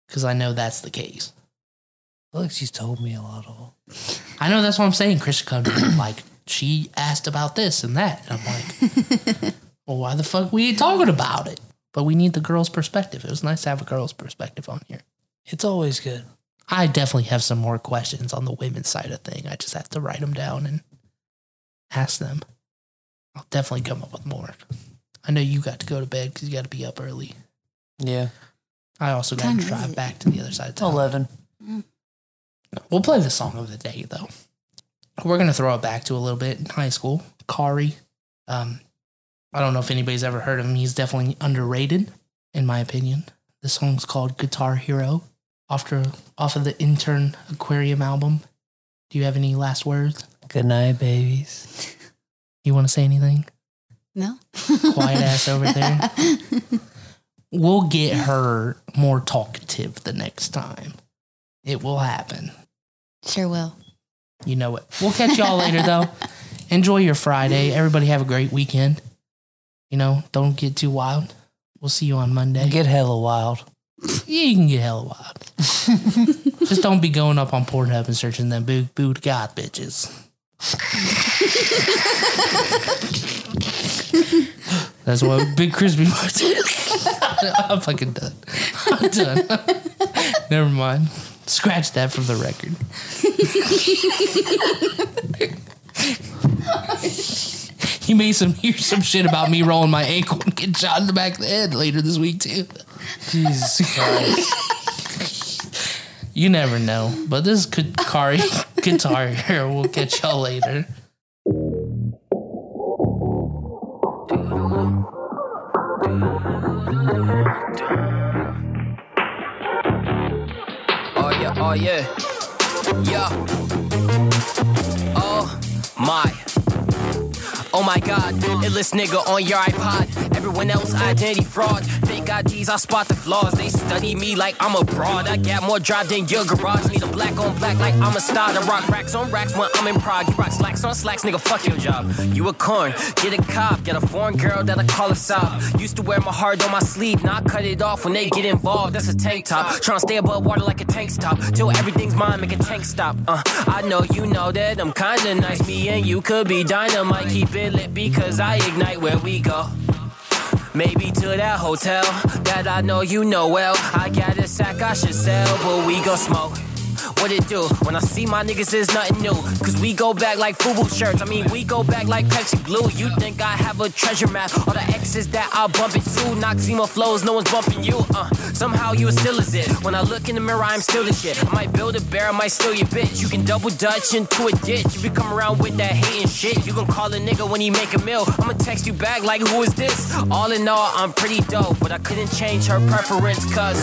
Because I know that's the case.
I feel like she's told me a lot of them.
I know that's what I'm saying. Christian comes in, like, she asked about this and that. And I'm like, well, why the fuck we ain't talking about it? But we need the girl's perspective. It was nice to have a girl's perspective on here.
It's always good.
I definitely have some more questions on the women's side of thing. I just have to write them down and ask them. I'll definitely come up with more. I know you got to go to bed because you got to be up early.
Yeah.
I also got
Time
to
is
drive
it?
back to the other side of town.
11.
We'll play the song of the day though. We're gonna throw it back to a little bit in high school. Kari. Um, I don't know if anybody's ever heard of him. He's definitely underrated, in my opinion. The song's called Guitar Hero, after off of the Intern Aquarium album. Do you have any last words?
Good night, babies.
You want to say anything?
No.
Quiet ass over there. We'll get her more talkative the next time. It will happen.
Sure will.
You know it. We'll catch y'all later though. Enjoy your Friday. Everybody have a great weekend. You know, don't get too wild. We'll see you on Monday.
Get hella wild.
yeah, you can get hella wild. Just don't be going up on Pornhub and searching them boo boo to God bitches. That's what Big Crispy was. I'm fucking done. I'm done. Never mind. Scratch that from the record. You may some hear some shit about me rolling my ankle and getting shot in the back of the head later this week too.
Jesus Christ.
You never know. But this could Kari guitar here. We'll catch y'all later.
Oh yeah, oh yeah. Yeah. Oh my. Oh my god, illest nigga on your iPod. Everyone else identity fraud. Fake IDs, I spot the flaws. They study me like I'm abroad. I got more drive than your garage. Need a black on black like I'm a star. I rock racks on racks when I'm in Prague. You rock slacks on slacks, nigga, fuck your job. You a corn, get a cop, get a foreign girl that I call a sob. Used to wear my heart on my sleeve, now I cut it off when they get involved. That's a tank top. Tryna stay above water like a tank's top. Till everything's mine, make a tank stop. Uh, I know you know that I'm kinda nice. Me and you could be dynamite. Keep it lit because I ignite where we go. Maybe to that hotel that I know you know well. I got a sack I should sell, but we gon' smoke. What it do? When I see my niggas, it's nothing new. Cause we go back like FUBU shirts. I mean, we go back like Pepsi Blue. You think I have a treasure map? All the X's that I bump into. Noxima flows, no one's bumping you. Uh, somehow you still is it. When I look in the mirror, I'm still the shit. I might build a bear, I might steal your bitch. You can double dutch into a ditch. If you come around with that hating shit, you gon' call a nigga when he make a meal. I'ma text you back like, who is this? All in all, I'm pretty dope, but I couldn't change her preference, cause.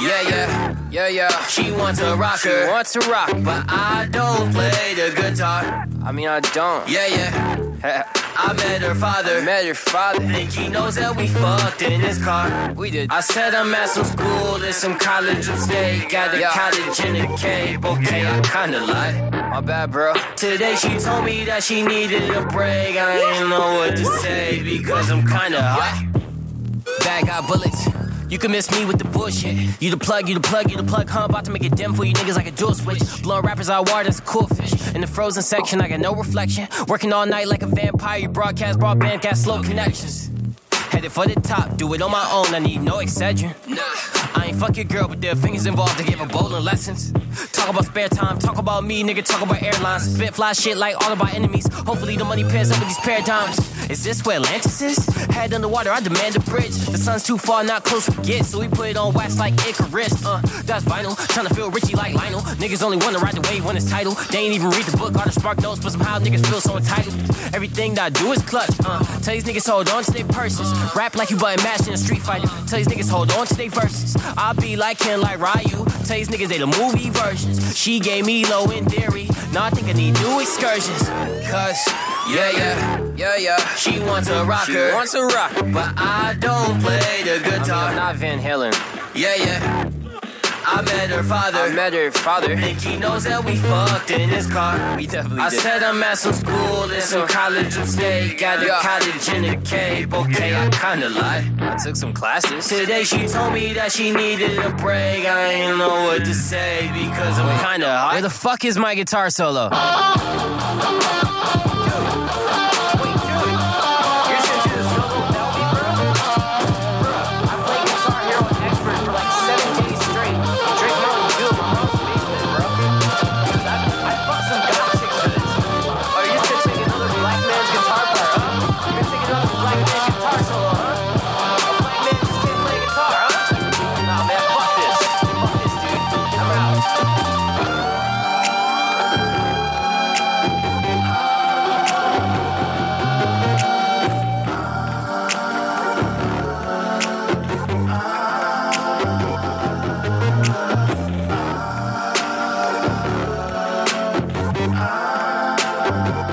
Yeah, yeah, yeah, yeah. She wants a rocker. She wants a rock, but I don't play the guitar. I mean, I don't. Yeah, yeah. I met her father. Met her father. Think he knows that we fucked in his car. We did. I said I'm at some school, there's some college upstate. Got a cottage in a cave. Okay, I kinda lied. My bad, bro. Today she told me that she needed a break. I didn't know what to say because I'm kinda hot. Bag got bullets. You can miss me with the bullshit. You the plug, you the plug, you the plug, huh? About to make it dim for you niggas like a dual switch. Blowing rappers out water, that's a cool fish. In the frozen section, I got no reflection. Working all night like a vampire, you broadcast broadband, got slow connections. Headed for the top, do it on my own, I need no exaggeration. I ain't fuck your girl, but there are fingers involved to give her bowling lessons. Talk about spare time, talk about me, nigga, talk about airlines. Spit fly shit like all of my enemies. Hopefully the money pairs up with these paradigms. Is this where Atlantis is? Head underwater, I demand a bridge. The sun's too far, not close we get, so we put it on wax like Icarus. Uh, that's vinyl, tryna feel Richie like Lionel. Niggas only wanna ride the wave when it's title. They ain't even read the book, all the spark notes, but somehow niggas feel so entitled. Everything that I do is clutch. Uh, tell these niggas hold on to their purses. Rap like you button mashed in a street fighter. Tell these niggas hold on to their verses. I'll be like Ken, like Ryu. Tell these niggas they the movie versions. She gave me low in theory. Now I think I need new excursions. Cause, yeah, yeah, yeah, yeah. She wants a rocker. She wants a rock. But I don't play the guitar. I am not Van Halen. Yeah, yeah. I met her father. I met her father. Think he knows that we fucked in his car. We definitely I said I'm at some school and some college upstate. Got a cottage in a cave. Okay, I kinda lied. I took some classes. Today she told me that she needed a break. I ain't know what to say because I'm kinda hot. Where the fuck is my guitar solo? Oh, Nah, man, fuck this. Fuck this, dude. I'm out.
Bye.